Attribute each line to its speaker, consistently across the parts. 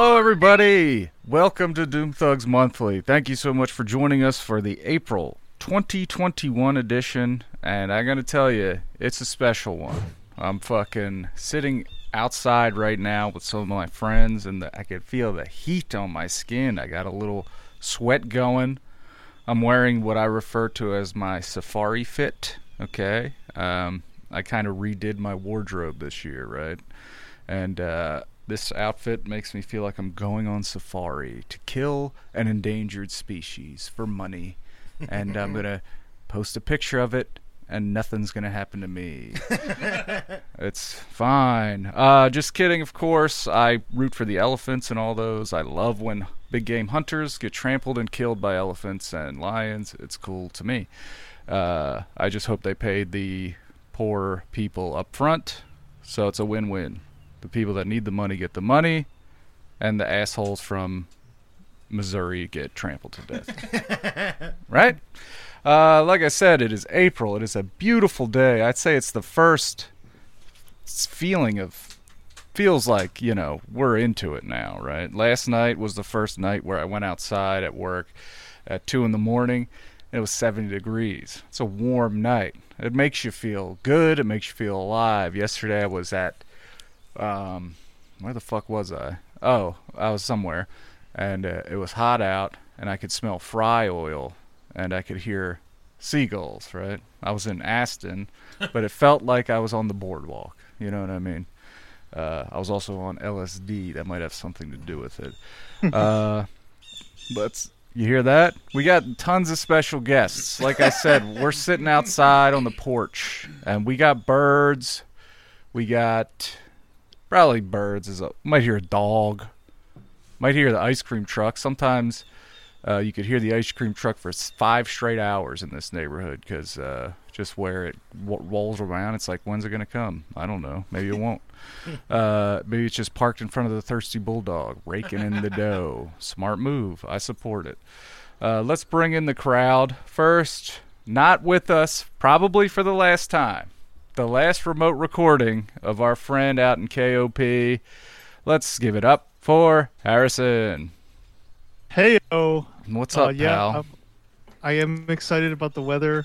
Speaker 1: everybody. Welcome to Doom Thugs Monthly. Thank you so much for joining us for the April 2021 edition. And I'm going to tell you, it's a special one. I'm fucking sitting outside right now with some of my friends, and the, I can feel the heat on my skin. I got a little sweat going. I'm wearing what I refer to as my safari fit. Okay. Um, I kind of redid my wardrobe this year, right? And uh, this outfit makes me feel like I'm going on safari to kill an endangered species for money. And I'm going to post a picture of it, and nothing's going to happen to me. It's fine. Uh, just kidding, of course. I root for the elephants and all those. I love when big game hunters get trampled and killed by elephants and lions. It's cool to me. Uh, I just hope they paid the poor people up front. So it's a win win. The people that need the money get the money, and the assholes from Missouri get trampled to death. right? Uh, like I said, it is April. It is a beautiful day. I'd say it's the first s- feeling of feels like you know we're into it now right last night was the first night where i went outside at work at two in the morning and it was 70 degrees it's a warm night it makes you feel good it makes you feel alive yesterday i was at um where the fuck was i oh i was somewhere and uh, it was hot out and i could smell fry oil and i could hear seagulls right i was in aston but it felt like i was on the boardwalk you know what i mean uh, i was also on lsd that might have something to do with it uh, but you hear that we got tons of special guests like i said we're sitting outside on the porch and we got birds we got probably birds is a might hear a dog might hear the ice cream truck sometimes uh, you could hear the ice cream truck for s- five straight hours in this neighborhood because uh, just where it w- rolls around it's like when's it going to come i don't know maybe it won't uh, maybe it's just parked in front of the thirsty bulldog raking in the dough smart move i support it uh, let's bring in the crowd first not with us probably for the last time the last remote recording of our friend out in KOP. Let's give it up for Harrison.
Speaker 2: Hey, oh,
Speaker 1: What's
Speaker 2: uh,
Speaker 1: up,
Speaker 2: yeah,
Speaker 1: pal?
Speaker 2: I'm- I am excited about the weather.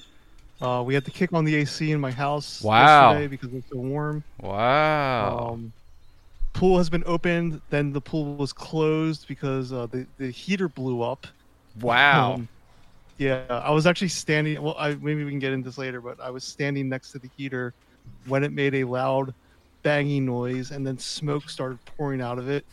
Speaker 2: Uh, we had to kick on the AC in my house
Speaker 1: Wow. Oh.
Speaker 2: yesterday because it's so warm.
Speaker 1: wow.
Speaker 2: Um, pool has been opened, then the pool was closed because uh, the the heater blew up.
Speaker 1: wow.
Speaker 2: Um, yeah, I was actually standing. Well, I, maybe we can get into this later, but I was standing next to the heater when it made a loud banging noise, and then smoke started pouring out of it.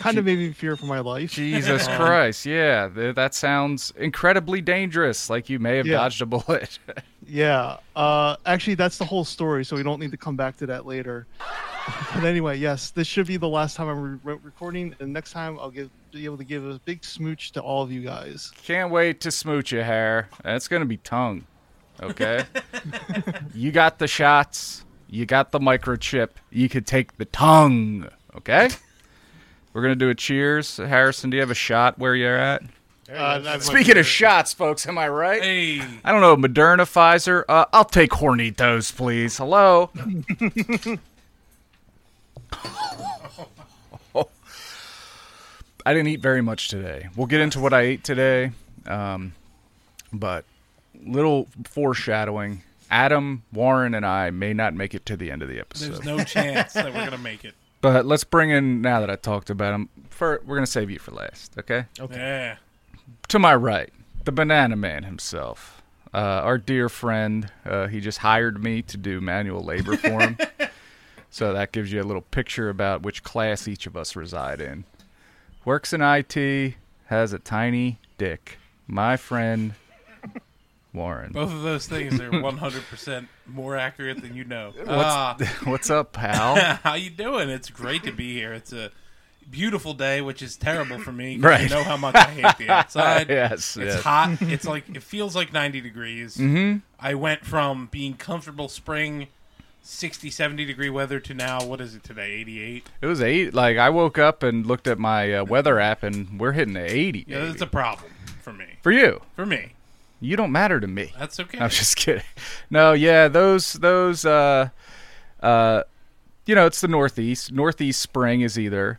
Speaker 2: kind of made me fear for my life.
Speaker 1: Jesus
Speaker 2: um,
Speaker 1: Christ. Yeah, th- that sounds incredibly dangerous. Like you may have
Speaker 2: Yeah.
Speaker 1: dodged a bullet.
Speaker 2: Yeah. Uh, actually, that's the whole story, so we don't need to come back to that later. but anyway, yes, this should be the last time I'm re- recording, and next time I'll give be able to give a big smooch to all of you guys.
Speaker 1: Can't wait to smooch your hair. That's going to be tongue. Okay? you got the shots. You got the microchip. You could take the tongue. Okay? We're going to do a cheers. Harrison, do you have a shot where you're at?
Speaker 2: Uh, I-
Speaker 1: Speaking of shots, folks, am I right?
Speaker 3: Hey,
Speaker 1: I don't know, Moderna, Pfizer. Uh, I'll take Hornitos, please. Hello. I didn't eat very much today. We'll get into what I ate today, um, but little foreshadowing. Adam, Warren, and I may not make it to the end of the episode.
Speaker 3: there's no chance that we're gonna make it.
Speaker 1: but let's bring in now that I talked about him. For we're gonna save you for last, okay?
Speaker 3: Yeah.
Speaker 1: to my right, the Banana Man himself, uh, our dear friend. Uh, he just hired me to do manual labor for him. so that gives you a little picture about which class each of us reside in. Works in IT, has a tiny dick. My friend, Warren.
Speaker 3: Both of those things are 100% more accurate than you know. Ah,
Speaker 1: What's up, pal?
Speaker 3: how you doing? It's great to be here. It's a beautiful day, which is terrible for me. 'cause
Speaker 1: Right.
Speaker 3: You know how much I hate the outside.
Speaker 1: yes,
Speaker 3: It's
Speaker 1: yes.
Speaker 3: hot. It's like it feels like 90 degrees. Mm-hmm. I went from being comfortable spring 60 70 degree weather to now what is it today 88
Speaker 1: It was eight. Like I woke up and looked at my uh, weather app, and we're hitting the eighty.
Speaker 3: yeah that's a problem for me
Speaker 1: For you,
Speaker 3: for me
Speaker 1: you don't matter to me.
Speaker 3: that's okay
Speaker 1: I'm just kidding. No, yeah, those those uh uh you know, it's the northeast. Northeast spring is either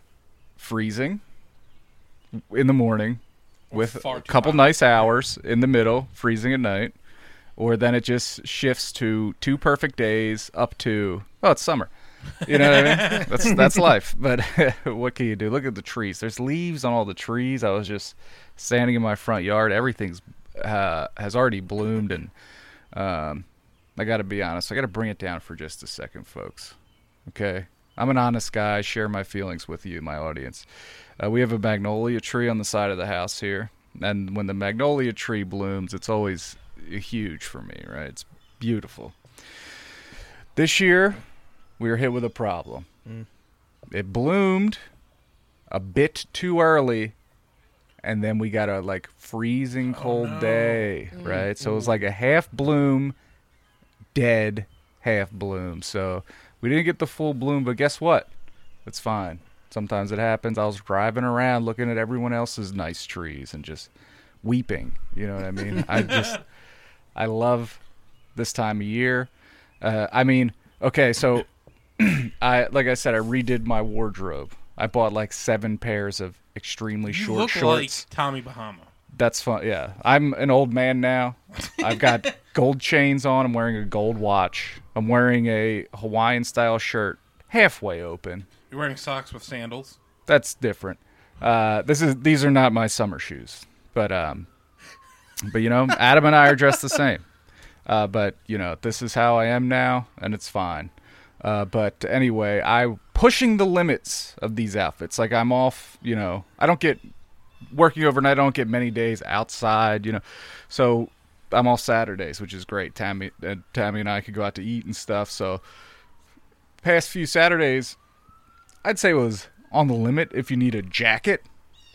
Speaker 1: freezing in the morning with
Speaker 3: far
Speaker 1: a
Speaker 3: too
Speaker 1: couple
Speaker 3: hot.
Speaker 1: nice hours in the middle, freezing at night, or then it just shifts to two perfect days up to oh, it's summer. You know what I mean? That's that's life. But what can you do? Look at the trees. There's leaves on all the trees. I was just standing in my front yard. Everything's uh, has already bloomed, and um, I got to be honest. I got to bring it down for just a second, folks. Okay. I'm an honest guy. I share my feelings with you, my audience. Uh, we have a magnolia tree on the side of the house here. And when the magnolia tree blooms, it's always huge for me, right? It's beautiful. This year, we were hit with a problem. It bloomed a bit too early, and then we got a like freezing cold
Speaker 3: no.
Speaker 1: day, right? So it was like a half bloom, dead half bloom. So we didn't get the full bloom, but guess what? It's fine. Sometimes it happens. I was driving around looking at everyone else's nice trees and just weeping. You know what I mean? I just, I love this time of year. Uh, I mean, okay, so I, like I said, I redid my wardrobe. I bought like seven pairs of extremely
Speaker 3: You
Speaker 1: short
Speaker 3: look
Speaker 1: shorts.
Speaker 3: like Tommy Bahama.
Speaker 1: That's fun. Yeah, I'm an old man now. I've got gold chains on. I'm wearing a gold watch. I'm wearing a Hawaiian style shirt, halfway open.
Speaker 3: You're wearing socks with sandals.
Speaker 1: That's different. Uh, this is these are not my summer shoes, but um, but you know, Adam and I are dressed the same. Uh, but you know, this is how I am now, and it's fine. Uh, but anyway, I pushing the limits of these outfits. Like I'm off. You know, I don't get working overnight. I don't get many days outside. You know, so I'm off Saturdays, which is great. Tammy, uh, Tammy and I could go out to eat and stuff. So past few Saturdays, I'd say was on the limit if you need a jacket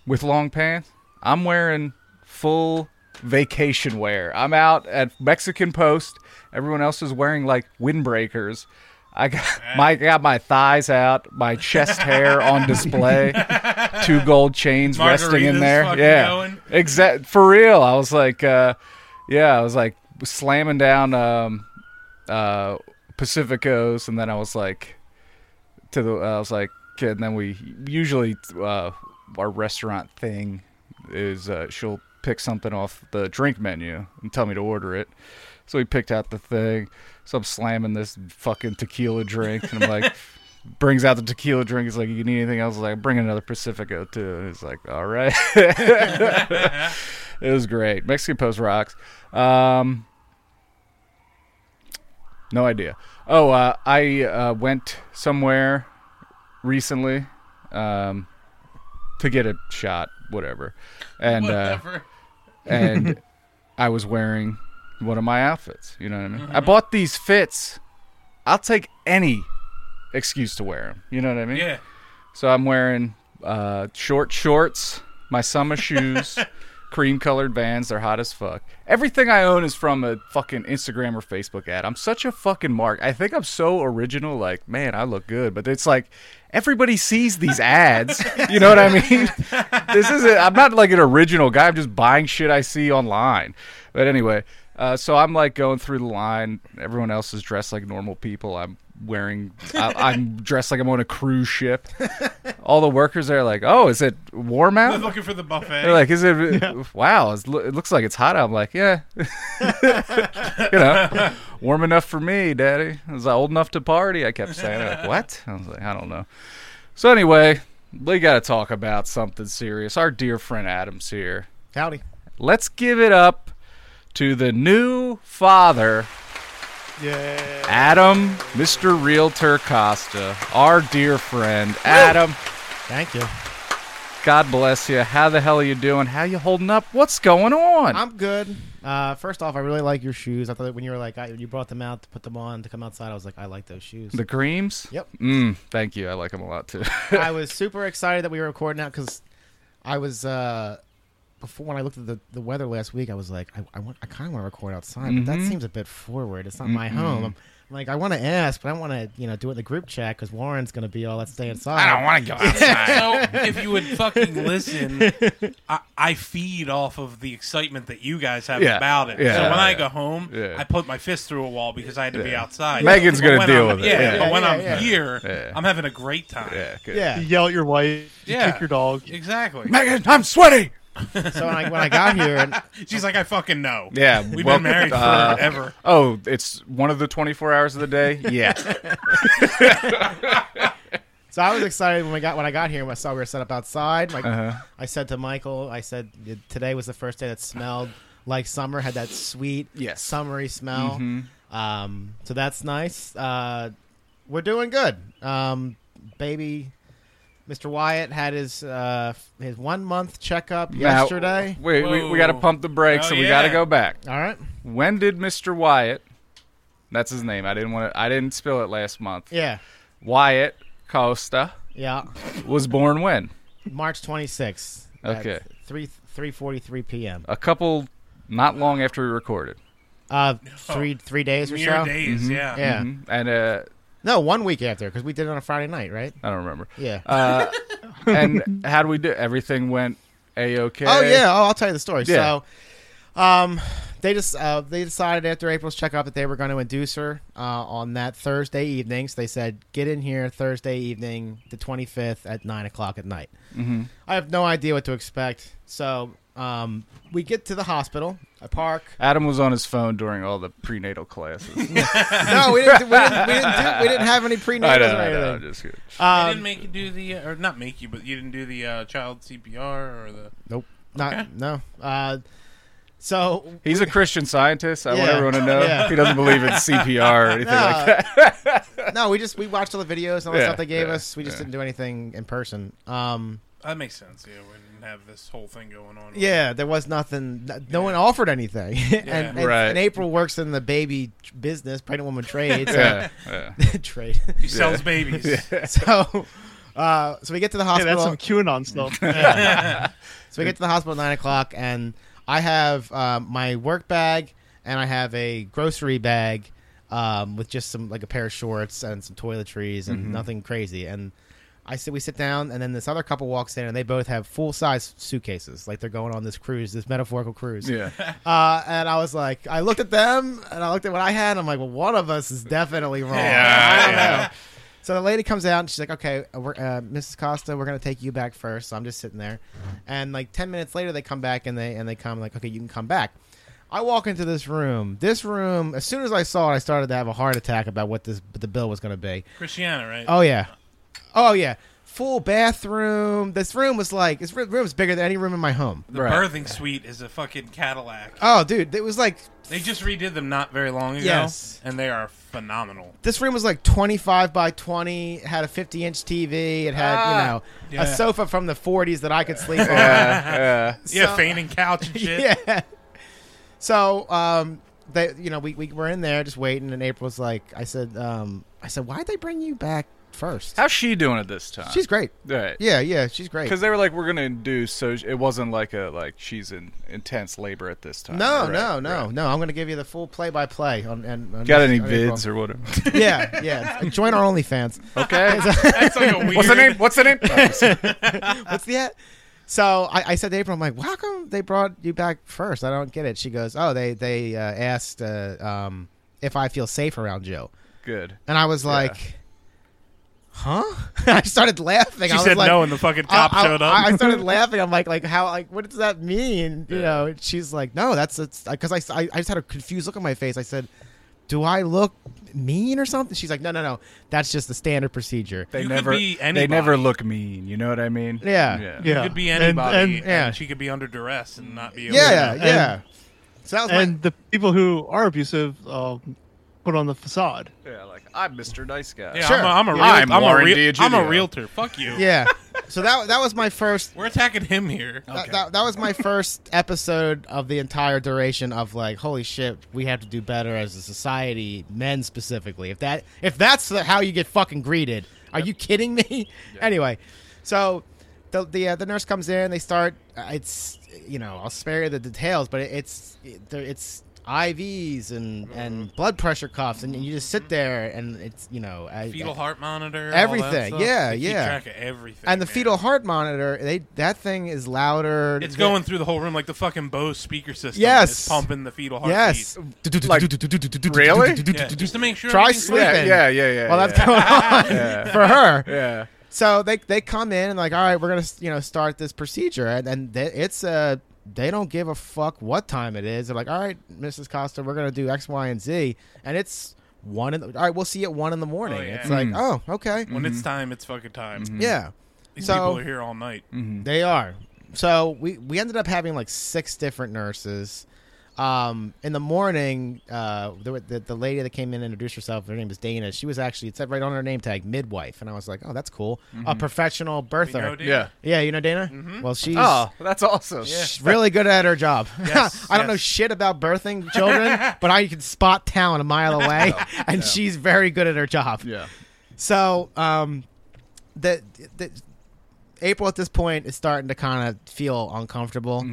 Speaker 1: with long pants. I'm wearing full vacation wear. I'm out at Mexican Post. Everyone else is wearing like windbreakers. I got my got my thighs out, my chest hair on display, two gold chains resting in
Speaker 3: Margaritas
Speaker 1: there.
Speaker 3: fucking
Speaker 1: Yeah,
Speaker 3: going.
Speaker 1: exact for real. I was like, uh, yeah, I was like slamming down um, uh, Pacificos, and then I was like, to the I was like, okay, and then we usually uh, our restaurant thing is uh, she'll pick something off the drink menu and tell me to order it. So we picked out the thing. So I'm slamming this fucking tequila drink, and I'm like, brings out the tequila drink. He's like, you need anything else? I was like, bring another Pacifico too. And he's like, all right. it was great. Mexican Post rocks. Um, no idea. Oh, uh, I uh, went somewhere recently um, to get a shot, whatever, and uh,
Speaker 3: Whatever.
Speaker 1: and I was wearing one of my outfits. You know what I mean? I bought these fits. I'll take any excuse to wear them. You know what I mean?
Speaker 3: yeah.
Speaker 1: So I'm wearing uh, short shorts, my summer shoes, cream colored vans. They're hot as fuck. Everything I own is from a fucking Instagram or Facebook ad. I'm such a fucking mark. I think I'm so original. Like, man, I look good. But it's like everybody sees these ads. You know what I mean? this isn't. I'm not like an original guy. I'm just buying shit I see online. But anyway. Uh, so I'm like going through the line. Everyone else is dressed like normal people. I'm wearing. I, I'm dressed like I'm on a cruise ship. All the workers there are like, "Oh, is it warm
Speaker 3: They're
Speaker 1: out?"
Speaker 3: looking for the buffet.
Speaker 1: They're like, "Is it? Wow, it's, it looks like it's hot." out." I'm like, "Yeah, you know, warm enough for me, Daddy. Is I old enough to party?" I kept saying, They're like, "What?" I was like, "I don't know." So anyway, we got to talk about something serious. Our dear friend Adam's here.
Speaker 4: Howdy.
Speaker 1: Let's give it up to the new father,
Speaker 2: Yeah.
Speaker 1: Adam, Mr. Realtor Costa, our dear friend Adam.
Speaker 4: Thank you.
Speaker 1: God bless you. How the hell are you doing? How you holding up? What's going on?
Speaker 4: I'm good. Uh, first off, I really like your shoes. I thought when you were like, I, you brought them out to put them on to come outside, I was like, I like those shoes.
Speaker 1: the creams?
Speaker 4: Yep.
Speaker 1: Mm, thank you. I like them a lot too.
Speaker 4: I was super excited that we were recording out because I was uh, before when I looked at the, the weather last week, I was like, I, I want, I kind of want to record outside, but that
Speaker 1: Mhm.
Speaker 4: seems a bit forward. It's not my home. I'm, I'm like, I want to ask, but I want to, you know, do it in the group chat because Lauren's going to be all let's stay inside.
Speaker 1: I don't want to go outside.
Speaker 3: so if you would fucking listen, I, I feed off of the excitement that you guys have
Speaker 1: Yeah.
Speaker 3: about it.
Speaker 1: Yeah.
Speaker 3: so when I
Speaker 1: Yeah.
Speaker 3: go home,
Speaker 1: Yeah.
Speaker 3: I put my fist through a wall because I had to be
Speaker 1: Yeah.
Speaker 3: outside.
Speaker 1: Megan's
Speaker 3: But
Speaker 1: gonna
Speaker 3: when
Speaker 1: deal
Speaker 3: I'm-
Speaker 1: with it.
Speaker 3: Yeah,
Speaker 1: Yeah.
Speaker 3: but when
Speaker 4: Yeah,
Speaker 3: I'm
Speaker 4: yeah.
Speaker 3: here,
Speaker 1: Yeah.
Speaker 3: I'm having a great time.
Speaker 1: yeah, good.
Speaker 4: Yeah.
Speaker 2: You yell at your wife. You
Speaker 3: Yeah.
Speaker 2: kick your dog.
Speaker 3: Exactly.
Speaker 1: Megan, I'm sweaty.
Speaker 4: So when I, when I got here, and
Speaker 3: She's like, I fucking know.
Speaker 1: Yeah,
Speaker 3: We've
Speaker 1: well,
Speaker 3: been married
Speaker 1: uh,
Speaker 3: forever.
Speaker 1: Oh, it's one of the 24 hours of the day. Yeah,
Speaker 4: So I was excited when we got when I got here. and I saw we were set up outside. Like,
Speaker 1: Uh-huh.
Speaker 4: I said to Michael, I said today was the first day that smelled like summer. Had that sweet,
Speaker 1: Yes. Mm-hmm.
Speaker 4: summery smell. Um, so that's nice. Uh, we're doing good. Um, baby, Mr. Wyatt had his uh, his one month checkup
Speaker 1: Now,
Speaker 4: yesterday.
Speaker 1: we, we, we got to
Speaker 3: Whoa.
Speaker 1: pump the brakes,
Speaker 3: Oh,
Speaker 1: and we got to
Speaker 3: yeah.
Speaker 1: go back.
Speaker 4: All right.
Speaker 1: When did Mr. Wyatt? That's his name. I didn't want to. I didn't spill it last month.
Speaker 4: Yeah.
Speaker 1: Wyatt Costa
Speaker 4: Yeah.
Speaker 1: was born when?
Speaker 4: March 26th.
Speaker 1: Okay.
Speaker 4: At three three forty three p.m.
Speaker 1: A couple, not long after we recorded.
Speaker 4: Uh, three three days or
Speaker 3: Mere
Speaker 4: so.
Speaker 3: days, yeah.
Speaker 4: Yeah.
Speaker 1: Mhm. And uh,
Speaker 4: No, one week after because we did it on a Friday night, right?
Speaker 1: I don't remember.
Speaker 4: Yeah.
Speaker 1: Uh, and how do we do? Everything went a okay.
Speaker 4: Oh yeah, oh, I'll tell you the story.
Speaker 1: Yeah.
Speaker 4: So, um, they just uh, they decided after April's checkup that they were going to induce her uh, on that Thursday evening. So they said, "Get in here Thursday evening, the twenty fifth at nine o'clock at night."
Speaker 1: Mhm.
Speaker 4: I have no idea what to expect. So um, we get to the hospital. I park.
Speaker 1: Adam was on his phone during all the prenatal classes.
Speaker 4: No, we didn't. do- We didn't, we didn't, do, we didn't have any
Speaker 1: I
Speaker 4: prenatals
Speaker 1: know.
Speaker 4: or
Speaker 1: I know. I'm
Speaker 4: anything.
Speaker 1: just kidding.
Speaker 3: I
Speaker 4: Um,
Speaker 3: didn't make you do the, uh, or not make you, but you didn't do the uh, child CPR or the.
Speaker 4: nope. Not
Speaker 3: Okay.
Speaker 4: no. Uh, so
Speaker 1: He's a Christian scientist. I want
Speaker 4: Yeah.
Speaker 1: everyone to know
Speaker 4: Yeah.
Speaker 1: he doesn't believe in CPR or anything like that.
Speaker 4: no, we just we watched all the videos and all the
Speaker 1: Yeah,
Speaker 4: stuff they gave
Speaker 1: yeah,
Speaker 4: us. We just
Speaker 1: yeah.
Speaker 4: didn't do anything in person. Um,
Speaker 3: That makes sense. Yeah, we didn't have this whole thing going on.
Speaker 4: yeah, there was nothing. No one offered anything, and, and,
Speaker 1: Right.
Speaker 4: and April works in the baby tr- business, pregnant woman trade, so,
Speaker 1: Yeah, yeah.
Speaker 4: trade.
Speaker 3: He sells babies.
Speaker 4: so, uh, so we get to the
Speaker 2: Yeah,
Speaker 4: hospital.
Speaker 2: that's some QAnon stuff.
Speaker 4: So we get to the hospital at nine o'clock, and I have um, my work bag and I have a grocery bag um, with just some like a pair of shorts and some toiletries and nothing crazy. And I sit, we sit down, and then this other couple walks in, and they both have full size suitcases, like they're going on this cruise, this metaphorical cruise.
Speaker 1: yeah.
Speaker 4: Uh, and I was like, I looked at them, and I looked at what I had. And I'm like, well, one of us is definitely wrong. I don't
Speaker 1: yeah.
Speaker 4: know. So the lady comes out and she's like, "Okay, we're, uh, Mrs. Costa, we're gonna take you back first. So I'm just sitting there, and like ten minutes later, they come back and they and they come like, "Okay, you can come back." I walk into this room. This room, as soon as I saw it, I started to have a heart attack about what this the bill was gonna be.
Speaker 3: Christiana, right?
Speaker 4: Oh yeah, oh yeah, full bathroom. This room was like this room was bigger than any room in my home.
Speaker 3: the
Speaker 1: Right.
Speaker 3: birthing suite is a fucking Cadillac.
Speaker 4: Oh dude, it was like
Speaker 3: They just redid them not very long ago.
Speaker 4: Yes.
Speaker 3: And they are phenomenal.
Speaker 4: this room was like 25 by 20 it had a 50 inch tv it had you know
Speaker 3: Yeah.
Speaker 4: a sofa from the 40s that i could sleep on
Speaker 1: Yeah,
Speaker 3: yeah, fainting couch and shit.
Speaker 4: yeah so um they you know we, we were in there just waiting and april's like i said um i said why'd they bring you back first
Speaker 1: How's she doing at this time?
Speaker 4: she's great
Speaker 1: right.
Speaker 4: yeah yeah she's great
Speaker 1: Because they were like, we're gonna induce, so it wasn't like a like she's in intense labor at this time.
Speaker 4: no
Speaker 1: Right,
Speaker 4: no no
Speaker 1: right.
Speaker 4: no i'm gonna give you the full play-by-play on and on
Speaker 1: Got any
Speaker 4: on April.
Speaker 1: vids or whatever?
Speaker 4: yeah yeah join our onlyfans
Speaker 1: okay.
Speaker 3: That's like a weird.
Speaker 1: What's the name? What's the name? Oh,
Speaker 4: What's the at? So I, I said to April, I'm like, "Why come they brought you back first? I don't get it." She goes, "Oh, they they uh, asked uh, um, if I feel safe around Joe,"
Speaker 1: Good.
Speaker 4: and I was like, "Huh?" I started laughing.
Speaker 3: She
Speaker 4: I was
Speaker 3: said
Speaker 4: like,
Speaker 3: no, and the fucking cop
Speaker 4: I, I-
Speaker 3: showed up.
Speaker 4: I started laughing. I'm like, like how, like what does that mean? You know, and she's like, no, that's because I, I, I just had a confused look on my face. I said, do I look mean or something? She's like, no, no, no, that's just the standard procedure.
Speaker 1: They
Speaker 3: You could
Speaker 1: never.
Speaker 3: be
Speaker 1: they never
Speaker 3: anybody.
Speaker 1: look mean. You know what I mean?
Speaker 4: Yeah.
Speaker 2: Yeah.
Speaker 3: She could be
Speaker 2: And-
Speaker 3: anybody, and,
Speaker 2: and-
Speaker 4: yeah.
Speaker 3: she could be under duress and not be.
Speaker 4: Yeah,
Speaker 3: aware.
Speaker 4: yeah.
Speaker 2: And-
Speaker 4: so that was my,
Speaker 2: and the people who are abusive um, put on the facade.
Speaker 1: Yeah, Like I'm Mr. Nice Guy.
Speaker 3: Yeah,
Speaker 4: Sure.
Speaker 3: I'm a, I'm a,
Speaker 1: I'm
Speaker 3: real, I'm, a
Speaker 1: Warren
Speaker 3: real, I'm a
Speaker 1: DiGiulio.
Speaker 3: realtor. Fuck you.
Speaker 4: yeah. So that that was my first.
Speaker 3: We're attacking him here.
Speaker 4: That, that, that was my first episode of the entire duration of like, holy shit, we have to do better as a society, men specifically. If that if that's the, how you get fucking greeted, are you kidding me? anyway, so the the, uh, the nurse comes in. They start. uh, It's you know I'll spare you the details, but it's it, there- it's IVs and and blood pressure cuffs, and you just sit there and it's you know I-
Speaker 3: fetal
Speaker 4: I-
Speaker 3: heart monitor, all that
Speaker 4: Everything,
Speaker 3: stuff.
Speaker 4: yeah,
Speaker 3: They keep
Speaker 4: yeah.
Speaker 3: track of everything,
Speaker 4: and the
Speaker 3: man.
Speaker 4: fetal heart monitor. They that thing is louder.
Speaker 3: It's
Speaker 4: than-
Speaker 3: going through the whole room like the fucking Bose speaker system.
Speaker 4: Yes.
Speaker 3: is pumping the fetal heartbeat.
Speaker 4: Yes.
Speaker 1: Like, really?
Speaker 3: Yeah, just to make sure.
Speaker 4: Try
Speaker 3: everything's
Speaker 4: sleep.
Speaker 3: right.
Speaker 1: Yeah, yeah, yeah, yeah.
Speaker 4: Well, that's
Speaker 1: yeah.
Speaker 4: going on
Speaker 1: Yeah.
Speaker 4: for her.
Speaker 1: yeah.
Speaker 4: So they they come in and like, all right, we're gonna you know start this procedure, and, and they, it's uh they don't give a fuck what time it is. They're like, all right, Mrs. Costa, we're gonna do X, Y, and Z, and it's one in the, all right, we'll see you at one in the morning.
Speaker 3: yeah.
Speaker 4: It's like,
Speaker 1: Mhm.
Speaker 4: oh, okay,
Speaker 3: When it's time, it's fucking time.
Speaker 4: yeah,
Speaker 3: These
Speaker 4: Mm-hmm. So- Mm-hmm.
Speaker 3: people are here all night.
Speaker 4: they are. So we we ended up having like six different nurses. Um, in the morning, uh, the, the the lady that came in and introduced herself. Her name was Dana. She was actually it said right on her name tag midwife, and I was like, oh, that's cool, a professional
Speaker 3: Mm-hmm. We
Speaker 4: birther.
Speaker 3: know, Mm-hmm. dude.
Speaker 1: Yeah.
Speaker 4: Yeah, you know Dana. Well, she's
Speaker 1: Oh, that's awesome.
Speaker 4: sh- really good at her job.
Speaker 3: Yes,
Speaker 4: I don't know
Speaker 3: yes.
Speaker 4: shit about birthing children, but I can spot talent a mile away, and she's very good at her job.
Speaker 1: Yeah.
Speaker 4: So, um, the, the April at this point is starting to kind of feel uncomfortable.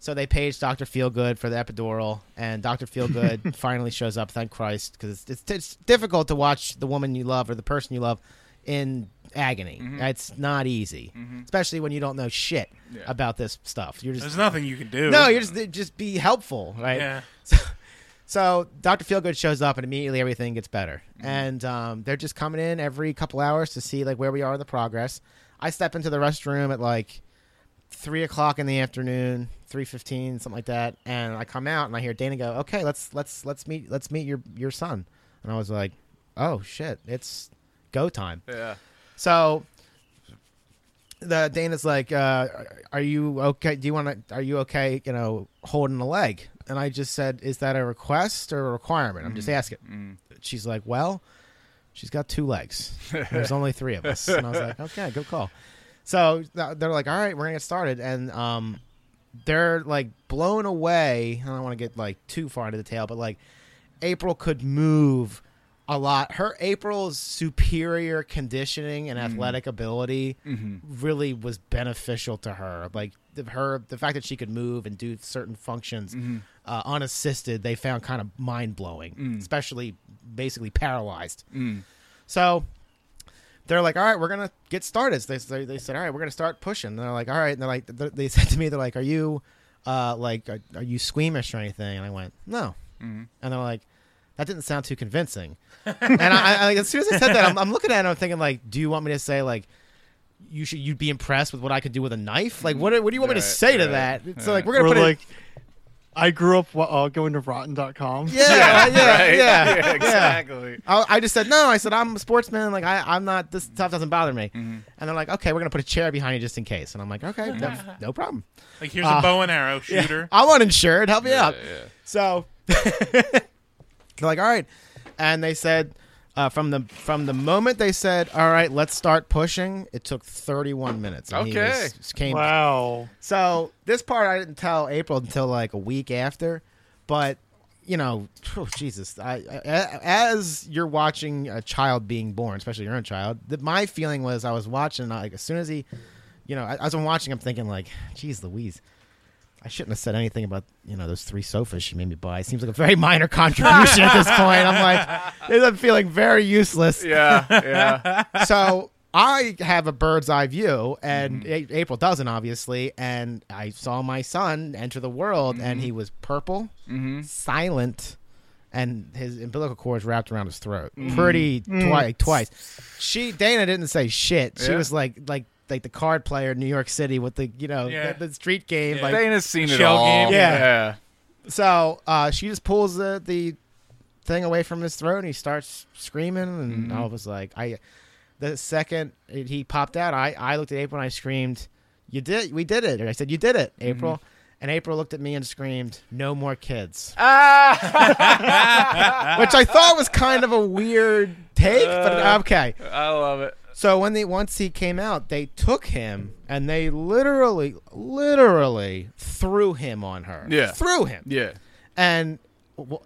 Speaker 4: So they page Doctor Feelgood for the epidural, and Doctor Feelgood finally shows up. Thank Christ, because it's, it's it's difficult to watch the woman you love or the person you love in agony. It's not easy, especially when you don't know shit
Speaker 1: Yeah.
Speaker 4: about this stuff. You're just
Speaker 3: There's nothing you can do.
Speaker 4: no, you're just just be helpful, right?
Speaker 3: Yeah.
Speaker 4: So Dr. Feelgood shows up and immediately everything gets better.
Speaker 3: Mm-hmm.
Speaker 4: And um, they're just coming in every couple hours to see like where we are in the progress. I step into the restroom at like three o'clock in the afternoon, three fifteen, something like that, and I come out and I hear Dana go, Okay, let's let's let's meet let's meet your your son. And I was like, Oh shit, it's go time.
Speaker 1: Yeah.
Speaker 4: So the Dana's like, uh, "Are you okay? Do you want to? Are you okay? You know, holding a leg?" And I just said, "Is that a request or a requirement?" I'm just asking. She's like, "Well, she's got two legs. There's only three of us." And I was like, "Okay, good call." So th- they're like, "All right, we're gonna get started," and um, they're like blown away. I don't want to get like too far into the tale, but like April could move a lot. Her April's superior conditioning and athletic ability really was beneficial to her. Like the, her, the fact that she could move and do certain functions uh, unassisted, they found kind of mind blowing, especially basically paralyzed. So they're like, all right, we're gonna get started. So they, they, they said, all right, we're gonna start pushing. And they're like, all right, and they're like, they they said to me, they're like, are you, uh, like, are, are you squeamish or anything? And I went, no.
Speaker 1: Mm-hmm.
Speaker 4: And they're like, that didn't sound too convincing. and I, I, like, as soon as I said that, I'm, I'm looking at it, and I'm thinking like, do you want me to say like, you should you'd be impressed with what I could do with a knife? Like, what what do you want me to
Speaker 1: Right,
Speaker 4: say to
Speaker 1: right,
Speaker 4: that? It's
Speaker 1: right.
Speaker 4: like we're
Speaker 2: Or
Speaker 4: gonna put
Speaker 2: like,
Speaker 4: it.
Speaker 2: I grew up wa- uh, going to rotten.com.
Speaker 4: Yeah, Uh, yeah,
Speaker 1: right?
Speaker 4: yeah,
Speaker 1: yeah.
Speaker 4: yeah.
Speaker 1: Exactly.
Speaker 4: I, I just said no. I said I'm a sportsman. Like I, I'm not. This stuff doesn't bother me.
Speaker 1: Mm-hmm.
Speaker 4: And they're like, okay, we're gonna put a chair behind you just in case. And I'm like, okay, no, no problem.
Speaker 3: Like here's
Speaker 4: Uh,
Speaker 3: a bow and arrow shooter.
Speaker 4: I'm uninsured. Help me out.
Speaker 1: yeah.
Speaker 4: So they're like, all right, and they said uh, from the from the moment they said, all right, let's start pushing. It took 31 minutes. And he
Speaker 1: Okay.
Speaker 4: was- came
Speaker 2: Wow.
Speaker 4: so this part I didn't tell April until like a week after, but you know, phew, Jesus, I, I, as you're watching a child being born, especially your own child, the, my feeling was I was watching like as soon as he, you know, as I'm watching, I'm thinking like, geez, Louise. I shouldn't have said anything about you know those three sofas she made me buy. It seems like a very minor contribution at this point. I'm like, I'm feeling very useless
Speaker 1: Yeah, yeah.
Speaker 4: so I have a bird's eye view, and
Speaker 3: Mm-hmm.
Speaker 4: A- April doesn't, obviously. And I saw my son enter the world,
Speaker 3: Mm-hmm.
Speaker 4: and he was purple, silent, and his umbilical cord was wrapped around his throat.
Speaker 3: Mm-hmm.
Speaker 4: Pretty twi- twice. She Dana didn't say shit. She
Speaker 1: Yeah.
Speaker 4: was like like like the card player in New York City with the you know
Speaker 3: Yeah.
Speaker 4: the, the street game.
Speaker 3: Yeah.
Speaker 4: Like
Speaker 1: Dana's seen it
Speaker 3: Shell
Speaker 1: all.
Speaker 3: game.
Speaker 4: Yeah.
Speaker 1: yeah.
Speaker 4: so uh, she just pulls the, the thing away from his throat, and he starts screaming. And I was like, I. The second it- he popped out, I, I looked at April and I screamed, "You did! We did it!" And I said, "You did it, April." And April looked at me and screamed, "No more kids," which I thought was kind of a weird take, but okay.
Speaker 1: I love it.
Speaker 4: So when they once he came out, they took him and they literally, literally threw him on her.
Speaker 1: Yeah.
Speaker 4: threw him
Speaker 1: Yeah.
Speaker 4: and w-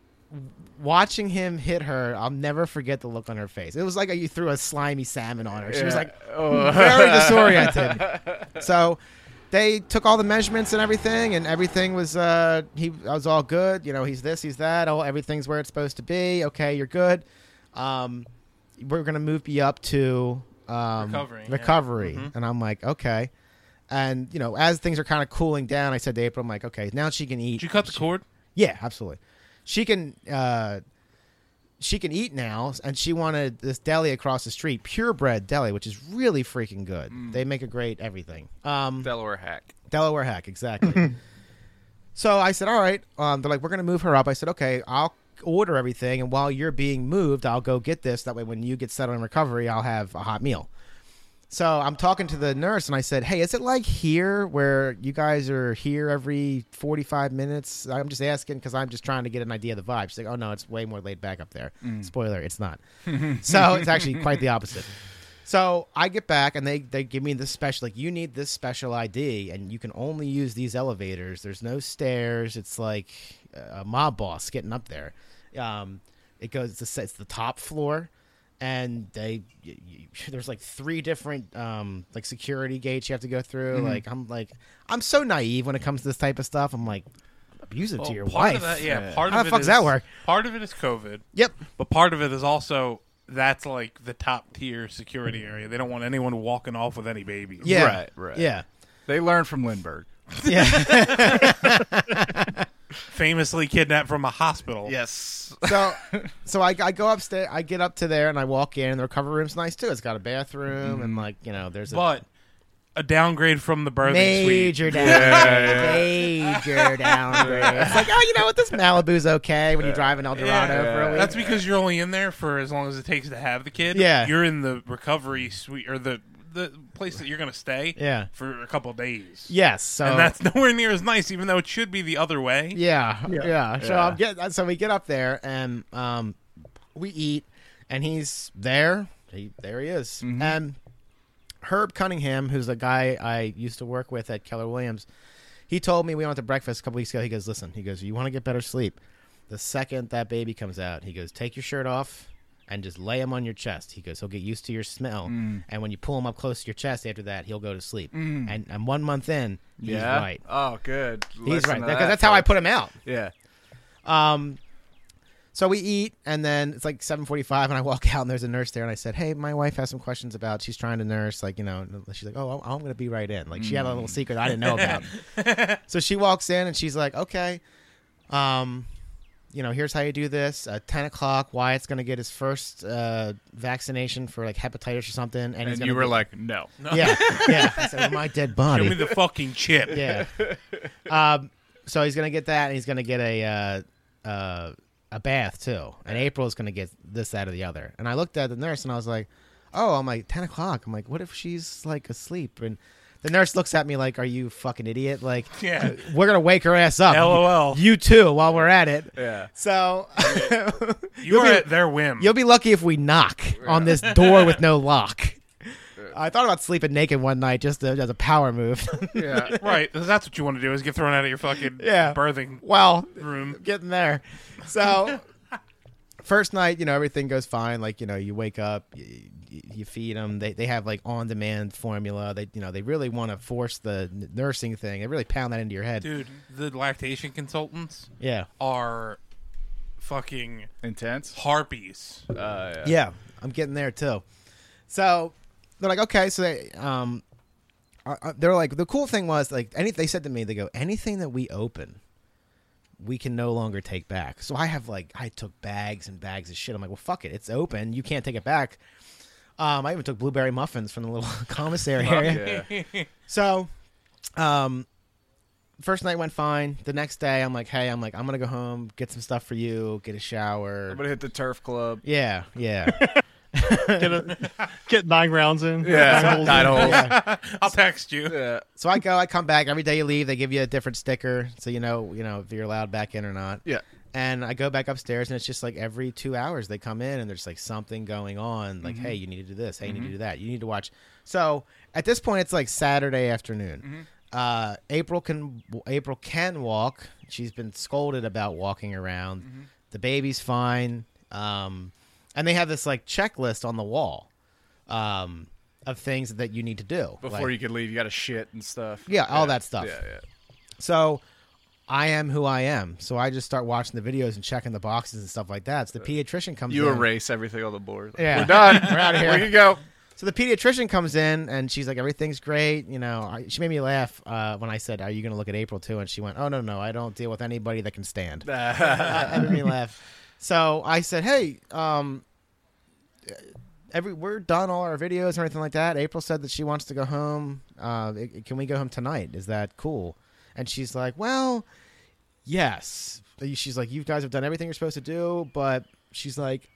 Speaker 4: watching him hit her, I'll never forget the look on her face. It was like you threw a slimy salmon on her. She was
Speaker 1: Yeah.
Speaker 4: like
Speaker 1: Oh.
Speaker 4: very disoriented. so they took all the measurements and everything, and everything was uh, he was all good. You know, he's this, he's that. Oh, everything's where it's supposed to be. Okay, you're good. Um, we're gonna move you up to um,
Speaker 3: Recovery, yeah.
Speaker 4: recovery. and I'm like, okay. And you know, as things are kind of cooling down, I said to April, I'm like, okay, now she can eat.
Speaker 3: Did you cut the cord?
Speaker 4: Yeah, absolutely. She can uh, she can eat now, and she wanted this deli across the street, purebred deli, which is really freaking good. They make a great everything. Um,
Speaker 1: Delaware hack.
Speaker 4: Delaware hack, exactly. so I said, all right. Um, they're like, we're gonna move her up. I said, okay, I'll order everything, and while you're being moved, I'll go get this. That way, when you get settled in recovery, I'll have a hot meal. So I'm talking to the nurse, and I said, hey, is it like here where you guys are here every 45 minutes? I'm just asking because I'm just trying to get an idea of the vibe. She's like, oh no, it's way more laid back up there. Spoiler, it's not. so it's actually quite the opposite. So I get back and they, they give me this special like you need this special ID and you can only use these elevators. There's no stairs. It's like a mob boss getting up there. Um, it goes it's the, it's the top floor, and they y y there's like three different um, like security gates you have to go through.
Speaker 3: Mm-hmm.
Speaker 4: Like I'm like I'm so naive when it comes to this type of stuff. I'm like abusive
Speaker 3: Well,
Speaker 4: to your
Speaker 3: part
Speaker 4: wife.
Speaker 3: Of that, yeah,
Speaker 1: Yeah.
Speaker 3: part
Speaker 4: How
Speaker 3: of
Speaker 4: the
Speaker 3: it
Speaker 4: fuck does that
Speaker 3: is-
Speaker 4: work?
Speaker 3: Part of it is COVID,
Speaker 4: Yep.
Speaker 3: but part of it is also that's like the top tier security area. They don't want anyone walking off with any babies.
Speaker 4: Yeah.
Speaker 1: Right, right.
Speaker 4: Yeah.
Speaker 1: They learned from Lindbergh.
Speaker 4: Yeah.
Speaker 3: Famously kidnapped from a hospital.
Speaker 1: Yes.
Speaker 4: so so I, I go upstairs i get up to there and i walk in and the recovery room's nice too it's got a bathroom
Speaker 3: Mm-hmm.
Speaker 4: and like you know there's a
Speaker 3: But a downgrade from the birthing suite.
Speaker 4: major downgrade major downgrade it's like oh you know what this malibu's okay when you drive an eldorado
Speaker 1: Yeah.
Speaker 4: for a week
Speaker 3: That's because you're only in there for as long as it takes to have the kid.
Speaker 4: Yeah.
Speaker 3: You're in the recovery suite or the the place that you're going to stay
Speaker 4: Yeah.
Speaker 3: for a couple days.
Speaker 4: yes so
Speaker 3: And that's nowhere near as nice, even though it should be the other way.
Speaker 4: Yeah, yeah.
Speaker 2: Yeah.
Speaker 4: So I'm get uh, so we get up there and um, we eat, and he's there. He, there he is.
Speaker 1: Mm-hmm.
Speaker 4: And Herb Cunningham, who's the guy I used to work with at Keller Williams, he told me we went to breakfast a couple weeks ago. He goes, "Listen, he goes, you want to get better sleep. The second that baby comes out, he goes, take your shirt off." And just lay him on your chest. He goes, he'll get used to your smell.
Speaker 1: Mm.
Speaker 4: And when you pull him up close to your chest after that, he'll go to sleep. And, and one month in, he's
Speaker 1: yeah.
Speaker 4: right.
Speaker 1: Oh, good.
Speaker 4: He's right.
Speaker 1: Listen to
Speaker 4: Because
Speaker 1: that,
Speaker 4: that's how I
Speaker 1: folks.
Speaker 4: put him out.
Speaker 1: Yeah.
Speaker 4: Um, so we eat, and then it's like seven forty-five, and I walk out, and there's a nurse there, and I said, "Hey, my wife has some questions about. She's trying to nurse, like you know." and She's like, "Oh, I'm, I'm going to be right in." Like she had a
Speaker 1: Mm.
Speaker 4: little secret I didn't know about. so she walks in, and she's like, "Okay, um, you know, here's how you do this. At Ten o'clock, Wyatt's going to get his first uh, vaccination for like hepatitis or something." And, he's
Speaker 1: And
Speaker 4: gonna
Speaker 1: you were
Speaker 4: be-
Speaker 1: like, no.
Speaker 4: "Yeah, yeah." I said, "My dead body."
Speaker 3: Give me the fucking chip.
Speaker 4: yeah. Um, so he's gonna get that, and he's gonna get a uh, uh, a bath too. And April's gonna get this, that, or the other. And I looked at the nurse, and I was like, "Oh, I'm like ten o'clock. I'm like, what if she's like asleep?" And the nurse looks at me like, "Are you fucking idiot? Like,
Speaker 3: Yeah.
Speaker 4: we're gonna wake her ass up.
Speaker 3: LOL.
Speaker 4: You too. While we're at it.
Speaker 1: Yeah.
Speaker 4: So
Speaker 3: You are
Speaker 4: be-
Speaker 3: at their whim.
Speaker 4: You'll be lucky if we knock on this door with no lock." I thought about sleeping naked one night just to, as a power move.
Speaker 1: Yeah.
Speaker 3: right. 'cause That's what you want to do is get thrown out of your fucking
Speaker 4: Yeah.
Speaker 3: birthing
Speaker 4: well,
Speaker 3: room.
Speaker 4: getting there. So, first night, you know, everything goes fine. Like, you know, you wake up, you, you feed them. They, they have like on demand formula. They, you know, they really want to force the n- nursing thing. They really pound that into your head.
Speaker 3: Dude, the lactation consultants
Speaker 4: Yeah.
Speaker 3: are fucking
Speaker 1: Intense.
Speaker 3: harpies.
Speaker 1: Uh, yeah.
Speaker 4: Yeah. I'm getting there too. So, they're like, okay. So, they, um, I- I- they're like, the cool thing was, like, any, they said to me, they go, anything that we open, we can no longer take back. So I have like I took bags and bags of shit. I'm like, well, fuck it, it's open. You can't take it back. Um, I even took blueberry muffins from the little commissary area.
Speaker 1: Yeah.
Speaker 4: So, um, first night went fine. The next day, I'm like, hey, I'm like, I'm gonna go home, get some stuff for you, get a shower.
Speaker 1: I'm gonna hit the turf club.
Speaker 4: Yeah, yeah.
Speaker 2: Get a, get nine rounds in.
Speaker 1: Yeah.
Speaker 2: Nine holes
Speaker 1: Nine
Speaker 2: in.
Speaker 1: holes. Yeah.
Speaker 3: I'll text you.
Speaker 4: so I go, I come back every day. You leave, they give you a different sticker, so you know, you know, if you're allowed back in or not.
Speaker 1: Yeah.
Speaker 4: And I go back upstairs, and it's just like every two hours they come in, and there's like something going on.
Speaker 1: Mm-hmm.
Speaker 4: Like, hey, you need to do this. Hey, you need to do that. You need to watch. So at this point, it's like Saturday afternoon.
Speaker 1: Mm-hmm.
Speaker 4: Uh,
Speaker 1: Mm-hmm.
Speaker 4: April can April can walk. She's been scolded about walking around. The baby's fine. Um, and they have this like checklist on the wall um, of things that you need to do
Speaker 1: Before you could leave, you got to shit and stuff.
Speaker 4: Yeah, all that stuff.
Speaker 1: Yeah, yeah.
Speaker 4: So I am who I am. So I just start watching the videos and checking the boxes and stuff like that. So the pediatrician comes
Speaker 1: You
Speaker 4: in.
Speaker 1: erase everything on the board. Like,
Speaker 4: Yeah.
Speaker 1: We're done.
Speaker 4: We're outta here.
Speaker 1: Where you go?
Speaker 4: So the pediatrician comes in and she's like, everything's great. You know, I, she made me laugh uh, when I said, Are you going to look at April too? And she went, Oh, no, no, I don't deal with anybody that can stand. that made me laugh. So I said, "Hey, um, every we're done all our videos and everything like that." April said that she wants to go home. Uh, i- can we go home tonight? Is that cool? And she's like, "Well, yes." She's like, "You guys have done everything you're supposed to do," but she's like,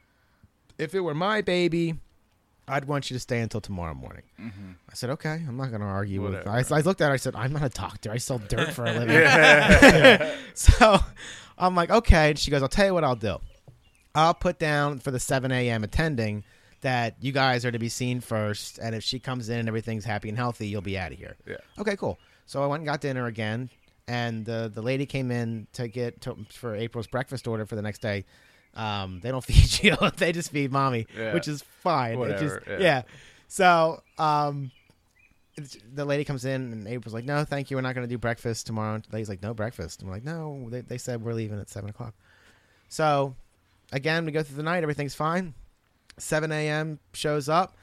Speaker 4: "If it were my baby." I'd want you to stay until tomorrow morning. I said, okay, I'm not going to argue with.
Speaker 1: Mm-hmm. Whatever.
Speaker 4: I, I looked at her. I said, I'm not a doctor. I sell dirt for a living.
Speaker 1: Yeah.
Speaker 4: So I'm like, okay. And she goes, I'll tell you what I'll do. I'll put down for the 7 a.m. attending that you guys are to be seen first. And if she comes in and everything's happy and healthy, you'll be out of here.
Speaker 1: Yeah.
Speaker 4: Okay, cool. So I went and got dinner again. And the, the lady came in to get to, for April's breakfast order for the next day. Um, they don't feed you, they just feed mommy,
Speaker 1: Yeah.
Speaker 4: which is fine. It
Speaker 1: Whatever,
Speaker 4: just-
Speaker 1: yeah.
Speaker 4: yeah. So, um, it's- the lady comes in and April's like, "No, thank you. We're not going to do breakfast tomorrow." And the lady's like, "No breakfast." I'm like, "No, they, they said we're leaving at seven o'clock." So, again, we go through the night. Everything's fine. Seven a.m. shows up,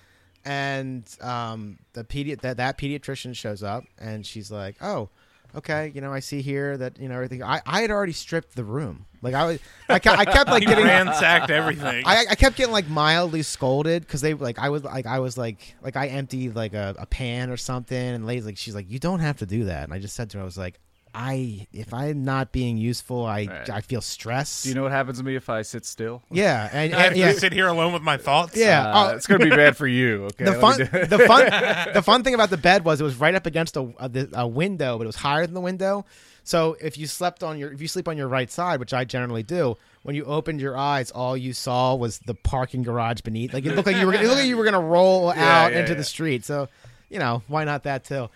Speaker 4: and um, the pedi- that that pediatrician shows up, and she's like, "Oh." Okay, you know, I see here that you know everything. I, I had already stripped the room. Like I was, I, ke- I kept like
Speaker 3: He
Speaker 4: getting
Speaker 3: ransacked everything.
Speaker 4: I, I kept getting like mildly scolded because they like I was like I was like like I emptied like a, a pan or something and the lady's like she's like you don't have to do that and I just said to her I was like I if I'm not being useful I
Speaker 1: Right.
Speaker 4: I feel stressed
Speaker 1: Do you know what happens to me if I sit still?
Speaker 4: yeah and,
Speaker 3: I have
Speaker 4: and- yeah
Speaker 3: to sit here alone with my thoughts.
Speaker 4: yeah
Speaker 1: Uh,
Speaker 4: oh,
Speaker 1: it's gonna be bad for you. Okay.
Speaker 4: the
Speaker 1: Let me
Speaker 4: fun
Speaker 1: do-
Speaker 4: the fun the fun thing about the bed was it was right up against a a, the- a window but it was higher than the window so if you slept on your if you sleep on your right side which I generally do. When you opened your eyes, all you saw was the parking garage beneath. Like it looked like you were, it looked like you were gonna roll
Speaker 1: Yeah,
Speaker 4: out
Speaker 1: yeah,
Speaker 4: into
Speaker 1: yeah.
Speaker 4: the street. So, you know, why not that too?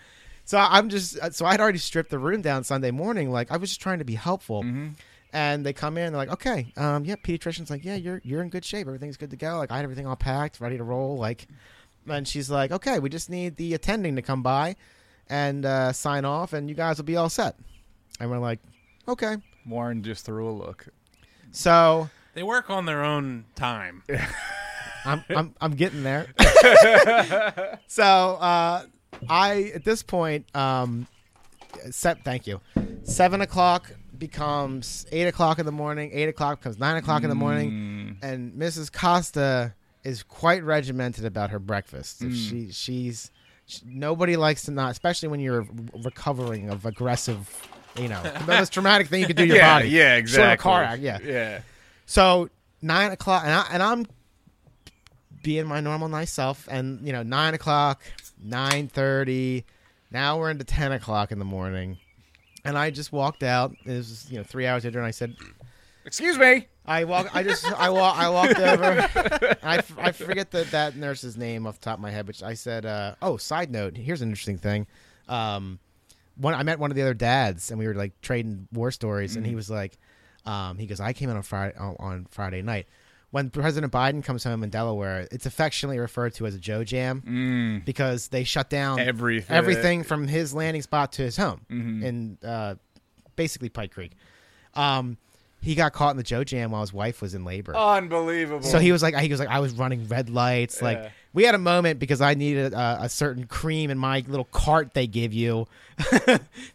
Speaker 4: So I- I'm just uh, so I'd already stripped the room down Sunday morning. Like I was just trying to be helpful.
Speaker 1: Mm-hmm.
Speaker 4: And they come in, they're like, okay, um, yeah, pediatrician's like, yeah, you're you're in good shape. Everything's good to go. Like I had everything all packed, ready to roll. Like, and she's like, okay, we just need the attending to come by and uh, sign off, and you guys will be all set. And we're like, okay.
Speaker 1: Warren just threw a look.
Speaker 4: So
Speaker 3: They work on their own time.
Speaker 4: I'm I'm I'm getting there. so uh, I at this point, um, set thank you. Seven o'clock becomes eight o'clock in the morning. Eight o'clock becomes nine o'clock in the morning,
Speaker 1: Mm.
Speaker 4: and Mrs. Costa is quite regimented about her breakfast. If
Speaker 1: Mm.
Speaker 4: She she's she, nobody likes to not, especially when you're recovering of aggressive. You know, the most traumatic thing you could do to your
Speaker 1: yeah,
Speaker 4: body.
Speaker 1: yeah,
Speaker 4: Short of a
Speaker 1: exactly.
Speaker 4: car act, yeah.
Speaker 1: yeah.
Speaker 4: So nine o'clock, and, I, and I'm being my normal nice self, and you know nine o'clock, nine thirty. Now we're into ten o'clock in the morning, and I just walked out. It was you know three hours later, and I said,
Speaker 1: Excuse me.
Speaker 4: I walk. I just. I walk. I walked over. I, f- I forget that that nurse's name off the top of my head, which I said. Uh, oh, side note. Here's an interesting thing. Um, one I met one of the other dads, and we were like trading war stories, and he was like, um, he goes, I came in on Friday on, on Friday night. When President Biden comes home in Delaware, it's affectionately referred to as a Joe Jam because they shut down
Speaker 1: Everything.
Speaker 4: everything from his landing spot to his home in uh, basically Pike Creek. Um, he got caught in the Joe Jam while his wife was in labor.
Speaker 1: Oh, Unbelievable.
Speaker 4: So he was like, he was like, I was running red lights.
Speaker 1: Yeah.
Speaker 4: Like we had a moment because I needed a, a certain cream in my little cart they give you.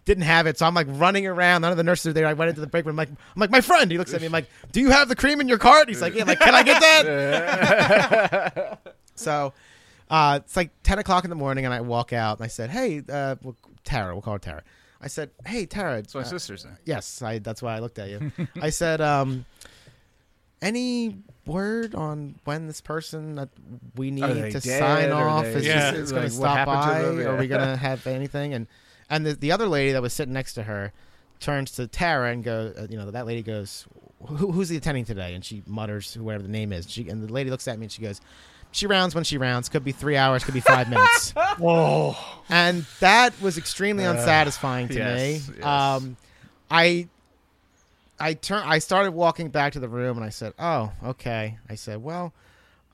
Speaker 4: Didn't have it, so I'm like running around. None of the nurses are there. I went into the break room. I'm like, I'm like, my friend. He looks at me. I'm like, do you have the cream in your cart? He's like, yeah. I'm like, can I get that? so. Uh, it's like 10 o'clock in the morning, and I walk out and I said, Hey, uh, we'll- Tara, we'll call her Tara. I said, Hey, Tara, uh,
Speaker 1: That's my sister's name.
Speaker 4: Yes, I, that's why I looked at you. I said, um, any word on when this person that we need
Speaker 1: they
Speaker 4: to
Speaker 1: dead?
Speaker 4: sign
Speaker 1: Are
Speaker 4: off
Speaker 1: they-
Speaker 4: is,
Speaker 3: Yeah.
Speaker 4: is, going
Speaker 1: Like,
Speaker 4: to
Speaker 1: what
Speaker 4: stop
Speaker 1: happened
Speaker 4: by?
Speaker 1: to them?
Speaker 4: Are we
Speaker 1: Yeah.
Speaker 4: going to have anything? And and the, the other lady that was sitting next to her turns to Tara and goes, uh, you know, that lady goes, Who, who's the attending today? And she mutters whatever the name is. She and the lady looks at me and she goes. She rounds when she rounds. Could be three hours. Could be five minutes.
Speaker 2: Whoa.
Speaker 4: and that was extremely unsatisfying to
Speaker 1: yes,
Speaker 4: me.
Speaker 1: yes.
Speaker 4: Um, I Um, I turn I started walking back to the room and I said, "Oh, okay." I said, "Well,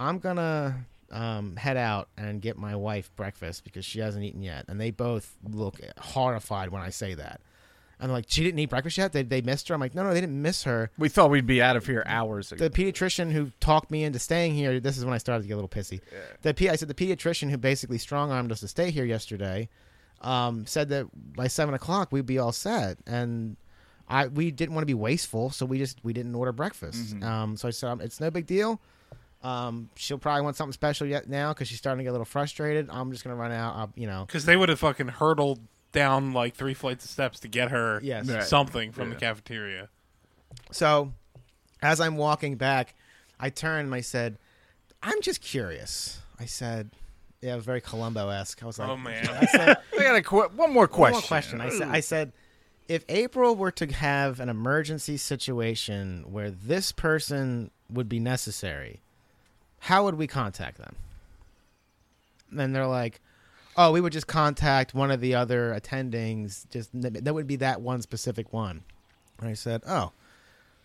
Speaker 4: I'm gonna um, head out and get my wife breakfast because she hasn't eaten yet." And they both look horrified when I say that. And they're like, "She didn't eat breakfast yet? They they missed her?" I'm like, "No, no, they didn't miss her."
Speaker 1: We thought we'd be out of here hours ago.
Speaker 4: the pediatrician who talked me into staying here. This is when I started to get a little pissy. The pe- I said the pediatrician who basically strong armed us to stay here yesterday um, said that by seven o'clock we'd be all set, and I we didn't want to be wasteful, so we just we didn't order breakfast. Um, so I said um, it's no big deal. Um, she'll probably want something special yet now because she's starting to get a little frustrated. I'm just gonna run out. I'll, you know,
Speaker 3: Because they would have fucking hurtled down like three flights of steps to get her
Speaker 4: Yes. Right.
Speaker 3: something from
Speaker 1: Yeah.
Speaker 3: the cafeteria.
Speaker 4: So, as I'm walking back, I turned and I said, "I'm just curious." I said, "Yeah, it was very Columbo-esque." I was like,
Speaker 3: Oh, man.
Speaker 4: I said,
Speaker 1: I got a qu- one more
Speaker 4: "One
Speaker 1: question.
Speaker 4: more question." I said, "I said, if April were to have an emergency situation where this person would be necessary, how would we contact them?" And they're like. Oh, we would just contact one of the other attendings. Just that would be that one specific one. And I said, "Oh,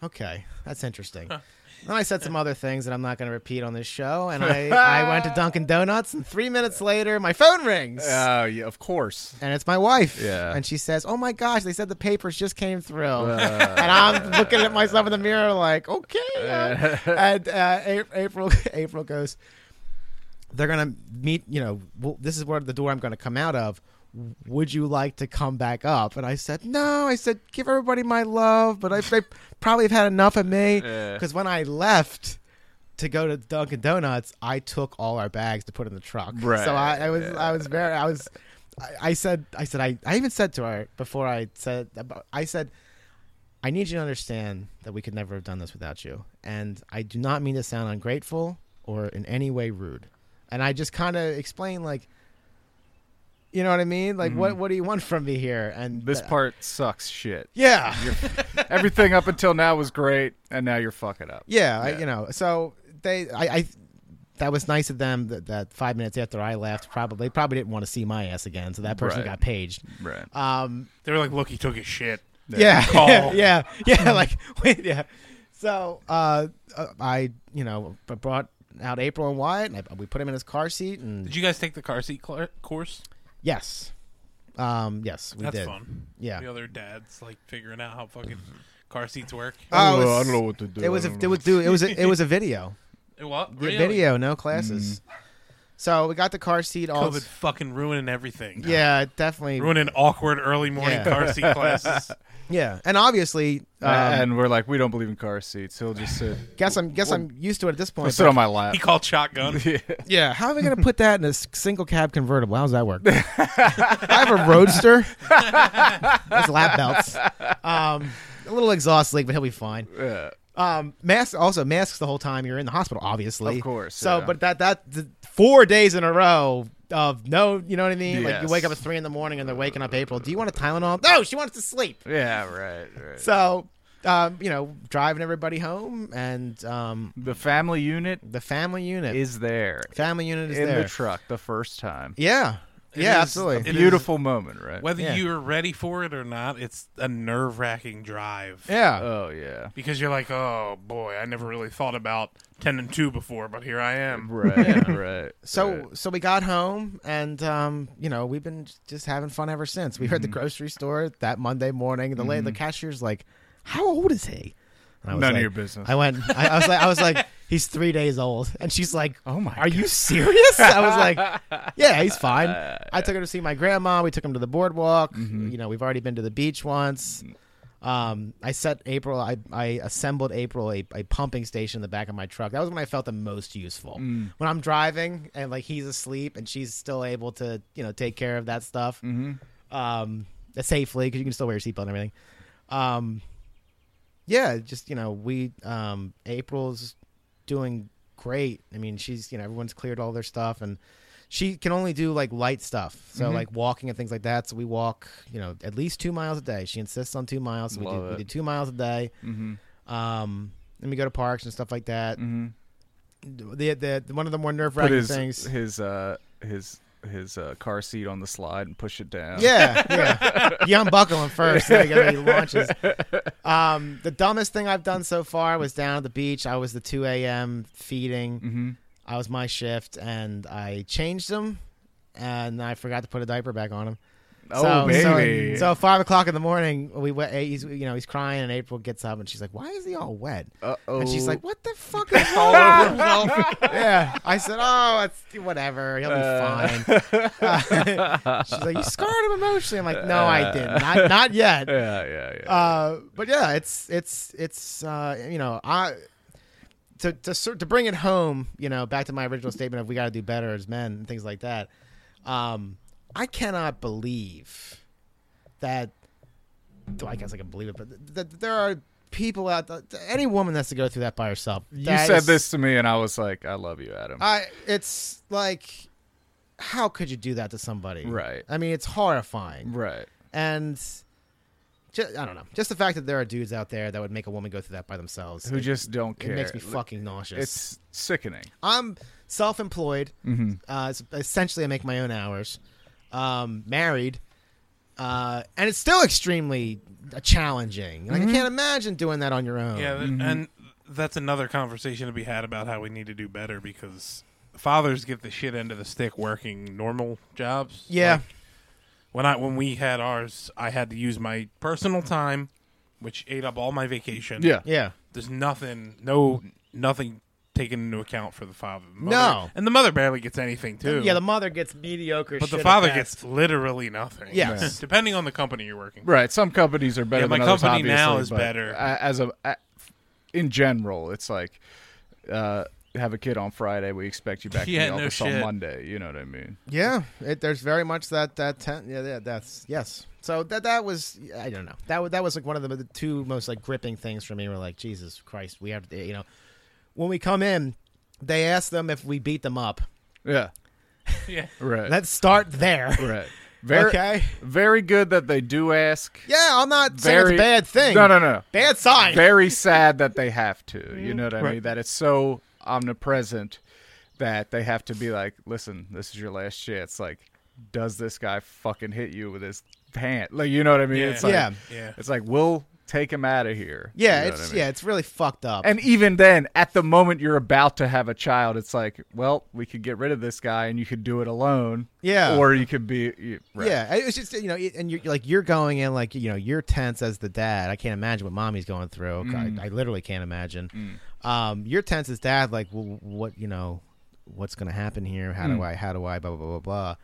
Speaker 4: okay, that's interesting." Then I said some other things that I'm not going to repeat on this show, and I, I went to Dunkin' Donuts, and three minutes later, my phone rings,
Speaker 1: Uh, yeah, of course.
Speaker 4: and it's my wife.
Speaker 1: Yeah.
Speaker 4: and she says, "Oh my gosh, they said the papers just came through," and I'm looking at myself in the mirror like, "Okay," uh," and uh, A- April April goes, "They're going to meet. You know, well, this is where the door I'm going to come out of." Would you like to come back up? And I said, No. I said, Give everybody my love, but I, they probably have had enough of me.
Speaker 1: Yeah.
Speaker 4: Because when I left to go to Dunkin' Donuts, I took all our bags to put in the truck.
Speaker 1: Right.
Speaker 4: So I, I was, I was very, I was, I, I said, I said, I, I even said to her before I said, I said, I need you to understand that we could never have done this without you, and I do not mean to sound ungrateful or in any way rude, and I just kind of explained like. You know what I mean? Like, what what do you want from me here? And
Speaker 1: Mm-hmm. This
Speaker 4: th-
Speaker 1: part sucks shit.
Speaker 4: yeah,
Speaker 1: Everything up until now was great, and now you're fucking up.
Speaker 4: Yeah, I,
Speaker 1: Yeah.
Speaker 4: you know, so they, I, I, that was nice of them that, that five minutes after I left, probably, they probably didn't want to see my ass again. So that person
Speaker 1: Right.
Speaker 4: got paged.
Speaker 1: Right.
Speaker 4: Um,
Speaker 3: They were like, "Look, he took his shit."
Speaker 4: yeah,
Speaker 3: Call.
Speaker 4: yeah, yeah, yeah, like, wait, yeah. So, uh, uh, I, you know, b- brought out April and Wyatt and I, we put him in his car seat and
Speaker 3: Did you guys take the car seat clar- course?
Speaker 4: yes. Um, yes, we
Speaker 3: That's
Speaker 4: did.
Speaker 3: fun.
Speaker 4: Yeah.
Speaker 3: The other dad's like figuring out how fucking car seats work.
Speaker 4: Oh, it was-
Speaker 1: what to do.
Speaker 4: It was
Speaker 1: I
Speaker 4: a,
Speaker 1: don't
Speaker 4: it was, dude, it was a, it was a video,
Speaker 3: What?
Speaker 4: The
Speaker 3: Really?
Speaker 4: video, no
Speaker 1: Mm.
Speaker 4: classes. So we got the car seat all,
Speaker 3: COVID fucking ruining everything.
Speaker 4: yeah, it definitely
Speaker 3: Ruining awkward early morning
Speaker 4: Yeah.
Speaker 3: car seat classes.
Speaker 4: Yeah, and obviously, um,
Speaker 1: Uh, and we're like, we don't believe in car seats. He'll just sit,
Speaker 4: guess I'm guess I'm used to it at this
Speaker 1: he'll
Speaker 4: point.
Speaker 1: sit
Speaker 4: but-
Speaker 1: on my lap.
Speaker 3: He called shotgun.
Speaker 4: yeah, how am I going to put that in a s- single cab convertible? How does that work? I have a roadster. That's lap belts. Um, a little exhaust leak, but he'll be fine.
Speaker 1: Yeah.
Speaker 4: Um, masks also masks the whole time you're in the hospital, obviously.
Speaker 1: Of course,
Speaker 4: So,
Speaker 1: yeah.
Speaker 4: but that that the four days in a row of no, you know what I mean? Like you
Speaker 1: Yes.
Speaker 4: wake up at three in the morning and they're waking up April. Do you want a Tylenol? No, she wants to sleep.
Speaker 1: Yeah, right, right.
Speaker 4: So, um, you know, driving everybody home and um,
Speaker 1: the family unit
Speaker 4: the family unit.
Speaker 1: is there
Speaker 4: family unit is
Speaker 1: in
Speaker 4: there.
Speaker 1: the truck the first time.
Speaker 4: yeah, yeah,
Speaker 3: is-
Speaker 4: absolutely.
Speaker 3: It
Speaker 1: Beautiful moment, right?
Speaker 3: Whether
Speaker 4: Yeah.
Speaker 3: you're ready for it or not, it's a nerve wracking drive.
Speaker 4: yeah,
Speaker 1: oh yeah,
Speaker 3: Because you're like, oh boy, I never really thought about ten and two before, but here I am.
Speaker 1: right, right.
Speaker 4: so
Speaker 1: right.
Speaker 4: so we got home and um, you know we've been just having fun ever since. We were at
Speaker 1: Mm-hmm.
Speaker 4: the grocery store that Monday morning. The la- the cashier's like, "How old is he?" And I was
Speaker 1: None of
Speaker 4: like-
Speaker 1: your business.
Speaker 4: I went. I, I was like, I was like, he's three days old, and she's like,
Speaker 1: Oh my
Speaker 4: Are you serious? I was like, Yeah, he's fine. I took him to see my grandma. We took him to the boardwalk.
Speaker 1: Mm-hmm.
Speaker 4: You know, we've already been to the beach once. Um, I set April. I, I assembled April a, a pumping station in the back of my truck. That was when I felt the most useful.
Speaker 1: Mm.
Speaker 4: When I'm driving and like he's asleep and she's still able to you know take care of that stuff
Speaker 1: Mm-hmm.
Speaker 4: um, safely because you can still wear your seatbelt and everything. Um, yeah, just you know, we um, April's doing great. I mean, she's you know everyone's cleared all their stuff, and she can only do like light stuff,
Speaker 1: Mm-hmm.
Speaker 4: so like walking and things like that. So we walk, you know, at least two miles a day. She insists on two miles. So we, do,
Speaker 1: Love
Speaker 4: we
Speaker 1: it. Mm-hmm.
Speaker 4: do two miles a day. Um, and we go to parks and stuff like that. The, the, the one of the more nerve
Speaker 1: put
Speaker 4: wracking
Speaker 1: his
Speaker 4: things.
Speaker 1: his uh his his uh, car seat on the slide and push it down.
Speaker 4: Yeah, yeah. you unbuckle him first. Then you gotta do launches. Um, the dumbest thing I've done so far was down at the beach. I was the 2 a.m. feeding. Mm-hmm. I was my shift, and I changed him, and I forgot to put a diaper back on him.
Speaker 1: Oh,
Speaker 4: so,
Speaker 1: baby.
Speaker 4: So, five o'clock in the morning, we went. eh, He's you know he's crying, and April gets up, and she's like, "Why is he all wet?"
Speaker 1: Uh-oh.
Speaker 4: And she's like, "What the fuck is
Speaker 1: All
Speaker 4: all
Speaker 1: over himself.
Speaker 4: yeah. I said, oh, it's whatever. He'll be
Speaker 1: Uh.
Speaker 4: fine. She's like, you scarred him emotionally. I'm like, no,
Speaker 1: Uh.
Speaker 4: I didn't. Not, not yet.
Speaker 1: yeah, yeah, yeah.
Speaker 4: Uh, but yeah, it's it's it's uh, you know I to to sort- to bring it home. You know, back to my original statement of we got to do better as men and things like that. Um, I cannot believe that. Well, I guess I can believe it, but th- th- there are people out. th- any woman that's to go through that by herself.
Speaker 1: you
Speaker 4: That
Speaker 1: said
Speaker 4: is-
Speaker 1: this to me, and I was like, "I love you, Adam."
Speaker 4: I it's like how could you do that to somebody?
Speaker 1: Right.
Speaker 4: I mean, it's horrifying.
Speaker 1: right.
Speaker 4: And ju- I don't know. Just the fact that there are dudes out there that would make a woman go through that by themselves.
Speaker 1: Who
Speaker 4: it,
Speaker 1: just don't
Speaker 4: it
Speaker 1: care.
Speaker 4: makes me fucking nauseous.
Speaker 1: It's sickening.
Speaker 4: I'm self-employed.
Speaker 3: Mm-hmm.
Speaker 4: Uh, it's- essentially, I make my own hours. Um, married, uh, and it's still extremely uh, challenging. Like I can't imagine doing that on your own.
Speaker 3: Mm-hmm. Yeah, th- and that's another conversation to be had about how we need to do better because fathers get the shit end of the stick working normal jobs.
Speaker 4: Yeah.
Speaker 3: Like, when I when we had ours, I had to use my personal time, which ate up all my vacation.
Speaker 1: Yeah.
Speaker 4: yeah.
Speaker 3: there's nothing, no nothing taken into account for the father. The mother-
Speaker 4: No.
Speaker 3: and the mother barely gets anything too.
Speaker 4: Yeah, the mother gets mediocre.
Speaker 3: but the
Speaker 4: shit at
Speaker 3: father
Speaker 4: best.
Speaker 3: gets literally nothing.
Speaker 4: Yes. Yeah.
Speaker 3: depending on the company you're working. for.
Speaker 1: Right. Some companies are better.
Speaker 3: Yeah, my
Speaker 1: than others,
Speaker 3: company now
Speaker 1: obviously,
Speaker 3: is
Speaker 1: but
Speaker 3: better.
Speaker 1: a- As a, a- in general, it's like uh, have a kid on Friday. We expect you back
Speaker 3: Yeah,
Speaker 1: in the
Speaker 3: no
Speaker 1: office on
Speaker 3: shit.
Speaker 1: Monday. You know what I mean?
Speaker 4: Yeah, it, there's very much that that ten, yeah, yeah that's yes. So that that was I don't know that wa- that was like one of the, the two most like gripping things for me. Were like Jesus Christ, we have to you know when we come in, they ask them if we beat them up.
Speaker 1: Yeah.
Speaker 3: Yeah.
Speaker 1: Right.
Speaker 4: Let's start there.
Speaker 1: right. Very,
Speaker 4: okay.
Speaker 1: Very good that they do ask.
Speaker 4: Yeah, I'm not saying
Speaker 1: Very-
Speaker 4: it's a bad thing.
Speaker 1: No, no, no.
Speaker 4: bad sign.
Speaker 1: Very sad that they have to. You know what I mean?
Speaker 2: Right.
Speaker 1: That it's so omnipresent that they have to be like, listen, this is your last chance. Like, does this guy fucking hit you with his pant? Like, you know what I mean?
Speaker 3: Yeah.
Speaker 1: It's like,
Speaker 4: Yeah.
Speaker 3: Yeah.
Speaker 1: It's like we'll take him out of here. You
Speaker 4: yeah,
Speaker 1: know
Speaker 4: it's
Speaker 1: what I mean?
Speaker 4: yeah, it's really fucked up.
Speaker 1: And even then, at the moment you're about to have a child, it's like, well, we could get rid of this guy, and you could do it alone.
Speaker 4: Yeah.
Speaker 1: Or you could be. You, right.
Speaker 4: Yeah, it was just you know, it- and you're like you're going in like you know you're tense as the dad. I can't imagine what mommy's going through. I, I literally can't imagine. Um, you're tense as dad. Like, well, what you know, what's going to happen here? How do I? How do I? Blah blah blah blah blah.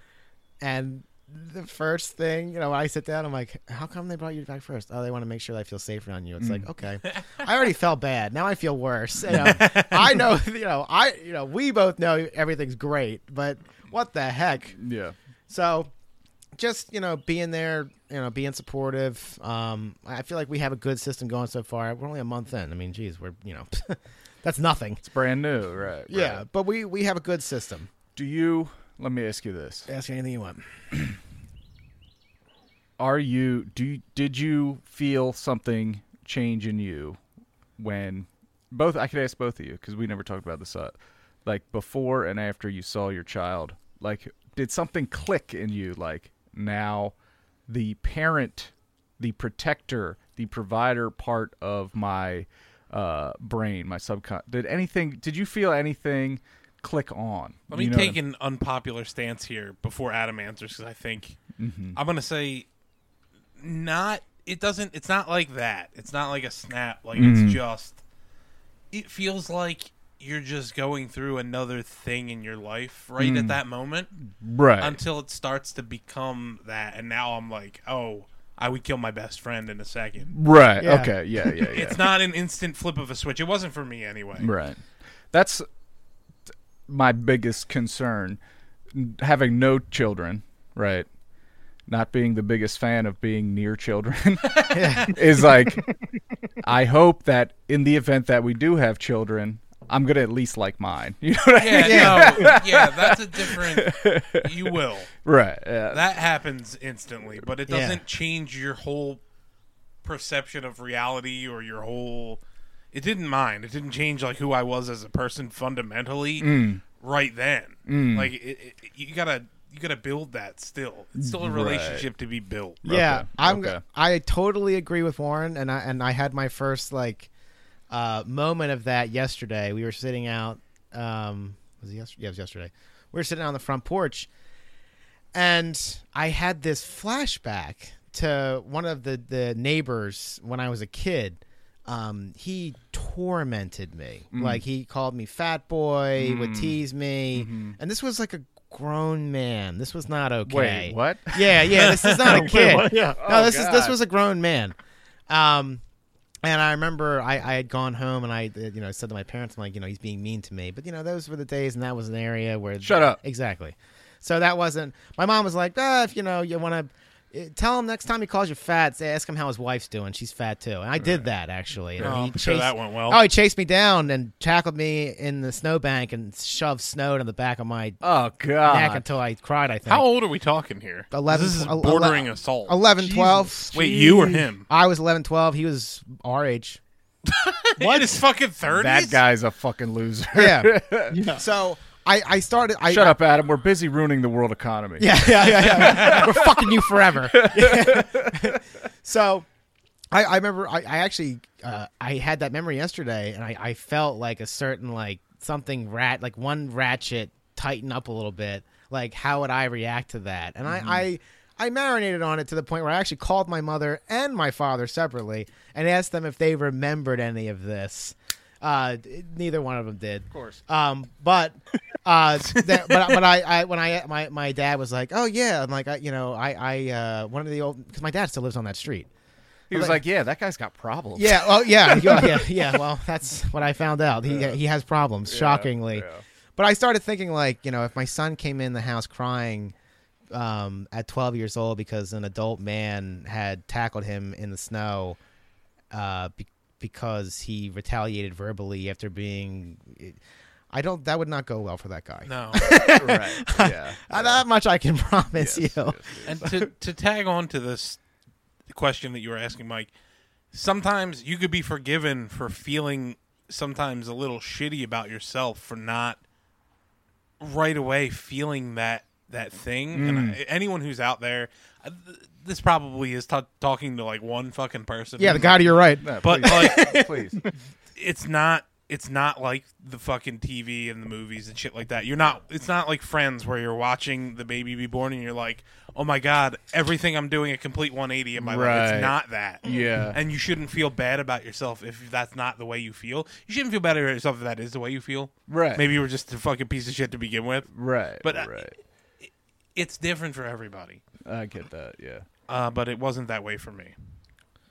Speaker 4: And the first thing you know, when I sit down, I'm like, how come they brought you back first? Oh, they want to make sure that I feel safe around you. It's like, okay, I already felt bad. Now I feel worse. You know, I know you know I you know we both know everything's great, but what the heck?
Speaker 1: Yeah.
Speaker 4: So just, you know, being there, you know, being supportive. Um, I feel like we have a good system going so far. We're only a month in. I mean, geez, we're, you know, that's nothing.
Speaker 1: It's brand new, right?
Speaker 4: Yeah,
Speaker 1: right.
Speaker 4: but we, we have a good system.
Speaker 1: Do you? Let me ask you this.
Speaker 4: Ask me anything you want.
Speaker 1: are you do you, did you feel something change in you when both I could ask both of you because we never talked about this uh, like before and after you saw your child like did something click in you like now the parent the protector the provider part of my uh brain my subcon did anything did you feel anything click on
Speaker 3: Let me
Speaker 1: You know what
Speaker 3: take
Speaker 1: I'm-
Speaker 3: an unpopular stance here before Adam answers because I think
Speaker 1: Mm-hmm.
Speaker 3: I'm going to say not. It doesn't. It's not like that. It's not like a snap. Like
Speaker 1: Mm-hmm.
Speaker 3: it's just. It feels like you're just going through another thing in your life right at that moment
Speaker 1: Mm. right
Speaker 3: until it starts to become that. And now I'm like, oh, I would kill my best friend in a second.
Speaker 1: right
Speaker 4: Yeah.
Speaker 1: okay yeah yeah yeah
Speaker 3: It's not an instant flip of a switch. It wasn't for me anyway.
Speaker 1: Right. That's t- my biggest concern. N- Having no children, right? Not being the biggest fan of being near children is like, I hope that in the event that we do have children, I'm going to at least like mine. You know what I mean?
Speaker 3: Yeah, yeah. no, yeah, that's a different. You will.
Speaker 1: Right. Yeah.
Speaker 3: That happens instantly, but it
Speaker 4: Yeah.
Speaker 3: doesn't change your whole perception of reality or your whole. It didn't mind. It didn't change like
Speaker 4: Mm.
Speaker 3: who I was as a person fundamentally. Right then, like it, it, you gotta you gotta build that still. It's still a relationship to be built.
Speaker 4: Yeah,
Speaker 1: Okay,
Speaker 4: I'm.
Speaker 1: okay.
Speaker 4: I totally agree with Warren, and I and I had my first like uh, moment of that yesterday. We were sitting out. Um, was it yesterday? Yeah, it was yesterday. We were sitting out on the front porch, and I had this flashback to one of the the neighbors when I was a kid. Um, he tormented me.
Speaker 1: Mm.
Speaker 4: Like he called me fat boy, would tease me,
Speaker 1: Mm-hmm.
Speaker 4: and this was like a grown man. This was not okay.
Speaker 1: Wait, what?
Speaker 4: Yeah, yeah. This is not a kid.
Speaker 2: what? Yeah.
Speaker 4: No,
Speaker 1: Oh,
Speaker 4: this is this
Speaker 1: God.
Speaker 4: was a grown man. Um, and I remember I, I had gone home and I uh, you know said to my parents I'm like you know he's being mean to me, but you know those were the days and that was an area where
Speaker 1: Shut up.
Speaker 4: exactly. So that wasn't my mom was like ah, if you know you want to tell him next time he calls you fat say ask him how his wife's doing she's fat too and I did that actually and
Speaker 3: Oh,
Speaker 4: he
Speaker 3: I'm sure that went well.
Speaker 4: oh he chased me down and tackled me in the snowbank and shoved snow to the back of my
Speaker 1: Oh
Speaker 4: neck
Speaker 1: God.
Speaker 4: until I cried I think
Speaker 3: How old are we talking here?
Speaker 4: 11,
Speaker 3: This is
Speaker 4: ele-
Speaker 3: bordering
Speaker 4: ele-
Speaker 3: assault.
Speaker 4: 11 12
Speaker 2: Jesus.
Speaker 3: Wait, you or him?
Speaker 4: I was 11, 12. He was our age.
Speaker 3: What is fucking thirties?
Speaker 1: That guy's a fucking loser.
Speaker 4: Yeah.
Speaker 2: Yeah.
Speaker 4: so I, I started. I,
Speaker 1: Shut up, Adam. We're busy ruining the world economy.
Speaker 4: Yeah, yeah, yeah. yeah. We're fucking you forever. so I, I remember I, I actually uh, I had that memory yesterday, and I, I felt like a certain like something rat like one ratchet tighten up a little bit. Like how would I react to that? And I, I I marinated on it to the point where I actually called my mother and my father separately and asked them if they remembered any of this. Uh, d- neither one of them did. Of
Speaker 1: course.
Speaker 4: Um, but uh, that, but but I, I when I my, my dad was like, oh yeah, I'm like I, you know I I uh, one of the old because my dad still lives on that street.
Speaker 1: He was like, "Yeah, that guy's got problems."
Speaker 4: Yeah. Well, yeah, yeah, yeah, yeah. Well, that's what I found out. He he has problems, shockingly.
Speaker 1: yeah.
Speaker 4: But I started thinking, like, you know, if my son came in the house crying um, at 12 years old because an adult man had tackled him in the snow uh, be- because he retaliated verbally after being, I don't. That would not go well for that guy.
Speaker 3: No.
Speaker 1: right. Yeah.
Speaker 4: Uh, That much I can promise you.
Speaker 3: and to, to tag on to this question that you were asking, Mike, sometimes you could be forgiven for feeling sometimes a little shitty about yourself for not right away feeling that that thing.
Speaker 4: Mm.
Speaker 3: And I, anyone who's out there, I, th- this probably is ta talking to like one fucking person.
Speaker 4: Yeah, the guy to your right.
Speaker 1: No,
Speaker 3: But,
Speaker 1: please,
Speaker 3: like-
Speaker 1: please.
Speaker 3: it's not it's not like the fucking TV and the movies and shit like that. You're not it's not like Friends where you're watching the baby be born and you're like, "Oh my god, everything I'm doing a complete 180 in my life."
Speaker 1: Right.
Speaker 3: It's not that.
Speaker 1: Yeah.
Speaker 3: And you shouldn't feel bad about yourself if that's not the way you feel. You shouldn't feel bad about yourself if that is the way you feel.
Speaker 1: Right.
Speaker 3: Maybe you were just a fucking piece of shit to begin with.
Speaker 1: Right.
Speaker 3: But uh, I-
Speaker 1: right.
Speaker 3: It's different for everybody.
Speaker 1: I get that. Yeah.
Speaker 3: Uh, but it wasn't that way for me.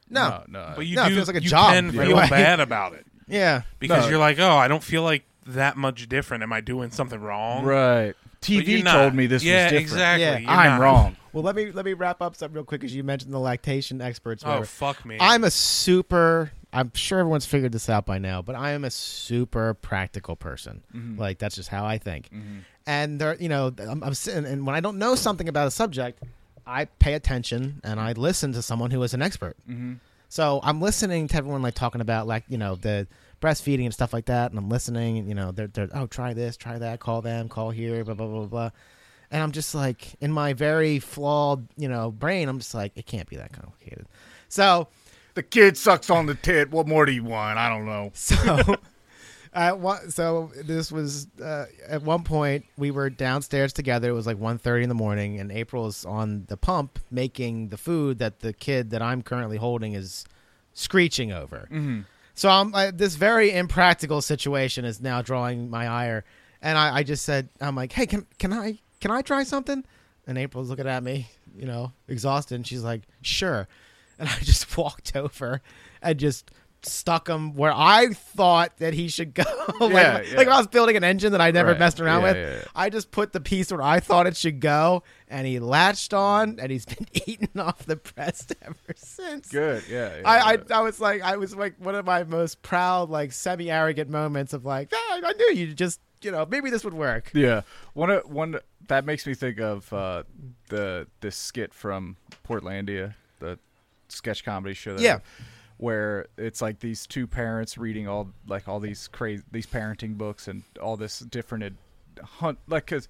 Speaker 4: No.
Speaker 1: No. no
Speaker 3: But you
Speaker 4: No, it
Speaker 3: do
Speaker 4: feels like a
Speaker 3: you
Speaker 4: job
Speaker 3: can
Speaker 4: right
Speaker 3: feel
Speaker 4: away.
Speaker 3: bad about it.
Speaker 4: Yeah.
Speaker 3: because
Speaker 1: No.
Speaker 3: you're like, oh, I don't feel like that much different. Am I doing something wrong?
Speaker 1: Right.
Speaker 3: But you're
Speaker 1: TV
Speaker 3: not.
Speaker 1: told me this
Speaker 3: yeah,
Speaker 1: was different.
Speaker 3: Exactly.
Speaker 4: Yeah,
Speaker 3: You're
Speaker 1: I'm
Speaker 3: not.
Speaker 1: wrong.
Speaker 4: Well, let me let me wrap up something real quick because you mentioned the lactation experts.
Speaker 3: Oh
Speaker 4: whatever.
Speaker 3: fuck me.
Speaker 4: I'm a super. I'm sure everyone's figured this out by now, but I am a super practical person. Like that's just how I think. And there, you know, I'm, I'm sitting, and when I don't know something about a subject, I pay attention and I listen to someone who is an expert. So I'm listening to everyone like talking about like you know the breastfeeding and stuff like that, and I'm listening and you know they're they're oh try this, try that, call them, call here, blah blah blah blah, and I'm just like in my very flawed you know brain, I'm just like it can't be that complicated. So
Speaker 1: The kid sucks on the tit. What more do you want? I don't know.
Speaker 4: so at one, so this was uh, at one point we were downstairs together it was like 1.30 in the morning and april's on the pump making the food that the kid that i'm currently holding is screeching over so i'm I, this very impractical situation is now drawing my ire and I, I just said i'm like hey can, can i can i try something and april's looking at me you know exhausted and she's like sure and I just walked over and just stuck him where I thought that he should go. like,
Speaker 1: Yeah, yeah.
Speaker 4: like if I was building an engine that I never
Speaker 1: Right.
Speaker 4: messed around
Speaker 1: Yeah,
Speaker 4: with,
Speaker 1: yeah, yeah.
Speaker 4: I just put the piece where I thought it should go, and he latched on, and he's been eating off the breast ever since.
Speaker 1: Good. Yeah. yeah,
Speaker 4: I, I,
Speaker 1: yeah.
Speaker 4: I was like I was like one of my most proud like semi arrogant moments of like "Ah, I knew you just you know maybe this would work.
Speaker 1: Yeah, one of- one that makes me think of uh, the this skit from Portlandia, the sketch comedy show. That
Speaker 4: Yeah.
Speaker 1: where it's like these two parents reading all like all these crazy these parenting books and all this different ad- hunt like because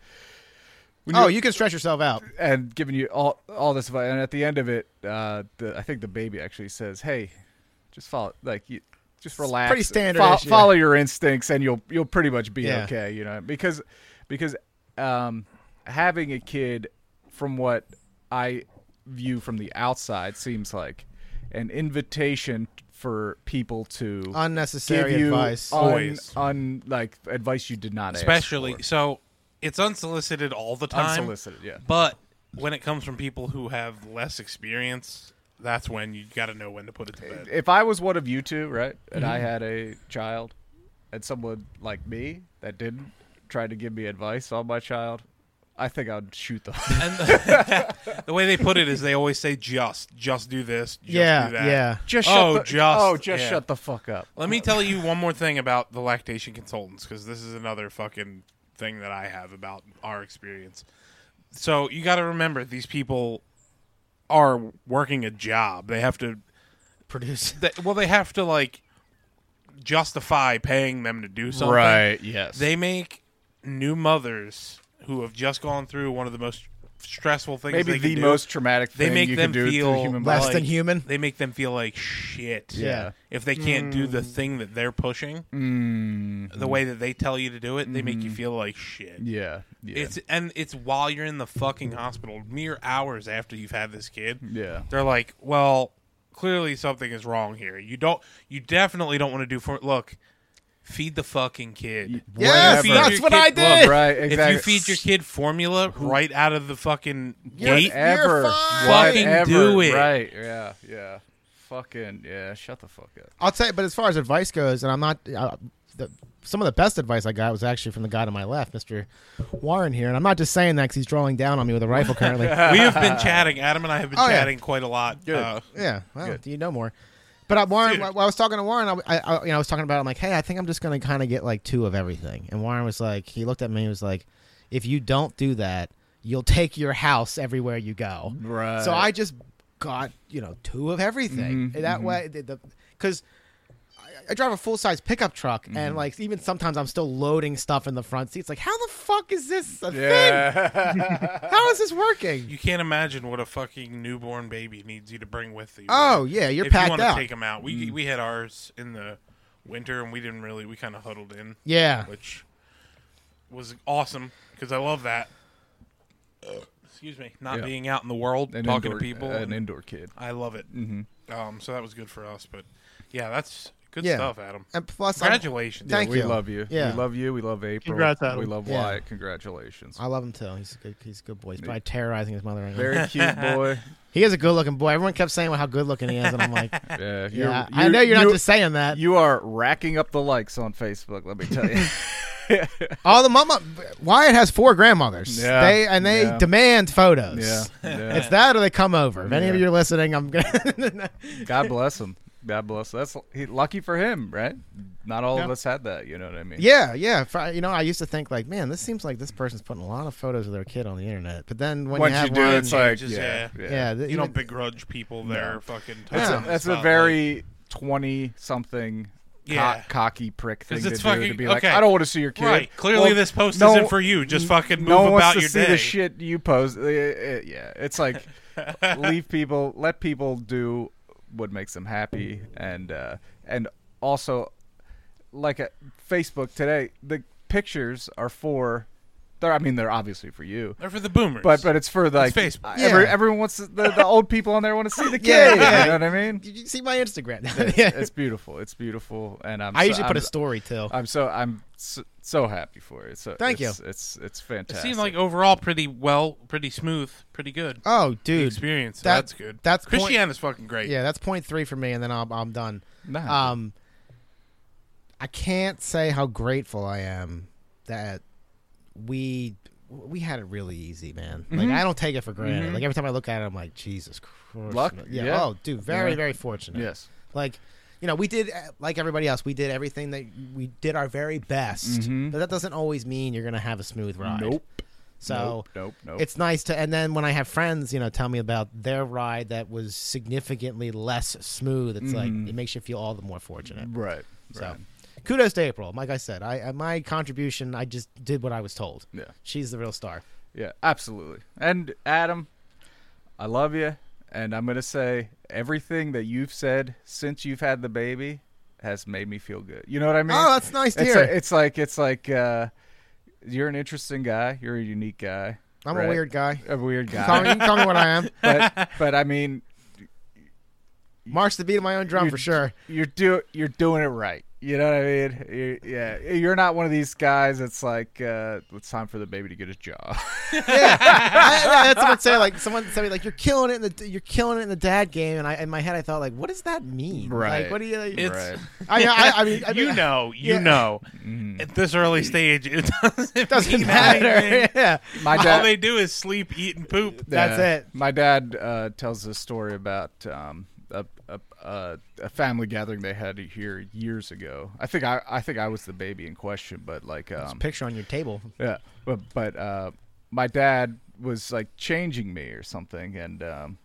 Speaker 1: when
Speaker 4: Oh,
Speaker 1: you're-
Speaker 4: you can stretch yourself out.
Speaker 1: and giving you all all this advice. And at the end of it, uh, the, I think the baby actually says, "Hey, just follow like you." Just relax.
Speaker 4: pretty standard-ish,
Speaker 1: Fol-
Speaker 4: yeah.
Speaker 1: Follow your instincts, and you'll you'll pretty much be
Speaker 4: Yeah.
Speaker 1: okay. You know, because because um, having a kid, from what I view from the outside, seems like an invitation for people to
Speaker 4: Unnecessary
Speaker 1: give you
Speaker 4: advice.
Speaker 1: un-
Speaker 3: Always.
Speaker 1: un- like advice you did not ask
Speaker 3: especially
Speaker 1: for.
Speaker 3: so it's unsolicited all the time
Speaker 1: unsolicited. Yeah,
Speaker 3: but when it comes from people who have less experience that's when you got to know when to put it to bed
Speaker 1: if I was one of you two, right, and
Speaker 3: Mm-hmm.
Speaker 1: I had a child, and someone like me that didn't try to give me advice on my child, I think I'd shoot them.
Speaker 3: and the, the way they put it is they always say just just do this just
Speaker 4: yeah,
Speaker 3: do that
Speaker 4: yeah.
Speaker 1: just
Speaker 3: Oh,
Speaker 1: shut the,
Speaker 3: just-
Speaker 1: oh, just
Speaker 3: yeah.
Speaker 1: shut the fuck up.
Speaker 3: Let me tell you one more thing about the lactation consultants because this is another fucking thing that I have about our experience. So you got to remember these people are working a job. They have to,
Speaker 4: Produce.
Speaker 3: they, well, they have to like justify paying them to do something.
Speaker 1: Yes.
Speaker 3: They make new mothers who have just gone through one of the most stressful things.
Speaker 1: Maybe
Speaker 3: they can
Speaker 1: the
Speaker 3: do.
Speaker 1: most traumatic
Speaker 3: They
Speaker 1: thing
Speaker 3: make
Speaker 1: you
Speaker 3: them
Speaker 1: can do
Speaker 3: feel
Speaker 1: to human
Speaker 4: less
Speaker 1: body.
Speaker 3: like-
Speaker 4: than human.
Speaker 3: They make them feel like shit.
Speaker 1: Yeah.
Speaker 3: If they can't do the thing that they're pushing,
Speaker 1: Mm,
Speaker 3: the way that they tell you to do it, they make you feel like shit.
Speaker 1: yeah. Mm-hmm. Yeah.
Speaker 3: It's and it's while you're in the fucking hospital, mere hours after you've had this kid.
Speaker 1: yeah.
Speaker 3: They're like, "Well, clearly something is wrong here. You don't you definitely don't want to do for look, feed the fucking kid."
Speaker 4: Yes,
Speaker 3: Feed
Speaker 1: Whatever.
Speaker 4: that's
Speaker 3: your
Speaker 4: what
Speaker 3: kid-
Speaker 4: I
Speaker 3: look,
Speaker 4: did.
Speaker 1: Right.
Speaker 3: If
Speaker 1: Exactly.
Speaker 3: you feed your kid formula right out of the fucking
Speaker 4: You're-
Speaker 3: gate,
Speaker 4: eh,
Speaker 1: Ever.
Speaker 4: fine.
Speaker 3: Fucking do it.
Speaker 1: Right. Yeah. Yeah. Fucking. Yeah. Shut the fuck up.
Speaker 4: I'll tell you, but as far as advice goes, and I'm not. Uh, the, some of the best advice I got was actually from the guy to my left, Mr. Warren here, and I'm not just saying that because he's drawing down on me with a rifle currently.
Speaker 3: we have been chatting. Adam and I have been
Speaker 4: Oh, yeah.
Speaker 3: chatting quite a lot.
Speaker 1: Good.
Speaker 3: Uh,
Speaker 4: yeah, well,
Speaker 1: Good.
Speaker 4: do you know more? But I, Warren,
Speaker 3: Dude.
Speaker 4: while I was talking to Warren, I, I, I- you know, I was talking about. it, I'm like, hey, I think I'm just gonna kind of get like two of everything. And Warren was like, he looked at me, and was like, if you don't do that, you'll take your house everywhere you go.
Speaker 1: Right.
Speaker 4: So I just got you know two of everything.
Speaker 1: Mhm,
Speaker 4: And that way, the because I, I drive a full size pickup truck, and like even sometimes I'm still loading stuff in the front seats. Like, how the fuck is this a thing? How is this working?
Speaker 3: you can't imagine what a fucking newborn baby needs you to bring with you.
Speaker 4: Oh yeah, you're
Speaker 3: if you
Speaker 4: packed
Speaker 3: want
Speaker 4: out.
Speaker 3: to take them out, we
Speaker 1: Mm.
Speaker 3: we had ours in the winter and we didn't really we kind of huddled in,
Speaker 4: yeah,
Speaker 3: which was awesome because I love that. Excuse me, not
Speaker 1: Yeah.
Speaker 3: being out in the world
Speaker 1: An
Speaker 3: talking
Speaker 1: indoor- uh,
Speaker 3: to people.
Speaker 1: An Mm-hmm.
Speaker 3: and
Speaker 1: indoor kid.
Speaker 3: I love it. Um, so that was good for us, but yeah, that's good
Speaker 4: Yeah.
Speaker 3: stuff, Adam.
Speaker 4: and plus, I'm-
Speaker 3: Congratulations.
Speaker 4: Thank
Speaker 1: we
Speaker 4: you.
Speaker 1: love you.
Speaker 4: Yeah.
Speaker 1: We love you. We love April.
Speaker 2: Congrats, Adam.
Speaker 1: We love
Speaker 4: Yeah.
Speaker 1: Wyatt. Congratulations.
Speaker 4: I love him too. He's a good, he's a good boy. He's probably terrorizing his mother right now.
Speaker 1: Very cute boy.
Speaker 4: He is a good looking boy. Everyone kept saying how good looking he is, and I'm like,
Speaker 1: Yeah, you're-
Speaker 4: yeah, I know you're not just saying that.
Speaker 1: You are racking up the likes on Facebook. Let me tell you.
Speaker 4: All the mama Wyatt has four grandmothers.
Speaker 1: Yeah.
Speaker 4: They and they
Speaker 1: Yeah.
Speaker 4: demand photos.
Speaker 1: yeah, yeah.
Speaker 4: It's that or they come over. If any of
Speaker 1: Yeah.
Speaker 4: you are listening, I'm gonna
Speaker 1: God bless him. God bless. That's he, lucky for him, right? Not all of us had that. You know what I mean?
Speaker 4: Yeah, yeah. For- You know, I used to think like, man, this seems like this person's putting a lot of photos of their kid on the internet. But then when
Speaker 1: Once
Speaker 4: you
Speaker 1: you,
Speaker 4: have
Speaker 1: do,
Speaker 4: one,
Speaker 1: it's like
Speaker 3: changes,
Speaker 1: yeah,
Speaker 4: yeah, the-
Speaker 3: You
Speaker 4: even-
Speaker 3: don't begrudge people their fucking time.
Speaker 1: That's,
Speaker 4: Yeah.
Speaker 1: a, that's
Speaker 3: It's
Speaker 1: a
Speaker 3: not like-
Speaker 1: very twenty-something.
Speaker 3: Yeah.
Speaker 1: cocky prick thing
Speaker 3: 'Cause
Speaker 1: to do
Speaker 3: it's
Speaker 1: to
Speaker 3: fucking-
Speaker 1: be like,
Speaker 3: okay.
Speaker 1: I don't want to see your kid.
Speaker 3: Right. Clearly,
Speaker 1: Well,
Speaker 3: this post
Speaker 1: no-
Speaker 3: isn't for you. Just fucking move
Speaker 1: no one wants
Speaker 3: about
Speaker 1: to
Speaker 3: your
Speaker 1: see
Speaker 3: day.
Speaker 1: the shit you post. Uh, uh, yeah, it's like leave people, let people do what makes them happy, and uh, and also like a Facebook today, the pictures are for. They're, I mean, they're obviously for you,
Speaker 3: They're for the boomers.
Speaker 1: but but it's for like
Speaker 3: Facebook.
Speaker 1: every-
Speaker 4: Yeah.
Speaker 1: everyone wants to- the, the old people on there want to see the kid.
Speaker 4: Yeah, yeah.
Speaker 1: You know what I mean?
Speaker 4: Did you see my Instagram? yeah.
Speaker 1: It's beautiful. It's beautiful, and I'm.
Speaker 4: I
Speaker 1: so-
Speaker 4: usually put
Speaker 1: I'm-
Speaker 4: a story too.
Speaker 1: I'm so I'm so, so happy for it. So
Speaker 4: Thank
Speaker 1: it's,
Speaker 4: you.
Speaker 1: It's it's
Speaker 3: It
Speaker 1: fantastic.
Speaker 3: seemed like overall pretty well, pretty smooth, pretty good
Speaker 4: oh, dude.
Speaker 3: experience.
Speaker 4: that-
Speaker 3: that's good.
Speaker 4: that's point-
Speaker 3: Christiana's fucking great.
Speaker 4: Yeah, that's point three for me, and then I'm, I'm done.
Speaker 1: Nah.
Speaker 4: Um, I can't say how grateful I am that we we had it really easy, man.
Speaker 1: Mm-hmm.
Speaker 4: Like I don't take it for granted. Like every time I look at it, I'm like, Jesus Christ.
Speaker 1: Luck,
Speaker 4: Yeah.
Speaker 1: yeah.
Speaker 4: Oh, dude, very
Speaker 1: Yeah.
Speaker 4: very fortunate.
Speaker 1: yes.
Speaker 4: Like. You know, we did uh, like everybody else. We did everything that we did our very best,
Speaker 1: Mhm.
Speaker 4: but that doesn't always mean you're gonna have a smooth ride.
Speaker 1: Nope.
Speaker 4: So
Speaker 1: nope, nope, nope.
Speaker 4: it's nice to and then when i have friends you know tell me about their ride that was significantly less smooth it's like it makes you feel all the more fortunate
Speaker 1: right.
Speaker 4: so
Speaker 1: Mm-hmm. right.
Speaker 4: kudos to april like i said i uh, my contribution i just did what i was told
Speaker 1: Yeah.
Speaker 4: she's the real star
Speaker 1: Yeah, absolutely. And Adam, I love you, and I'm gonna say everything that you've said since you've had the baby has made me feel good. You know what I mean?
Speaker 4: Oh, that's nice to
Speaker 1: it's,
Speaker 4: hear.
Speaker 1: like- it's like it's like uh, you're an interesting guy. You're a unique guy.
Speaker 4: I'm
Speaker 1: right?
Speaker 4: a weird guy.
Speaker 1: a weird
Speaker 4: You Call me,
Speaker 1: guy.
Speaker 4: you can call me what I am.
Speaker 1: but but I mean,
Speaker 4: March the beat of my own drum
Speaker 1: You-
Speaker 4: for sure.
Speaker 1: you're do you're doing it right. You know what I mean? you yeah, you're not one of these guys that's like uh, it's time for the baby to get a job.
Speaker 4: Yeah, I, yeah, that's what I'd say. Like someone said, to me, like you're killing it in the you're killing it in the dad game, and I in my head I thought like, what does that mean?
Speaker 1: Right.
Speaker 4: Like, what do you? Like,
Speaker 3: It's-
Speaker 1: right.
Speaker 4: I, I, I mean, I
Speaker 3: you
Speaker 4: mean,
Speaker 3: know, you
Speaker 4: yeah.
Speaker 3: know,
Speaker 1: Mhm.
Speaker 3: at this early stage, it doesn't,
Speaker 4: doesn't
Speaker 3: mean
Speaker 4: matter.
Speaker 3: anything.
Speaker 4: Yeah.
Speaker 1: My
Speaker 3: All
Speaker 1: dad.
Speaker 3: they do is sleep, eat, and poop.
Speaker 4: That's
Speaker 1: Yeah.
Speaker 4: it.
Speaker 1: My dad uh, tells this story about um, a, a, a, a family gathering they had here years ago. I think I, I think I was the baby in question, but like
Speaker 4: There's a
Speaker 1: um,
Speaker 4: picture on your table.
Speaker 1: yeah, but but uh, my dad was like changing me or something, and um,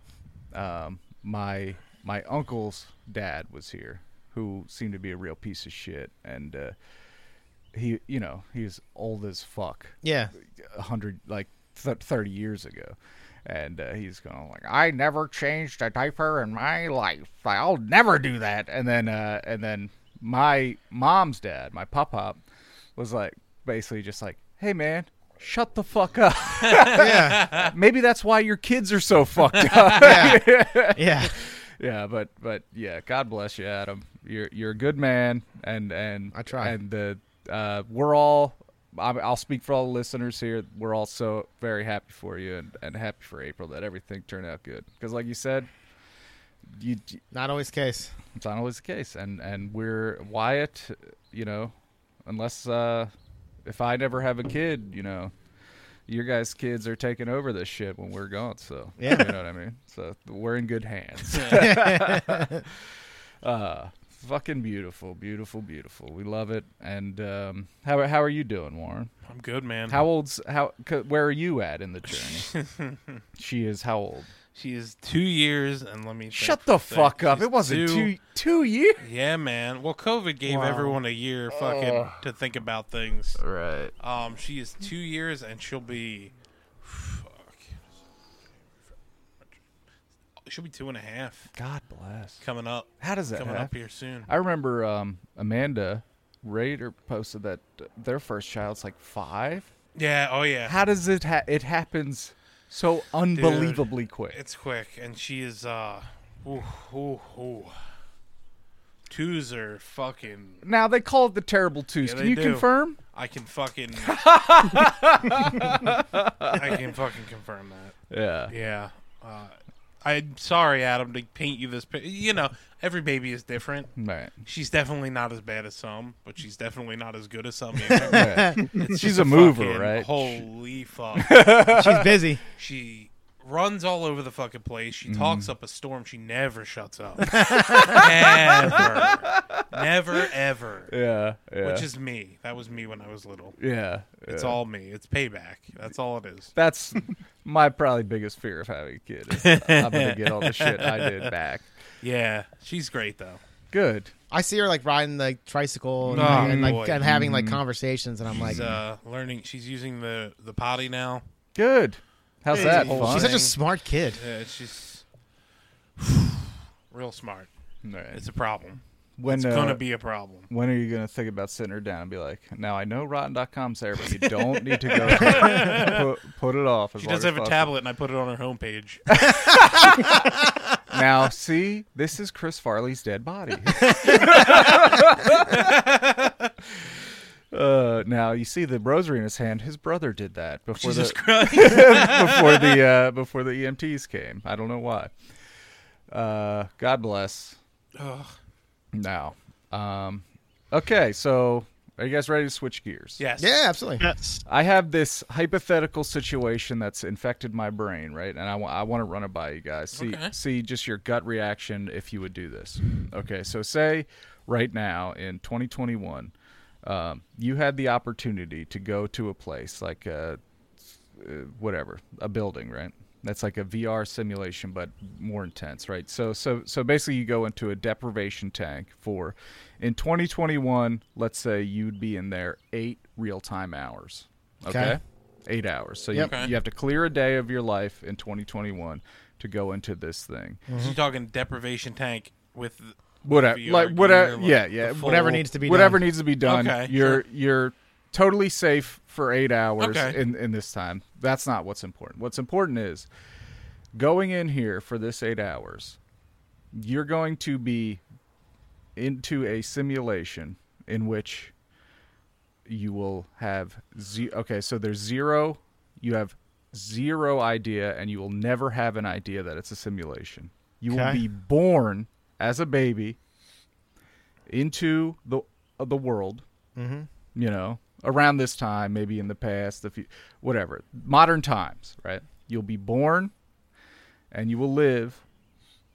Speaker 1: um, my my uncle's dad was here, who seemed to be a real piece of shit, and uh, he you know he's old as fuck,
Speaker 4: Yeah.
Speaker 1: a hundred like th- thirty years ago, and uh, he's going like, "I never changed a diaper in my life. I'll never do that." And then, uh, and then my mom's dad, my pop pop, was like basically just like, "Hey man, shut the fuck up.
Speaker 4: Yeah.
Speaker 1: Maybe that's why your kids are so fucked up."
Speaker 4: Yeah.
Speaker 1: yeah, but but yeah, God bless you, Adam. You're you're a good man, and and
Speaker 4: I try.
Speaker 1: And the uh, we're all. I'm- I'll speak for all the listeners here. We're all so very happy for you and, and happy for April that everything turned out good. Because, like you said, you,
Speaker 4: Not always the case.
Speaker 1: it's not always the case. And, and we're Wyatt, you know, unless uh, if I never have a kid, you know, your guys' kids are taking over this shit when we're gone. So,
Speaker 4: Yeah.
Speaker 1: you know what I mean? So, we're in good hands. Uh, fucking beautiful, beautiful, beautiful. We love it. And um, how how are you doing, Warren?
Speaker 3: I'm good, man.
Speaker 1: How old's how? c- Where are you at in the journey? she is how old?
Speaker 3: She is two years, and let me think
Speaker 1: Shut
Speaker 3: for
Speaker 1: the
Speaker 3: a sec.
Speaker 1: fuck up!
Speaker 3: She's
Speaker 1: It wasn't two two years.
Speaker 3: Yeah, man. Well, COVID gave
Speaker 2: Wow.
Speaker 3: everyone a year fucking to think about things.
Speaker 1: Right.
Speaker 3: Um, she is two years, and she'll be, fuck, she'll be two and a half
Speaker 1: God bless.
Speaker 3: coming up,
Speaker 1: How does that
Speaker 3: coming up
Speaker 1: happen?
Speaker 3: here soon.
Speaker 1: I remember um, Amanda Raider posted that uh, their first child's like five.
Speaker 3: Yeah. Oh yeah.
Speaker 1: How does it ha- it happens so unbelievably quick?
Speaker 3: It's quick, and she is uh, ooh, ooh, ooh. twos are fucking.
Speaker 1: now they call it the terrible twos.
Speaker 3: Yeah,
Speaker 1: Can
Speaker 3: they
Speaker 1: you
Speaker 3: do.
Speaker 1: confirm?
Speaker 3: I can fucking. I can fucking confirm that.
Speaker 1: Yeah.
Speaker 3: Yeah. Uh, I'm sorry, Adam, to paint you this. pi- You know, every baby is different.
Speaker 1: Right.
Speaker 3: She's definitely not as bad as some, but she's definitely not as good as some. Either.
Speaker 1: Yeah.
Speaker 3: It's
Speaker 1: She's
Speaker 3: just
Speaker 1: a mover,
Speaker 3: fucking-
Speaker 1: right?
Speaker 3: Holy fuck!
Speaker 4: She's busy.
Speaker 3: she runs all over the fucking place. She
Speaker 1: Mm-hmm.
Speaker 3: talks up a storm. She never shuts up. never, never, ever.
Speaker 1: Yeah, yeah.
Speaker 3: Which is me. That was me when I was little.
Speaker 1: yeah.
Speaker 3: It's
Speaker 1: yeah.
Speaker 3: all me. It's payback. That's all it is.
Speaker 1: That's my probably biggest fear of having a kid. Is I'm gonna get all the shit I did back.
Speaker 3: Yeah, she's great though.
Speaker 1: Good.
Speaker 4: I see her like riding the tricycle and,
Speaker 3: Oh,
Speaker 4: and, like
Speaker 3: boy.
Speaker 4: and having like conversations, and I'm like,
Speaker 3: She's uh, learning. She's using the the potty now.
Speaker 1: Good. How's
Speaker 2: Hey,
Speaker 1: that?
Speaker 2: she's
Speaker 1: Fun?
Speaker 4: she's such a
Speaker 3: thing.
Speaker 4: smart kid.
Speaker 3: Yeah, she's real smart.
Speaker 1: Alright.
Speaker 3: It's a problem.
Speaker 1: when
Speaker 3: It's
Speaker 1: uh,
Speaker 3: gonna be a problem.
Speaker 1: when are you gonna think about sitting her down and be like, now I know Rotten.com's there, but you don't need to go. there. put, put it off. As
Speaker 3: She
Speaker 1: long
Speaker 3: does
Speaker 1: as
Speaker 3: have a
Speaker 1: possible."
Speaker 3: tablet, and I put it on her homepage.
Speaker 1: Now, see, this is Chris Farley's dead body. uh, now you see the rosary in his hand. His brother did that before
Speaker 3: Jesus
Speaker 1: the
Speaker 3: Christ!
Speaker 1: before the uh, before the EMTs came. I don't know why. Uh, God bless.
Speaker 3: Ugh.
Speaker 1: Now, um, okay, so are you guys ready to switch gears?
Speaker 3: Yes.
Speaker 4: Yeah, absolutely.
Speaker 2: Yes.
Speaker 1: I have this hypothetical situation that's infected my brain, right? And I want to run it by you guys. See,
Speaker 3: Okay.
Speaker 1: see just your gut reaction if you would do this. Okay, so say right now in 2021, um, you had the opportunity to go to a place like a, uh, whatever, a building, right? That's like a VR simulation, but more intense, right? So, so, so basically, you go into a deprivation tank for, in 2021, let's say you'd be in there eight real time hours.
Speaker 4: Okay.
Speaker 1: okay. eight hours. So
Speaker 4: Yep.
Speaker 1: you,
Speaker 3: Okay.
Speaker 1: you have to clear a day of your life in 2021 to go into this thing.
Speaker 3: So you're talking deprivation tank with th-
Speaker 1: Whatever,
Speaker 3: VR
Speaker 1: like whatever,
Speaker 3: gear, like,
Speaker 1: yeah,
Speaker 3: the
Speaker 1: yeah,
Speaker 3: full-
Speaker 4: Whatever needs to be
Speaker 1: whatever
Speaker 4: done.
Speaker 1: needs to be done.
Speaker 3: Okay,
Speaker 1: you're you're totally safe for eight hours
Speaker 3: Okay.
Speaker 1: in in this time. That's not what's important. What's important is going in here for this eight hours. You're going to be into a simulation in which you will have ze- okay so there's zero you have zero idea and you will never have an idea that it's a simulation you will
Speaker 4: Okay.
Speaker 1: be born as a baby into the uh, the world mm-hmm. you know around this time maybe in the past the few, whatever modern times right you'll be born and you will live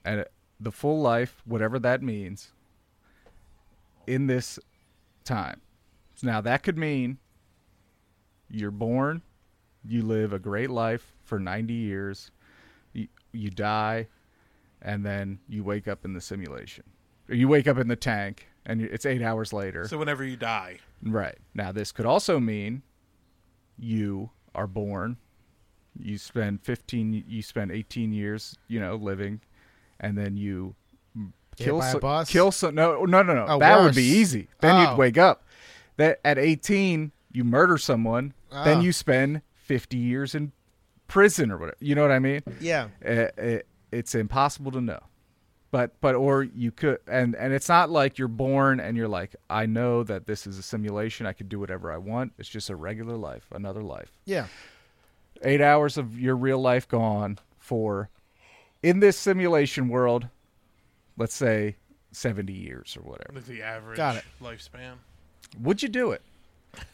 Speaker 1: and the full life whatever that means in this time now that could mean you're born, you live a great life for 90 years, you, you die, and then you wake up in the simulation. Or you wake up in the tank, and you- it's eight hours later.
Speaker 3: So whenever you die,
Speaker 1: right. Now, this could also mean you are born, you spend 15, you spend 18 years, you know, living, and then you
Speaker 4: Hit
Speaker 1: kill
Speaker 4: by a
Speaker 1: some,
Speaker 4: bus?
Speaker 1: kill some. No, no, no, no.
Speaker 4: Oh,
Speaker 1: that would
Speaker 4: worse.
Speaker 1: be easy. Then
Speaker 4: Oh.
Speaker 1: you'd wake up. That at 18, you murder someone.
Speaker 4: Ah.
Speaker 1: Then you spend 50 years in prison or whatever. You know what I mean?
Speaker 4: Yeah.
Speaker 1: It, it, it's impossible to know. But but or you could and and it's not like you're born and you're like I know that this is a simulation. I could do whatever I want. It's just a regular life, another life
Speaker 4: Yeah.
Speaker 1: eight hours of your real life gone for in this simulation world let's say 70 years or whatever
Speaker 3: with the average
Speaker 4: Got it.
Speaker 3: lifespan.
Speaker 1: would you do it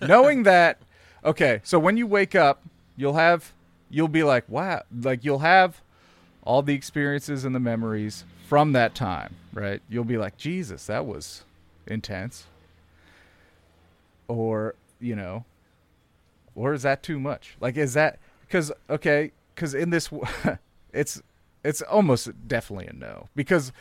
Speaker 1: knowing that okay so when you wake up you'll have you'll be like wow like you'll have all the experiences and the memories from that time right you'll be like jesus that was intense or you know or is that too much like is that because okay because in this w- it's it's almost definitely a no because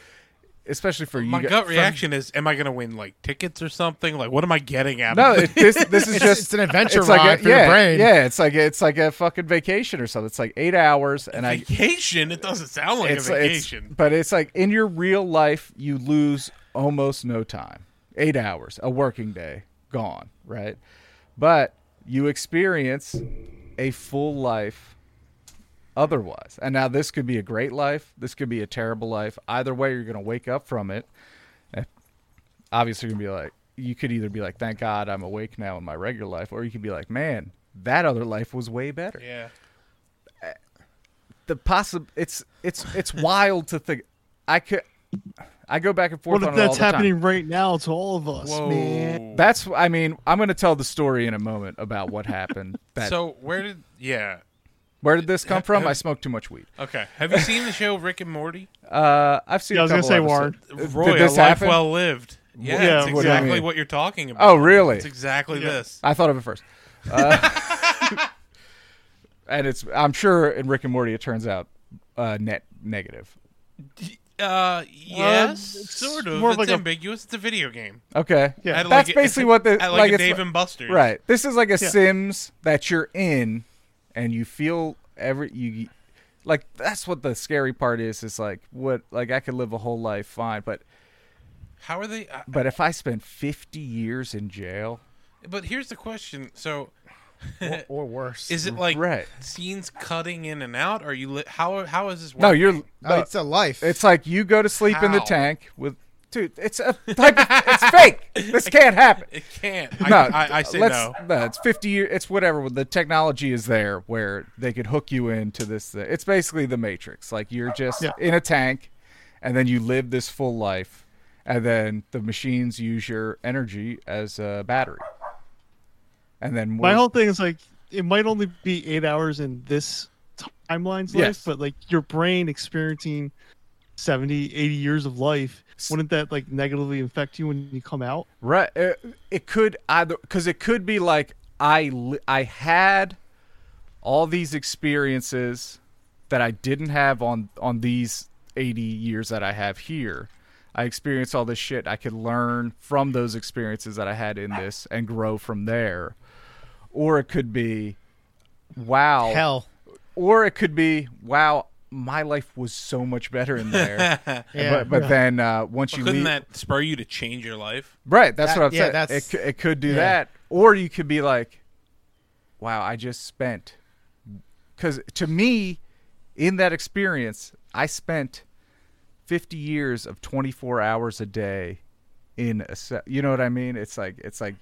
Speaker 1: especially for
Speaker 3: My
Speaker 1: you gu-
Speaker 3: gut
Speaker 1: for-
Speaker 3: reaction is, am I going to win like tickets or something? Like, what am I getting out
Speaker 1: no
Speaker 3: of
Speaker 1: it, this this is
Speaker 4: It's,
Speaker 1: just
Speaker 4: it's an adventure
Speaker 1: it's
Speaker 4: ride
Speaker 1: like a,
Speaker 4: for
Speaker 1: yeah,
Speaker 4: your brain.
Speaker 1: Yeah, it's like it's like a fucking vacation or something. It's like eight hours, and I
Speaker 3: vacation? it doesn't sound like
Speaker 1: it's,
Speaker 3: a
Speaker 1: it's-
Speaker 3: vacation.
Speaker 1: but it's like in your real life, you lose almost no time. Eight hours, a working day gone, right? But you experience a full life otherwise. And now this could be a great life. This could be a terrible life. Either way, you're going to wake up from it. Eh, Obviously, you're going to be like, you could either be like, thank God I'm awake now in my regular life, or you could be like, man, that other life was way better
Speaker 3: yeah.
Speaker 1: the possible it's it's it's wild to think i could i go back and forth
Speaker 2: What if
Speaker 1: on it all
Speaker 2: that's
Speaker 1: the time.
Speaker 2: happening right now to all of us,
Speaker 3: Whoa.
Speaker 2: man?
Speaker 1: that's i mean i'm going to tell the story in a moment about what happened that,
Speaker 3: so where did? Yeah.
Speaker 1: where did this come from i smoked too much weed
Speaker 3: Okay. Have you seen the show Rick and Morty?
Speaker 1: uh i've seen
Speaker 2: Yeah, I
Speaker 1: a
Speaker 2: was gonna
Speaker 1: couple
Speaker 2: say
Speaker 1: episodes. Uh,
Speaker 3: Roy,
Speaker 1: did this
Speaker 3: a life
Speaker 1: happen
Speaker 3: well lived. Yeah,
Speaker 2: Yeah,
Speaker 3: it's
Speaker 2: what
Speaker 1: do you
Speaker 3: exactly
Speaker 1: mean?
Speaker 3: what you're talking about.
Speaker 1: oh really
Speaker 3: It's exactly this.
Speaker 1: i thought of it first uh, and it's i'm sure in rick and morty it turns out uh net negative
Speaker 3: Uh, yes,
Speaker 2: it's
Speaker 3: sort of.
Speaker 2: more
Speaker 3: it's
Speaker 2: like a-
Speaker 3: ambiguous. It's a video game.
Speaker 1: okay
Speaker 2: Yeah.
Speaker 3: At
Speaker 1: that's
Speaker 3: like a-
Speaker 1: basically what the
Speaker 3: at
Speaker 1: like
Speaker 3: like, a
Speaker 1: it's
Speaker 3: Dave and Buster's.
Speaker 1: Right. This is like a Sims that you're in, and you feel every you, like that's what the scary part is. Is like what like I could live a whole life fine, but
Speaker 3: How are they? Uh,
Speaker 1: but if I spend fifty years in jail,
Speaker 3: but here's the question. So,
Speaker 4: Or worse.
Speaker 3: is it like
Speaker 1: Right.
Speaker 3: scenes cutting in and out? Are you li- how how is this? Working?
Speaker 1: no, you're
Speaker 4: oh,
Speaker 1: no,
Speaker 4: it's a life.
Speaker 1: it's like you go to sleep in the
Speaker 3: How?
Speaker 1: tank with dude. It's a type. Of, it's fake. This can't happen.
Speaker 3: It can't.
Speaker 1: no,
Speaker 3: I, I, I say
Speaker 1: let's-
Speaker 3: no.
Speaker 1: It's fifty year. It's whatever. The technology is there where they could hook you into this. Thing. It's basically the Matrix. Like you're just
Speaker 2: Yeah.
Speaker 1: in a tank, and then you live this full life, and then the machines use your energy as a battery. And then
Speaker 2: My
Speaker 1: we're-
Speaker 2: whole thing is like it might only be eight hours in this timeline's
Speaker 1: Yes.
Speaker 2: life, but like your brain experiencing 70, 80 years of life, wouldn't that like negatively affect you when you come out?
Speaker 1: Right. It, it could either because it could be like I li- I had all these experiences that I didn't have on on these eighty years that I have here. I experienced all this shit. I could learn from those experiences that I had in this and grow from there. Or it could be wow.
Speaker 4: Hell.
Speaker 1: Or it could be, wow, my life was so much better in there.
Speaker 4: Yeah.
Speaker 1: But, but then uh, once you
Speaker 3: Couldn't
Speaker 1: leave,
Speaker 3: that spur you to change your life?
Speaker 1: right? That's
Speaker 4: That-
Speaker 1: what I'm
Speaker 4: yeah,
Speaker 1: saying.
Speaker 4: that's-
Speaker 1: it, c- it could do
Speaker 4: yeah.
Speaker 1: that, or you could be like, wow, I just spent. Because to me, in that experience, I spent 50 years of 24 hours a day in a se- you know what I mean? It's like it's like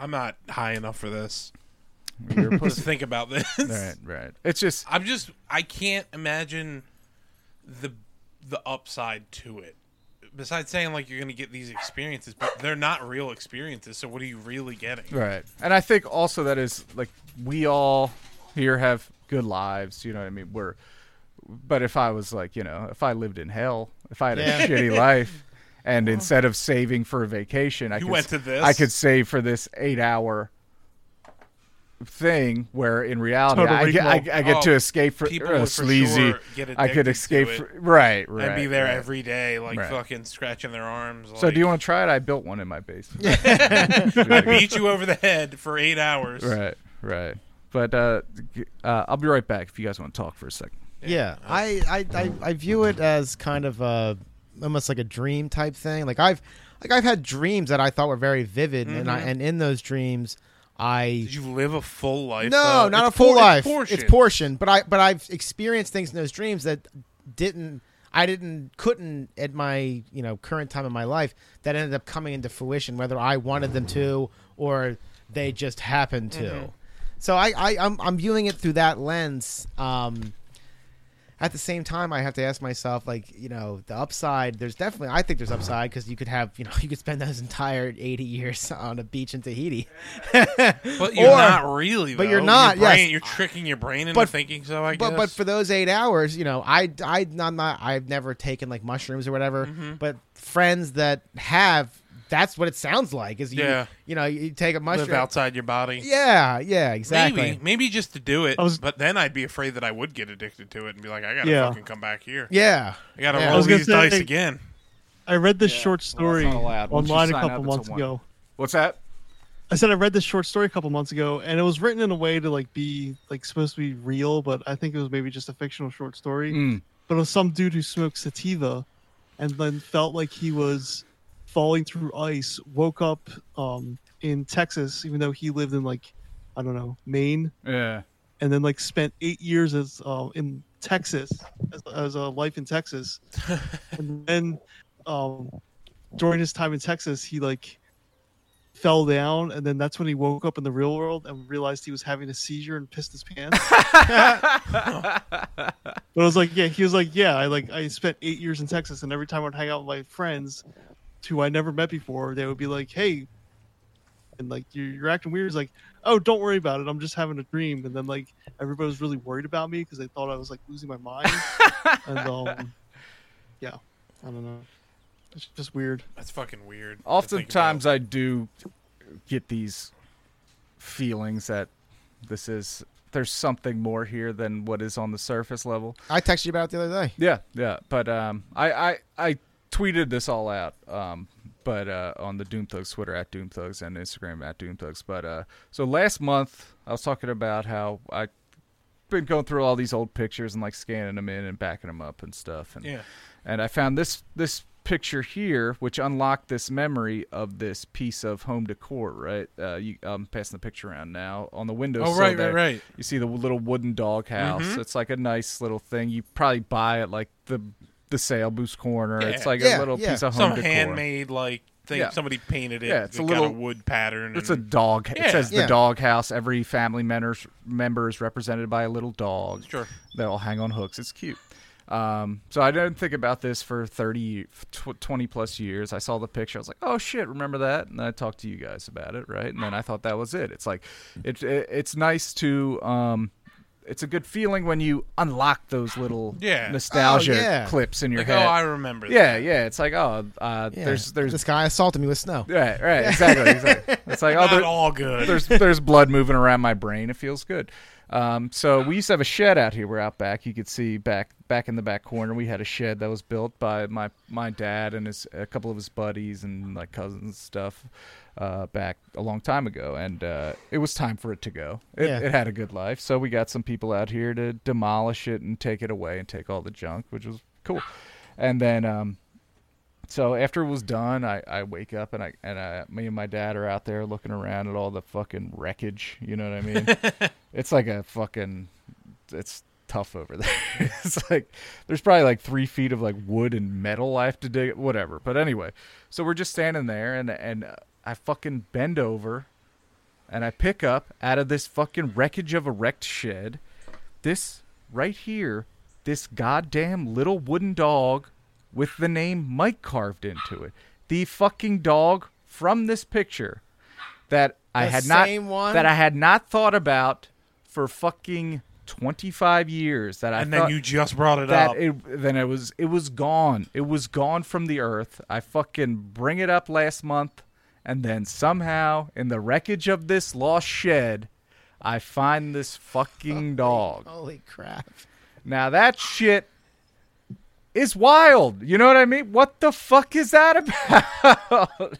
Speaker 3: I'm not high enough for this.
Speaker 1: you're a
Speaker 3: Let's
Speaker 1: pussy.
Speaker 3: think about this.
Speaker 1: right, right. It's just
Speaker 3: I'm just I can't imagine the the upside to it. Besides saying like you're going to get these experiences, but they're not real experiences. So what are you really getting?
Speaker 1: Right. And I think also that is like we all here have good lives, you know what I mean? We're but if I was like, you know, if I lived in hell, if I had
Speaker 4: Yeah.
Speaker 1: a shitty life and instead of saving for a vacation, I
Speaker 3: You
Speaker 1: could
Speaker 3: went
Speaker 1: s-
Speaker 3: to this.
Speaker 1: I could save for this 8-hour thing where in reality
Speaker 2: Total
Speaker 1: I, get, I,
Speaker 2: recall.
Speaker 1: I get
Speaker 3: Oh,
Speaker 1: to escape for
Speaker 3: people
Speaker 1: or a
Speaker 3: would for
Speaker 1: sleazy
Speaker 3: sure get
Speaker 1: I could
Speaker 3: addicted to
Speaker 1: escape
Speaker 3: it.
Speaker 1: fr- right, right.
Speaker 3: I'd be there
Speaker 1: right.
Speaker 3: every day, like
Speaker 1: Right.
Speaker 3: fucking scratching their arms. Like,
Speaker 1: So do you want to try it? I built one in my basement.
Speaker 3: I beat you over the head for eight hours?
Speaker 1: Right, right. But uh, g- uh, I'll be right back if you guys want to talk for a second.
Speaker 4: Yeah, I, I, I, I view it as kind of a almost like a dream type thing. Like I've like I've had dreams that I thought were very vivid, and I, and in those dreams, I
Speaker 3: Did you live a full life?
Speaker 4: no,
Speaker 3: though?
Speaker 4: not
Speaker 3: It's
Speaker 4: a full
Speaker 3: por-
Speaker 4: life.
Speaker 3: It's portion.
Speaker 4: but I but I've experienced things in those dreams that didn't I didn't couldn't at my you know current time in my life that ended up coming into fruition, whether I wanted them to or they just happened to.
Speaker 3: Mm-hmm.
Speaker 4: So I, I I'm I'm viewing it through that lens. Um, at the same time, I have to ask myself, like, you know, the upside. There's definitely, I think there's upside because you could have, you know, you could spend those entire 80 years on a beach in Tahiti.
Speaker 3: But you're
Speaker 4: Or-
Speaker 3: not really.
Speaker 4: but
Speaker 3: though.
Speaker 4: you're not,
Speaker 3: Your
Speaker 4: yes.
Speaker 3: brain- You're tricking your brain into
Speaker 4: But-
Speaker 3: thinking so. I guess.
Speaker 4: but but for those eight hours, you know, I I I'm not I've never taken like mushrooms or whatever. But friends that have, that's what it sounds like. Is you
Speaker 3: Yeah.
Speaker 4: you know you take a
Speaker 3: live
Speaker 4: mushroom.
Speaker 3: outside your body.
Speaker 4: Yeah, yeah, exactly.
Speaker 3: Maybe, maybe just to do it,
Speaker 2: I was-
Speaker 3: but then I'd be afraid that I would get addicted to it and be like, I gotta
Speaker 2: Yeah.
Speaker 3: fucking come back here.
Speaker 4: Yeah,
Speaker 3: I gotta
Speaker 4: Yeah. I
Speaker 3: roll
Speaker 4: was
Speaker 2: gonna
Speaker 3: these
Speaker 2: say-
Speaker 3: dice again.
Speaker 2: I read this
Speaker 1: Yeah, well,
Speaker 2: short
Speaker 1: that's
Speaker 2: story
Speaker 1: not allowed. Once you
Speaker 2: online a
Speaker 1: sign up,
Speaker 2: couple
Speaker 1: it's a
Speaker 2: months
Speaker 1: one.
Speaker 2: ago.
Speaker 1: What's that?
Speaker 2: I said I read this short story a couple months ago, and it was written in a way to like be like supposed to be real, but I think it was maybe just a fictional short story.
Speaker 1: Mm.
Speaker 2: But it was some dude who smoked sativa, and then felt like he was falling through ice. Woke up um, in Texas, even though he lived in like I don't know Maine,
Speaker 1: Yeah.
Speaker 2: and then like spent eight years as uh, in Texas as, as a life in Texas, and then um, during his time in Texas, he like fell down, and then that's when he woke up in the real world and realized he was having a seizure and pissed his pants. but I was like, yeah, he was like, yeah, I like I spent eight years in Texas, and every time I'd hang out with my friends, who I never met before, they would be like, hey. And like you're, you're acting weird. It's like, oh, don't worry about it. I'm just having a dream. And then like everybody was really worried about me because they thought I was like losing my mind. and um, yeah, I don't know. It's just weird.
Speaker 3: That's fucking weird. to think
Speaker 1: Oftentimes,
Speaker 3: about.
Speaker 1: I do get these feelings that this is there's something more here than what is on the surface level.
Speaker 4: I texted you about it the other day.
Speaker 1: Yeah, yeah. But um, I, I I tweeted this all out. Um, but uh, on the Doomthugs Twitter at Doomthugs and Instagram at Doomthugs. But uh, so last month I was talking about how I been going through all these old pictures and like scanning them in and backing them up and stuff. And
Speaker 3: yeah,
Speaker 1: and I found this this picture here, which unlocked this memory of this piece of home decor. Right, uh, you, I'm passing the picture around now on the window.
Speaker 3: Oh, right, right, right. Mm-hmm.
Speaker 1: You see the little wooden doghouse. It's like a nice little thing. You probably buy it like the the sale boost corner.
Speaker 3: Yeah.
Speaker 1: It's like
Speaker 4: Yeah,
Speaker 1: a little
Speaker 4: yeah.
Speaker 1: piece of home
Speaker 3: some
Speaker 1: decor.
Speaker 3: handmade like thing.
Speaker 1: Yeah.
Speaker 3: Somebody painted it.
Speaker 1: Yeah, it's a
Speaker 3: it got
Speaker 1: little-
Speaker 3: wood pattern.
Speaker 1: It's a
Speaker 3: and-
Speaker 1: dog.
Speaker 3: Mm-hmm. Yeah.
Speaker 1: It says
Speaker 4: Yeah.
Speaker 1: the doghouse. Every family member member is represented by a little dog.
Speaker 3: sure.
Speaker 1: They all hang on hooks. It's cute. Um, so I didn't think about this for 30, tw- 20 plus years. I saw the picture. I was like, oh shit, remember that? And then I talked to you guys about it, right? And then I thought that was it. It's like, it, it it's nice to, um, it's a good feeling when you unlock those little
Speaker 3: Yeah.
Speaker 1: nostalgia
Speaker 4: Oh, yeah.
Speaker 1: clips in your
Speaker 3: Like, oh,
Speaker 1: head.
Speaker 3: I remember.
Speaker 1: yeah,
Speaker 3: that.
Speaker 1: yeah. It's like, oh, uh,
Speaker 4: Yeah.
Speaker 1: there's, there's,
Speaker 4: this guy assaulted me with snow.
Speaker 1: right, right, exactly, exactly. It's like, oh,
Speaker 3: Not
Speaker 1: there,
Speaker 3: all good.
Speaker 1: there's there's blood moving around my brain. It feels good. Um, so we used to have a shed out here. We're out back. You could see back back in the back corner. We had a shed that was built by my my dad and his a couple of his buddies and like cousins and stuff uh, back a long time ago. And uh, it was time for it to go. It,
Speaker 4: Yeah.
Speaker 1: it had a good life. So we got some people out here to demolish it and take it away and take all the junk, which was cool. And then um, so after it was done, I, I wake up and I and I, me and my dad are out there looking around at all the fucking wreckage. You know what I mean? it's like a fucking it's tough over there. it's like there's probably like three feet of like wood and metal I have to dig. Whatever. But anyway, so we're just standing there and and uh, I fucking bend over, and I pick up out of this fucking wreckage of a wrecked shed, this right here, this goddamn little wooden dog with the name Mike carved into it. The fucking dog from this picture that I
Speaker 4: The
Speaker 1: had
Speaker 4: same
Speaker 1: not
Speaker 4: one?
Speaker 1: that I had not thought about for fucking 25 years that I
Speaker 3: and
Speaker 1: thought
Speaker 3: then you just brought it
Speaker 1: that
Speaker 3: up.
Speaker 1: it then it was it was gone. It was gone from the earth. I fucking bring it up last month and then somehow in the wreckage of this lost shed I find this fucking dog.
Speaker 4: Holy crap!
Speaker 1: Now that shit is wild. You know what I mean? What the fuck is that about?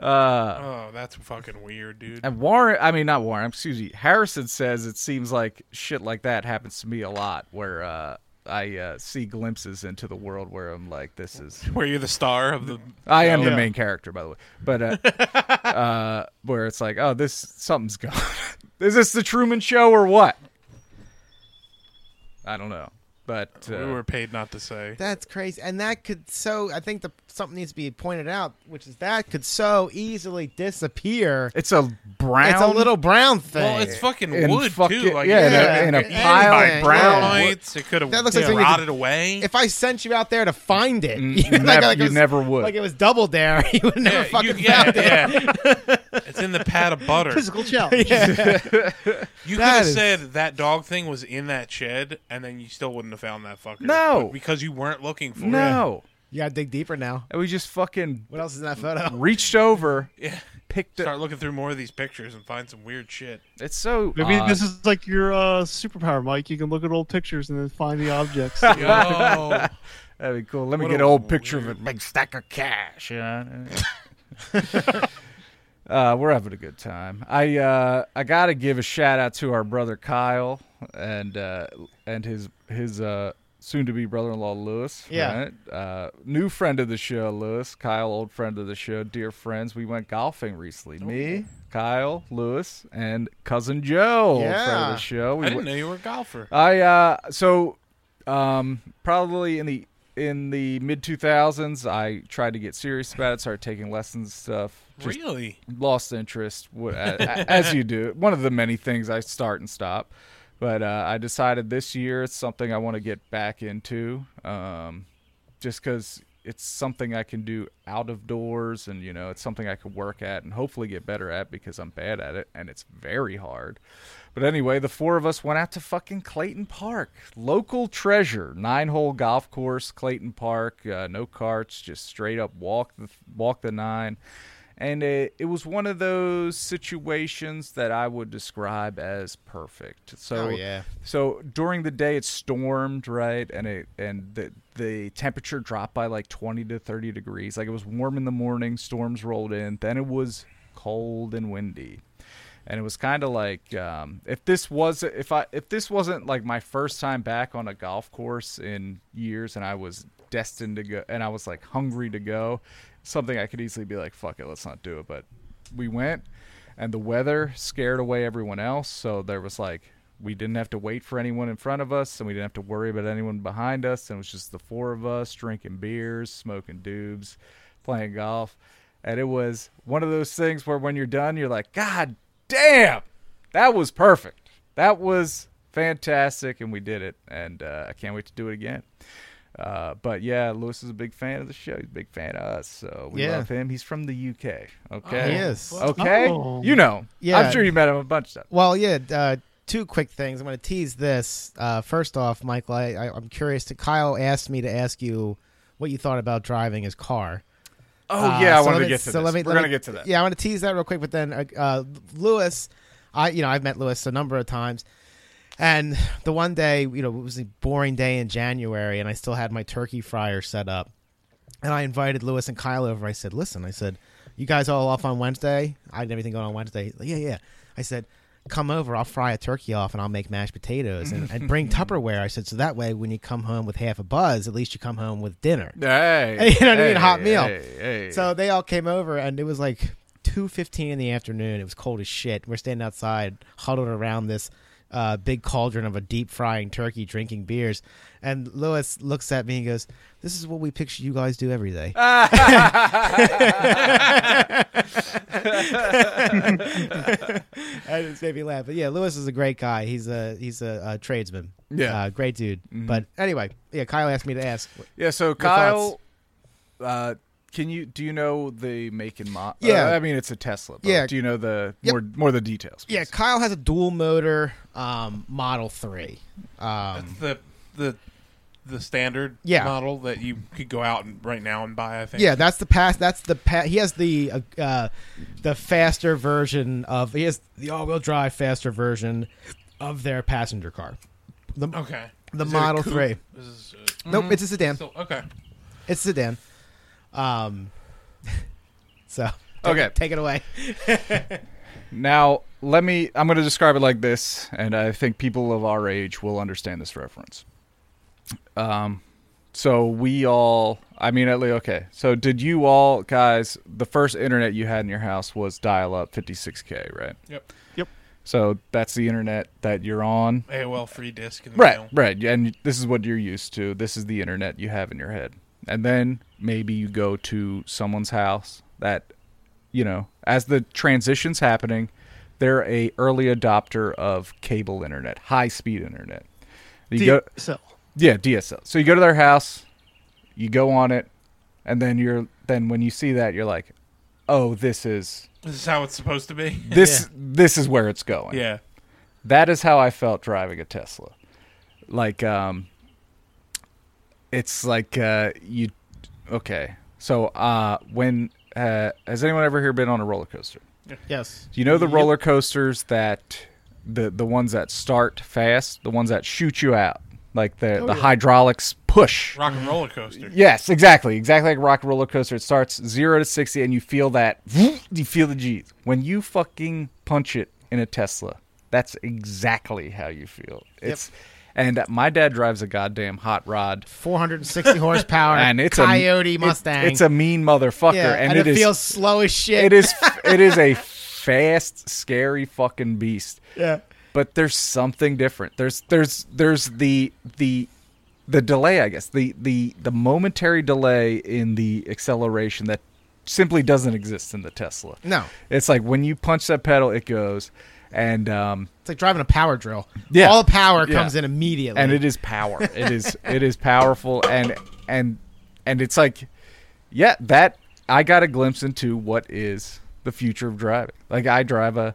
Speaker 3: oh, that's fucking weird, dude.
Speaker 1: And Warren, I mean not Warren, excuse me. Harrison says it seems like shit like that happens to me a lot where uh I uh, see glimpses into the world where I'm like, this is
Speaker 3: Where you're the star of the.
Speaker 1: I am the
Speaker 2: Yeah.
Speaker 1: main character, by the way. But uh, uh, where it's like, oh, this something's gone. Is this the Truman Show or what? I don't know, but uh,
Speaker 3: we were paid not to say.
Speaker 4: That's crazy, and that could so. I think the something needs to be pointed out, which is that could so easily disappear.
Speaker 1: it's a brown.
Speaker 4: It's a little brown thing.
Speaker 3: Well, it's fucking
Speaker 1: in
Speaker 3: wood
Speaker 1: fucking-
Speaker 3: too. Like
Speaker 1: yeah,
Speaker 3: it
Speaker 1: in a- in
Speaker 3: could've
Speaker 1: a
Speaker 3: been eaten
Speaker 1: pile
Speaker 3: by
Speaker 4: of
Speaker 1: brown
Speaker 3: termites. It could have
Speaker 4: That looks like something you
Speaker 3: rotted away.
Speaker 4: if I sent you out there to find it,
Speaker 1: Mm,
Speaker 4: you'd-
Speaker 1: you never-
Speaker 4: it
Speaker 1: you never would.
Speaker 4: Like it was double dare, you would never
Speaker 3: yeah, you-
Speaker 4: fucking
Speaker 3: yeah,
Speaker 4: found it.
Speaker 3: yeah. it's in the pat of butter.
Speaker 2: Physical challenge.
Speaker 3: You could
Speaker 4: That
Speaker 3: have
Speaker 4: is-
Speaker 3: said that dog thing was in that shed, and then you still wouldn't have found that fucker.
Speaker 1: No.
Speaker 3: But because you weren't looking for it.
Speaker 1: no,
Speaker 4: You gotta dig deeper now.
Speaker 1: and we just fucking
Speaker 4: What else is in that photo?
Speaker 1: reached over,
Speaker 3: Yeah.
Speaker 1: picked it.
Speaker 3: Start looking through more of these pictures and find some weird shit.
Speaker 1: It's so
Speaker 2: Maybe
Speaker 1: odd.
Speaker 2: this is like your uh, superpower, Mike. You can look at old pictures and then find the objects.
Speaker 3: Yo.
Speaker 1: That'd be cool. Let me
Speaker 3: What
Speaker 1: get
Speaker 3: a
Speaker 1: an old picture
Speaker 3: weird-
Speaker 1: of it. Big stack of cash. You know? uh, we're having a good time. I uh, I gotta give a shout out to our brother Kyle and uh, and his his uh, soon to be brother in law Lewis.
Speaker 4: Yeah.
Speaker 1: right? Uh, new friend of the show, Lewis. Kyle, old friend of the show, dear friends. We went golfing recently. Me, Kyle, Lewis, and cousin Joe, old friend of
Speaker 4: Yeah.
Speaker 1: the show. We
Speaker 3: I didn't
Speaker 1: went-
Speaker 3: know you were a golfer.
Speaker 1: I uh so um probably in the in the mid 2000s I tried to get serious about it started taking lessons and stuff just
Speaker 3: really?
Speaker 1: lost interest wh- a- a- as you do one of the many things I start and stop but uh, I decided this year it's something I want to get back into um just cuz it's something I can do out of doors and you know it's something I could work at and hopefully get better at because I'm bad at it and it's very hard but anyway, the four of us went out to fucking Clayton Park, local treasure, nine-hole golf course, Clayton Park. Uh, no carts, just straight up walk the walk the nine, and it, it was one of those situations that I would describe as perfect. So
Speaker 4: Oh, yeah.
Speaker 1: so during the day it stormed, right? And it and the the temperature dropped by like 20 to 30 degrees. Like it was warm in the morning, storms rolled in, then it was cold and windy. And it was kind of like um, if this was if I if this wasn't like my first time back on a golf course in years and I was destined to go and I was like hungry to go, something I could easily be like fuck it, let's not do it, but we went and the weather scared away everyone else so there was like we didn't have to wait for anyone in front of us and we didn't have to worry about anyone behind us and it was just the four of us drinking beers smoking doobs playing golf and it was one of those things where when you're done you're like god damn that was perfect that was fantastic and we did it and uh, i can't wait to do it again uh, but yeah, Lewis is a big fan of the show. He's a big fan of us, so we
Speaker 4: Yeah.
Speaker 1: love him. He's from the UK. Okay,
Speaker 4: He is.
Speaker 1: Okay,
Speaker 2: Oh.
Speaker 1: you know.
Speaker 4: Yeah.
Speaker 1: I'm sure you met him a bunch of times.
Speaker 4: Well, yeah. Uh, two quick things. I'm going to tease this. Uh, first off, Michael, I, I, I'm curious. To Kyle asked me to ask you what you thought about driving his car.
Speaker 1: Oh
Speaker 4: Uh,
Speaker 1: yeah, I wanted
Speaker 4: so let
Speaker 1: to
Speaker 4: me-
Speaker 1: get to
Speaker 4: so
Speaker 1: this.
Speaker 4: let me-
Speaker 1: We're
Speaker 4: let me-
Speaker 1: gonna get to that.
Speaker 4: Yeah, I want to tease that real quick. But then uh, uh, Lewis, I, you know, I've met Lewis a number of times. And the one day, you know, it was a boring day in January, and I still had my turkey fryer set up. And I invited Lewis and Kyle over. I said, "Listen," I said, "You guys all off on Wednesday? I had everything going on Wednesday." Like, yeah, yeah. I said, "Come over. I'll fry a turkey off, and I'll make mashed potatoes, and I'd bring Tupperware." I said, "So that way, when you come home with half a buzz, at least you come home with dinner."
Speaker 1: Hey,
Speaker 4: You know what I mean?
Speaker 1: hey,
Speaker 4: Hot meal.
Speaker 1: hey, hey.
Speaker 4: So they all came over, and it was like two fifteen in the afternoon. It was cold as shit. We're standing outside, huddled around this uh, big cauldron of a deep frying turkey, drinking beers. And Lewis looks at me and goes, "This is what we picture you guys do every day." and it's made me laugh. But yeah, Lewis is a great guy. He's a he's a, uh tradesman.
Speaker 1: Yeah. Mm-hmm.
Speaker 4: uh, great dude. But anyway, yeah, Kyle asked me to ask.
Speaker 1: yeah. So Kyle, uh, can you do you know the make and model?
Speaker 4: Yeah.
Speaker 1: I mean it's a Tesla. But
Speaker 4: Yeah.
Speaker 1: Do you know the
Speaker 4: Yep.
Speaker 1: more more the details?
Speaker 4: Yeah,
Speaker 1: please?
Speaker 4: Kyle has a dual motor um, Model Three. Um,
Speaker 3: the the the standard
Speaker 4: Yeah.
Speaker 3: model that you could go out and right now and buy. I think.
Speaker 4: yeah, that's the pass. That's the pa- He has the uh, uh, the faster version of. He has the all wheel drive faster version of their passenger car. The,
Speaker 3: Okay.
Speaker 4: The
Speaker 3: Is it a
Speaker 4: Model
Speaker 3: coupe?
Speaker 4: Three.
Speaker 3: This is, uh,
Speaker 4: Nope,
Speaker 1: Mm-hmm.
Speaker 4: it's a sedan.
Speaker 3: so- okay.
Speaker 4: It's a sedan. Um, so
Speaker 1: Okay.
Speaker 4: take it away.
Speaker 1: Now, let me. I'm going to describe it like this, and I think people of our age will understand this reference. Um, so we all. I mean, at least okay. So did you all guys? The first internet you had in your house was dial-up 56k, right?
Speaker 3: Yep.
Speaker 1: So that's the internet that you're on.
Speaker 3: AOL free disc. In the
Speaker 1: Right,
Speaker 3: mail.
Speaker 1: right. And this is what you're used to. This is the internet you have in your head. And then maybe you go to someone's house that, you know, as the transition's happening, they're a early adopter of cable internet, high speed internet. You go,
Speaker 2: So
Speaker 1: yeah, DSL. So you go to their house, you go on it, and then you're then when you see that you're like, oh, this is
Speaker 3: This is how it's supposed to be.
Speaker 1: this this is where it's going.
Speaker 3: yeah.
Speaker 1: That is how I felt driving a Tesla. Like um it's like uh you okay. So uh when uh has anyone ever here been on a roller coaster?
Speaker 4: Yes.
Speaker 1: Do you know the roller coasters that the the ones that start fast, the ones that shoot you out, like the the hydraulics push.
Speaker 3: Rock and roller coaster.
Speaker 1: Yes, exactly. Exactly like rock and roller coaster. It starts zero to sixty, and you feel that. You feel the G's when you fucking punch it in a Tesla. That's exactly how you feel. It's and my dad drives a goddamn hot rod,
Speaker 4: 460 horsepower,
Speaker 1: and it's
Speaker 4: Coyote
Speaker 1: a, it-
Speaker 4: Mustang.
Speaker 1: it's a mean motherfucker,
Speaker 4: yeah,
Speaker 1: and,
Speaker 4: it,
Speaker 1: is-
Speaker 4: feels slow as shit.
Speaker 1: it is it is a fast, scary fucking beast
Speaker 4: Yeah.
Speaker 1: but there's something different. There's there's there's the the the delay, I guess. The the the momentary delay in the acceleration that simply doesn't exist in the Tesla.
Speaker 4: No.
Speaker 1: It's like when you punch that pedal, it goes and um
Speaker 4: It's like driving a power drill.
Speaker 1: Yeah.
Speaker 4: All the power
Speaker 1: Yeah.
Speaker 4: comes in immediately.
Speaker 1: and it is power. It is it is powerful and and and it's like yeah, that I got a glimpse into what is the future of driving. Like I drive a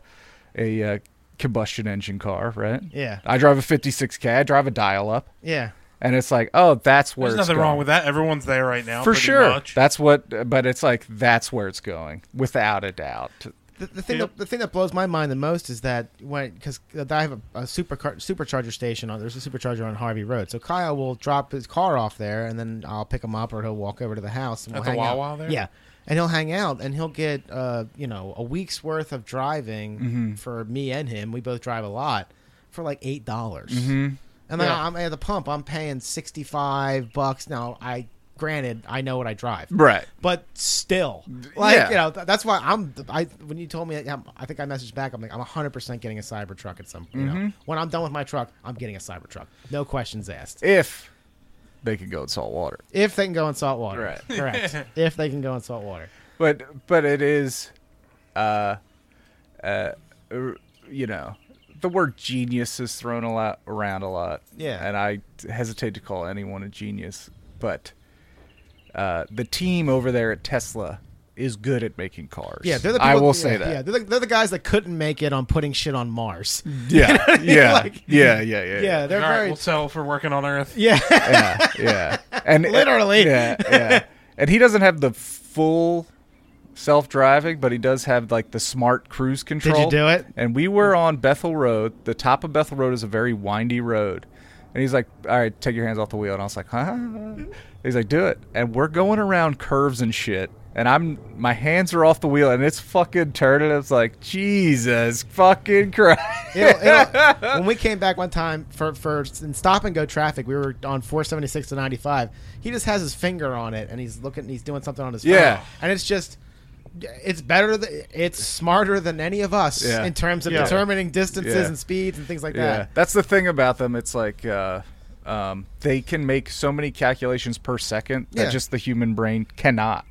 Speaker 1: a uh, combustion engine car, right?
Speaker 4: Yeah.
Speaker 1: I drive a 56k. I drive a dial up,
Speaker 4: Yeah.
Speaker 1: and it's like, oh, that's where
Speaker 3: There's
Speaker 1: it's
Speaker 3: nothing
Speaker 1: going.
Speaker 3: wrong with that. Everyone's there right now.
Speaker 1: for
Speaker 3: pretty
Speaker 1: sure.
Speaker 3: much.
Speaker 1: That's what, but it's like that's where it's going without a doubt.
Speaker 4: The, the thing
Speaker 2: Yep.
Speaker 4: that, the thing that blows my mind the most is that when because I have a, a super supercharger station on there's a supercharger on Harvey Road, so Kyle will drop his car off there, and then I'll pick him up, or he'll walk over to the house and
Speaker 3: At
Speaker 4: we'll
Speaker 3: the
Speaker 4: hang
Speaker 3: Wawa
Speaker 4: out.
Speaker 3: there?
Speaker 4: Yeah, and he'll hang out, and he'll get uh you know a week's worth of driving
Speaker 3: Mm-hmm.
Speaker 4: for me and him. We both drive a lot for like eight dollars. And then
Speaker 3: Mm-hmm. Yeah.
Speaker 4: I'm at the pump. I'm paying sixty five bucks. Now, I granted, I know what I drive,
Speaker 1: Right.
Speaker 4: but still, like
Speaker 1: yeah.
Speaker 4: you know, th- that's why I'm. I when you told me, I'm- I think I messaged back. I'm like, I'm 100 percent getting a Cybertruck at some. You
Speaker 1: Mm-hmm.
Speaker 4: know, when I'm done with my truck, I'm getting a Cybertruck. No questions asked.
Speaker 1: If they could go in salt water,
Speaker 4: If they can go in salt water,
Speaker 1: Right.
Speaker 4: Correct. if they can go in salt water,
Speaker 1: but but it is, uh, uh, er, you know, the word genius is thrown a lot around a lot.
Speaker 4: Yeah.
Speaker 1: and I hesitate to call anyone a genius, but uh, the team over there at Tesla is good at making cars.
Speaker 4: yeah, they're the.
Speaker 1: I
Speaker 4: people-
Speaker 1: will
Speaker 4: yeah,
Speaker 1: say that.
Speaker 4: Yeah, they're the, they're the guys that couldn't make it on putting shit on Mars.
Speaker 1: Mm-hmm. Yeah, yeah,
Speaker 4: Like-
Speaker 1: yeah, yeah, yeah,
Speaker 4: Yeah, they're
Speaker 3: All right,
Speaker 4: very.
Speaker 3: we'll settle for working on Earth.
Speaker 4: yeah,
Speaker 1: yeah, yeah. And
Speaker 4: Literally.
Speaker 1: yeah, yeah. And he doesn't have the full self-driving, but he does have like the smart cruise control.
Speaker 4: do it?
Speaker 1: And we were on Bethel Road. The top of Bethel Road is a very windy road. And he's like, "All right, take your hands off the wheel." And I was like, "Huh?" He's like, "Do it." And we're going around curves and shit. And I'm my hands are off the wheel, and it's fucking turning. It's like Jesus fucking Christ.
Speaker 4: It'll- it'll- when we came back one time for for in stop and go traffic, we were on 476 to 95. He just has his finger on it and he's looking, he's doing something on his phone.
Speaker 1: Yeah.
Speaker 4: and it's just. It's better. Th- it's smarter than any of us
Speaker 1: Yeah.
Speaker 4: in terms of
Speaker 2: Yeah.
Speaker 4: determining distances
Speaker 1: Yeah.
Speaker 4: and speeds and things like
Speaker 1: Yeah,
Speaker 4: that.
Speaker 1: that's the thing about them. It's like uh, um, they can make so many calculations per second that
Speaker 4: Yeah.
Speaker 1: just the human brain cannot.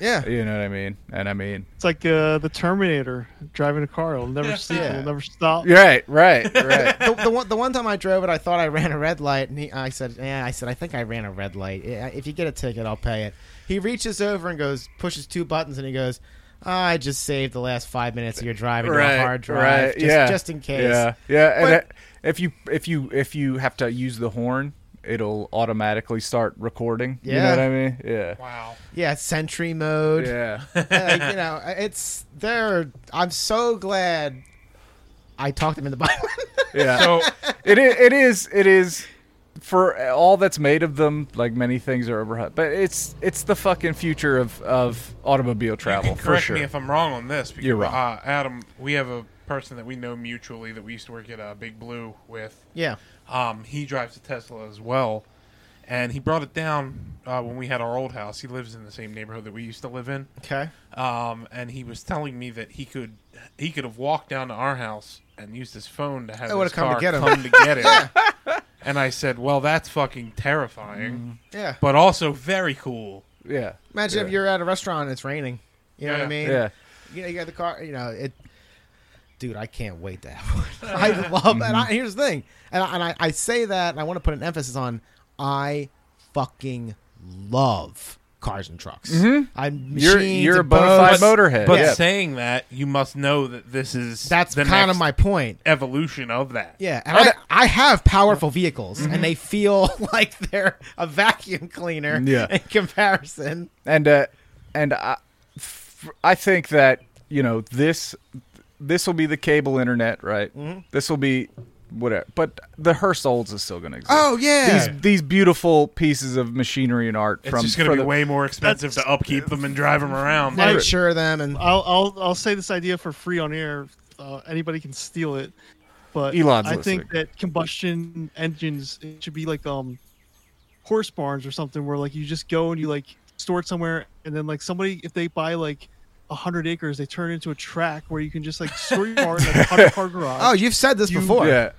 Speaker 4: Yeah,
Speaker 1: You know what I mean? And I mean,
Speaker 2: It's like uh, the Terminator driving a car. It'll never sleep.
Speaker 4: Yeah.
Speaker 2: It'll never stop.
Speaker 1: right, right, right.
Speaker 4: the, the one the one time I drove it, I thought I ran a red light, and he, I said, "Yeah." I said, "I think I ran a red light. Yeah, If you get a ticket, I'll pay it." He reaches over and goes, pushes two buttons, and he goes, "I just saved the last five minutes of your driving to a hard drive, just,
Speaker 1: yeah,
Speaker 4: just in case."
Speaker 1: Yeah, yeah. And
Speaker 4: But-
Speaker 1: it- if you if you if you have to use the horn, it'll automatically start recording. You know
Speaker 4: Yeah.
Speaker 1: what I mean? Yeah,
Speaker 3: Wow.
Speaker 4: Yeah, Sentry mode.
Speaker 1: yeah.
Speaker 4: like, you know, it's there. I'm so glad I talked him in the Bible.
Speaker 1: Yeah.
Speaker 3: So
Speaker 1: it is, it is it is for all that's made of them like many things are overhyped but it's it's the fucking future of of automobile travel
Speaker 3: and
Speaker 1: for
Speaker 3: correct
Speaker 1: sure
Speaker 3: me if I'm wrong on this. Because,
Speaker 1: You're wrong.
Speaker 3: Uh, Adam, we have a person that we know mutually that we used to work at uh, Big Blue with.
Speaker 4: yeah,
Speaker 3: Um, he drives a Tesla as well, and he brought it down uh, when we had our old house. He lives in the same neighborhood that we used to live in.
Speaker 4: okay.
Speaker 3: um, and he was telling me that he could he could have walked down to our house and used his phone to have
Speaker 4: I
Speaker 3: his
Speaker 4: would've come to
Speaker 3: car
Speaker 4: get him.
Speaker 3: come to get him. and I said, "Well, that's fucking terrifying,
Speaker 4: Yeah,
Speaker 3: but also very cool."
Speaker 1: yeah
Speaker 4: imagine if
Speaker 1: Yeah.
Speaker 4: you're at a restaurant and it's raining. You know what I
Speaker 3: Yeah.
Speaker 4: mean?
Speaker 1: yeah
Speaker 4: you know, you got the car. You know, it. Dude, I can't wait to have one. I love and I, here's the thing, and I, and I, I say that, and I want to put an emphasis on I fucking love cars and trucks. I'm
Speaker 1: You're-
Speaker 4: machines
Speaker 1: you're a
Speaker 4: and
Speaker 1: bona fide
Speaker 4: boats.
Speaker 1: motor- Motorhead,
Speaker 3: But
Speaker 1: yeah.
Speaker 3: saying that, you must know that this is
Speaker 4: That's
Speaker 3: the
Speaker 4: kind of
Speaker 3: next
Speaker 4: my point.
Speaker 3: evolution of that.
Speaker 4: Yeah, and I, I have powerful vehicles,
Speaker 1: Mm-hmm.
Speaker 4: and they feel like they're a vacuum cleaner
Speaker 1: Yeah.
Speaker 4: in comparison.
Speaker 1: and uh and i f- i think that you know this this will be the cable internet right
Speaker 3: Mm-hmm.
Speaker 1: this will be whatever but the herstolds is still gonna exist
Speaker 4: Oh, yeah,
Speaker 1: these these beautiful pieces of machinery and art
Speaker 3: It's
Speaker 1: from
Speaker 3: just going
Speaker 1: for
Speaker 3: to be
Speaker 1: the-
Speaker 3: way more expensive to upkeep them and drive them around.
Speaker 4: and insure them, and
Speaker 2: I'll, I'll I'll say this idea for free on air. Uh, anybody can steal it, but
Speaker 1: Elon's
Speaker 2: I think
Speaker 1: listening.
Speaker 2: that combustion engines it should be like um horse barns or something where like you just go and you like store it somewhere and then like somebody if they buy like a hundred acres they turn it into a track where you can just like store your car in like, a hundred car garage.
Speaker 4: oh, you've said this
Speaker 2: You-
Speaker 4: before.
Speaker 1: yeah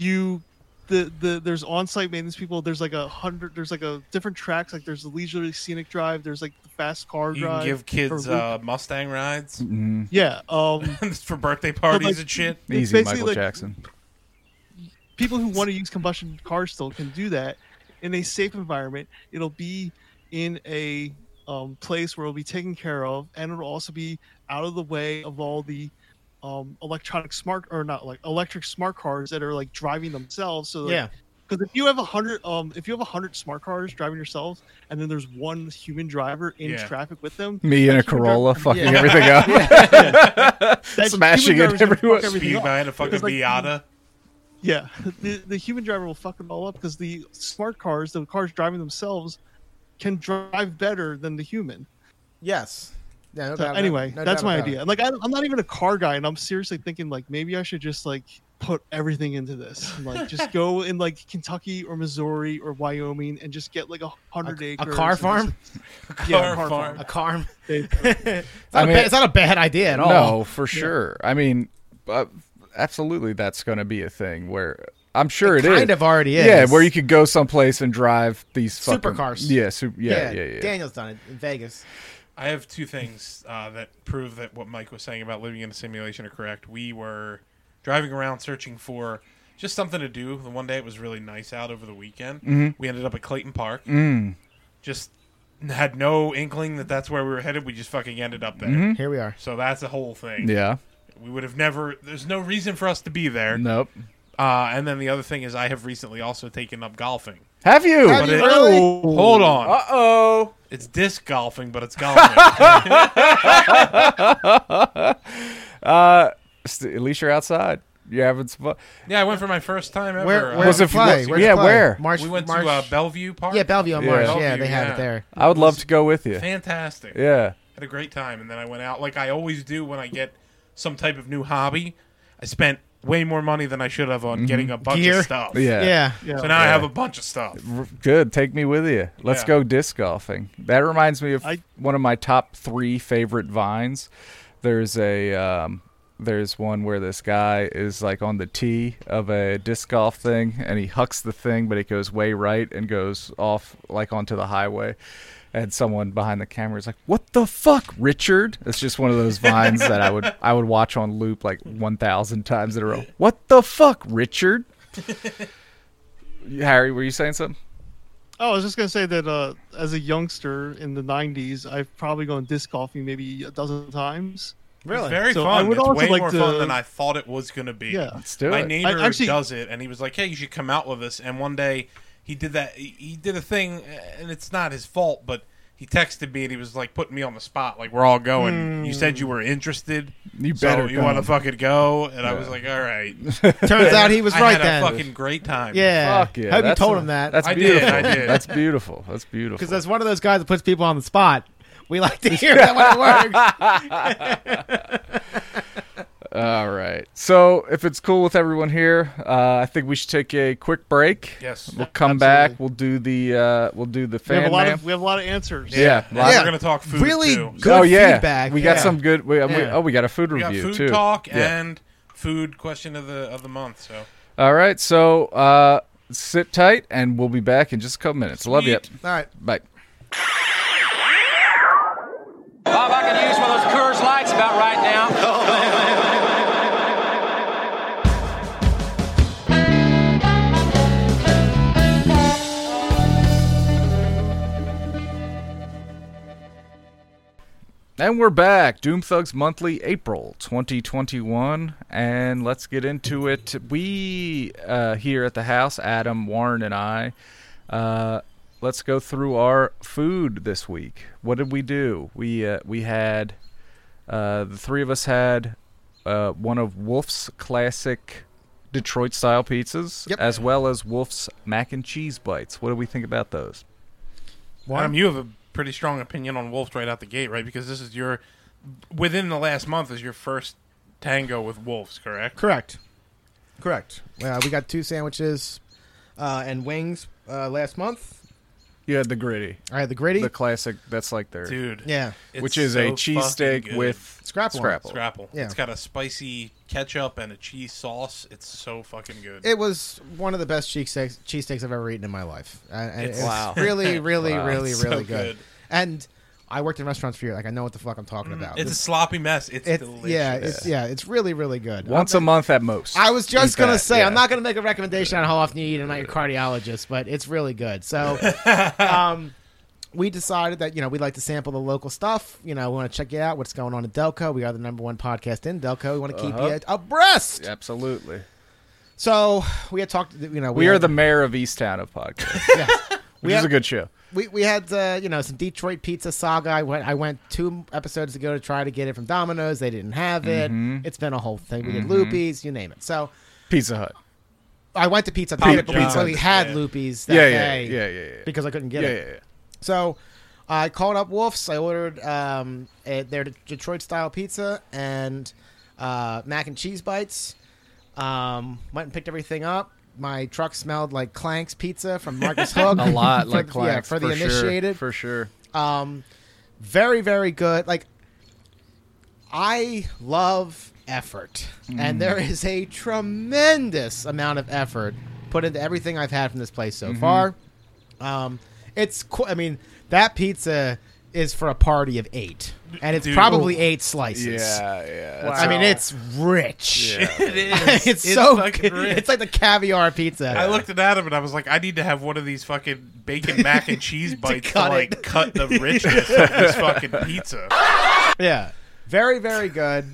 Speaker 2: you the the there's on-site maintenance people there's like a hundred there's like a different tracks like there's the leisurely scenic drive there's like the fast car
Speaker 3: You
Speaker 2: drive
Speaker 3: can give kids
Speaker 2: or-
Speaker 3: uh, Mustang rides
Speaker 1: Mhm.
Speaker 2: yeah um
Speaker 3: for birthday parties
Speaker 2: like,
Speaker 3: and shit.
Speaker 2: it's
Speaker 1: easy
Speaker 2: basically,
Speaker 1: michael
Speaker 2: like,
Speaker 1: jackson
Speaker 2: people who want to use combustion cars still can do that in a safe environment. It'll be in a um, place where it'll be taken care of, and it'll also be out of the way of all the um, electronic smart or not like electric smart cars that are like driving themselves. So like,
Speaker 4: Yeah.
Speaker 2: because if you have a hundred, um, if you have a hundred smart cars driving yourselves, and then there's one human driver in
Speaker 3: Yeah.
Speaker 2: traffic with them,
Speaker 1: Me and a
Speaker 2: that human driver-
Speaker 1: Corolla fucking
Speaker 4: Yeah.
Speaker 1: everything up.
Speaker 2: that
Speaker 1: Smashing
Speaker 2: human
Speaker 1: it
Speaker 2: driver's gonna fuck
Speaker 1: everywhere.
Speaker 2: everything
Speaker 3: Speed
Speaker 2: up.
Speaker 3: by in a fucking
Speaker 2: It's like-
Speaker 3: Miata.
Speaker 2: Yeah, the, the human driver will fuck them all up because the smart cars, the cars driving themselves, can drive better than the human.
Speaker 4: Yes. Yeah, no
Speaker 2: So
Speaker 4: doubt- no-
Speaker 2: anyway,
Speaker 4: no
Speaker 2: that's
Speaker 4: doubt
Speaker 2: my
Speaker 4: about it.
Speaker 2: idea. Like, I, I'm not even a car guy, and I'm seriously thinking like maybe I should just like put everything into this. Like, just go in like Kentucky or Missouri or Wyoming and just get like a hundred
Speaker 4: A- a
Speaker 2: acres.
Speaker 4: car
Speaker 2: and just,
Speaker 4: farm?
Speaker 2: like- yeah, a
Speaker 3: Car
Speaker 2: car farm.
Speaker 3: farm.
Speaker 4: A car.
Speaker 2: They-
Speaker 4: It's not,
Speaker 1: I
Speaker 4: a
Speaker 1: mean-
Speaker 4: ba- it's not a bad idea at all.
Speaker 1: No, for sure. I mean, uh, absolutely, that's going to be a thing where I'm sure
Speaker 4: it
Speaker 1: it,
Speaker 4: kind
Speaker 1: is.
Speaker 4: of already is.
Speaker 1: Yeah, where you could go someplace and drive these fucking,
Speaker 4: Supercars.
Speaker 1: Yeah, super, yeah, yeah, yeah.
Speaker 4: Daniel's done it in Vegas.
Speaker 3: I have two things uh, that prove that what Mike was saying about living in a simulation are correct. We were driving around searching for just something to do. The one day it was really nice out over the weekend.
Speaker 1: Mm-hmm.
Speaker 3: We ended up at Clayton Park.
Speaker 1: Mm.
Speaker 3: Just had no inkling that that's where we were headed. We just fucking ended up there.
Speaker 4: Here we are.
Speaker 3: So that's the whole thing.
Speaker 1: Mm-hmm. Yeah.
Speaker 3: We would have never. There's no reason for us to be there.
Speaker 1: Nope.
Speaker 3: Uh, and then the other thing is, I have recently also taken up golfing.
Speaker 1: Have you?
Speaker 4: Have
Speaker 3: But
Speaker 4: you
Speaker 3: it-
Speaker 4: really?
Speaker 3: Hold on.
Speaker 1: Uh oh.
Speaker 3: It's disc golfing, but it's golfing.
Speaker 1: Uh, st- at least you're outside. You're having some fun.
Speaker 3: yeah, I went for my first time ever.
Speaker 4: Where,
Speaker 3: Uh,
Speaker 4: where
Speaker 1: Was it-
Speaker 4: play?
Speaker 1: was-
Speaker 4: Where'd you
Speaker 1: yeah,
Speaker 4: play?
Speaker 1: where?
Speaker 4: March.
Speaker 3: we went
Speaker 4: March,
Speaker 3: to uh, Bellevue Park.
Speaker 4: yeah, Bellevue on
Speaker 1: Yeah.
Speaker 4: March. Yeah,
Speaker 3: Bellevue,
Speaker 4: they had
Speaker 3: yeah.
Speaker 4: it there.
Speaker 1: I would love to go with you.
Speaker 3: Fantastic.
Speaker 1: Yeah.
Speaker 3: Had a great time, and then I went out like I always do when I get some type of new hobby. I spent way more money than I should have on getting a bunch
Speaker 4: Gear.
Speaker 3: of stuff.
Speaker 1: Mm-hmm. Yeah.
Speaker 4: Yeah.
Speaker 2: Yeah.
Speaker 3: So now I have a bunch of stuff.
Speaker 1: R- Good. Take me with you. Let's
Speaker 3: Yeah.
Speaker 1: go disc golfing. That reminds me of
Speaker 2: I-
Speaker 1: one of my top three favorite vines. There's a um, there's one where this guy is like on the tee of a disc golf thing, and he hucks the thing, but it goes way right and goes off like onto the highway. And someone behind the camera is like, "What the fuck, Richard?" It's just one of those vines that I would I would watch on loop like 1,000 times in a row. What the fuck, Richard? Harry, were you saying something?
Speaker 2: Oh, I was just gonna say that uh, as a youngster in the '90s, I've probably gone disc golfing maybe a dozen times.
Speaker 4: Really?
Speaker 3: Very
Speaker 2: So I
Speaker 3: fun.
Speaker 2: would
Speaker 3: It's
Speaker 2: also
Speaker 3: way
Speaker 2: like
Speaker 3: more fun
Speaker 2: to-
Speaker 3: than I thought it was going to be.
Speaker 2: Yeah.
Speaker 1: Let's do
Speaker 3: My
Speaker 1: it.
Speaker 3: neighbor
Speaker 2: I- actually-
Speaker 3: does it, and he was like, "Hey, you should come out with us." And one day, he did that. He he did a thing, and it's not his fault, but he texted me and he was like, putting me on the spot, like, "We're all going. You said you were interested.
Speaker 1: You
Speaker 3: so
Speaker 1: better
Speaker 3: you want to
Speaker 1: come."
Speaker 3: fucking go?" And I was like, "All right."
Speaker 4: Turns out he was
Speaker 3: I
Speaker 4: right
Speaker 3: had
Speaker 4: then.
Speaker 3: A fucking great time.
Speaker 4: yeah.
Speaker 1: Fuck yeah.
Speaker 4: Hope you
Speaker 1: that's
Speaker 4: told
Speaker 1: a-
Speaker 4: him that.
Speaker 1: That's
Speaker 3: I did,
Speaker 1: beautiful.
Speaker 3: I did.
Speaker 1: That's beautiful. That's beautiful.
Speaker 4: Because as one of those guys that puts people on the spot, we like to hear that when it works.
Speaker 1: All right. So if it's cool with everyone here, uh, I think we should take a quick break.
Speaker 3: Yes.
Speaker 1: We'll come back.
Speaker 2: Absolutely.
Speaker 1: We'll do the uh, we'll do the
Speaker 2: We
Speaker 1: fan
Speaker 2: have a lot
Speaker 1: mail.
Speaker 2: of we have a lot of answers.
Speaker 1: yeah.
Speaker 3: Now
Speaker 1: lots-
Speaker 4: Yeah.
Speaker 3: we're gonna talk food
Speaker 4: Really
Speaker 3: too.
Speaker 4: good
Speaker 1: oh yeah.
Speaker 4: feedback.
Speaker 1: We got
Speaker 4: Yeah.
Speaker 1: some good. We, um, we-
Speaker 4: Yeah.
Speaker 1: oh, we got a food
Speaker 3: we got
Speaker 1: review
Speaker 3: food
Speaker 1: too.
Speaker 3: talk
Speaker 1: yeah.
Speaker 3: and food question of the of the month. So
Speaker 1: All right. So uh, sit tight, and we'll be back in just a couple minutes. Love you.
Speaker 3: Sweet.
Speaker 4: All right.
Speaker 1: Bye.
Speaker 5: Bob, I could use one of those Coors Lights about right now.
Speaker 1: And we're back, Doom Thugs Monthly, April 2021, and let's get into it. We uh, here at the house, Adam, Warren, and I, uh, let's go through our food this week. What did we do? We uh, we had uh, the three of us had uh, one of Wolf's classic Detroit style pizzas,
Speaker 4: Yep.
Speaker 1: as well as Wolf's mac and cheese bites. What do we think about those?
Speaker 3: Adam, you have a pretty strong opinion on Wolf right out the gate, right? Because this is your within the last month is your first tango with Wolves, correct?
Speaker 4: Correct. Correct. Uh, we got two sandwiches uh, and wings uh, last month.
Speaker 1: You had the gritty,
Speaker 4: I had the gritty.
Speaker 1: the classic. That's like their
Speaker 3: Dude.
Speaker 4: yeah.
Speaker 3: it's
Speaker 1: which is a
Speaker 3: so fucking
Speaker 1: cheesesteak
Speaker 3: good.
Speaker 1: with
Speaker 4: Scrapple on it.
Speaker 1: Scrapple.
Speaker 3: scrapple.
Speaker 4: Yeah.
Speaker 3: It's got a spicy ketchup and a cheese sauce. It's so fucking good.
Speaker 4: It was one of the best cheesesteaks, cheesesteaks I've ever eaten in my life. And, and
Speaker 3: It's-
Speaker 4: it's
Speaker 3: Wow.
Speaker 4: really, really,
Speaker 1: Wow.
Speaker 4: really, really
Speaker 3: It's so
Speaker 4: good.
Speaker 3: good.
Speaker 4: And I worked in restaurants for years. Like, I know what the fuck I'm talking about.
Speaker 3: Mm, it's a
Speaker 4: This-
Speaker 3: sloppy mess. It's,
Speaker 4: it's-
Speaker 3: delicious.
Speaker 4: yeah, it's, yeah, it's really, really good.
Speaker 1: Once a month at most.
Speaker 4: I was just
Speaker 1: Eat
Speaker 4: gonna
Speaker 1: that,
Speaker 4: say
Speaker 1: yeah.
Speaker 4: I'm not gonna make a recommendation on how often you eat. I'm not your cardiologist, but it's really good. So, um, we decided that you know we'd like to sample the local stuff. You know, we want to check it out. What's going on in Delco? We are the number one podcast in Delco. We want to keep
Speaker 1: Uh-huh.
Speaker 4: you abreast.
Speaker 1: Absolutely.
Speaker 4: So we had talked. You know,
Speaker 1: We, are
Speaker 4: had-
Speaker 1: the mayor of Easttown of podcasts,
Speaker 4: yeah.
Speaker 1: which is
Speaker 4: have-
Speaker 1: a good show.
Speaker 4: we we had uh, you know some Detroit pizza saga. I went I went two episodes ago to try to get it from Domino's. They didn't have it.
Speaker 1: Mm-hmm.
Speaker 4: It's been a whole thing. We did Loopies, you name it. So.
Speaker 1: Pizza Hut.
Speaker 4: I went to Pizza
Speaker 1: Pizza
Speaker 4: Pizza, but we,
Speaker 1: Pizza.
Speaker 4: so we had
Speaker 3: Yeah.
Speaker 4: Loopies that
Speaker 1: Yeah, yeah,
Speaker 4: day
Speaker 1: yeah, yeah, yeah.
Speaker 4: because I couldn't
Speaker 1: Yeah,
Speaker 4: get
Speaker 1: yeah,
Speaker 4: it.
Speaker 1: yeah.
Speaker 4: So I called up Wolf's. I ordered um, eh, their Detroit style pizza and uh, mac and cheese bites. Um, went and picked everything up. My truck smelled like Clank's pizza from Marcus Hook.
Speaker 1: A lot
Speaker 4: For-
Speaker 1: like
Speaker 4: yeah,
Speaker 1: Clank's,
Speaker 4: for the
Speaker 1: sure,
Speaker 4: initiated.
Speaker 1: for sure.
Speaker 4: Um, very, very good. Like, I love effort,
Speaker 3: Mm.
Speaker 4: and there is a tremendous amount of effort put into everything I've had from this place
Speaker 3: Mm-hmm.
Speaker 4: so far. Um, it's, qu- I mean, that pizza is for a party of eight, and it's
Speaker 3: Dude.
Speaker 4: probably eight slices.
Speaker 1: yeah. that's-
Speaker 4: I mean, it's rich.
Speaker 1: Yeah.
Speaker 3: it is.
Speaker 4: it's, so
Speaker 3: fucking
Speaker 4: good.
Speaker 3: rich.
Speaker 4: It's like the caviar pizza.
Speaker 3: I looked at Adam and I was like, I need to have one of these fucking bacon mac and cheese bites to,
Speaker 4: cut
Speaker 3: like
Speaker 4: it.
Speaker 3: cut the richness of this fucking pizza.
Speaker 4: Yeah. Very, very good.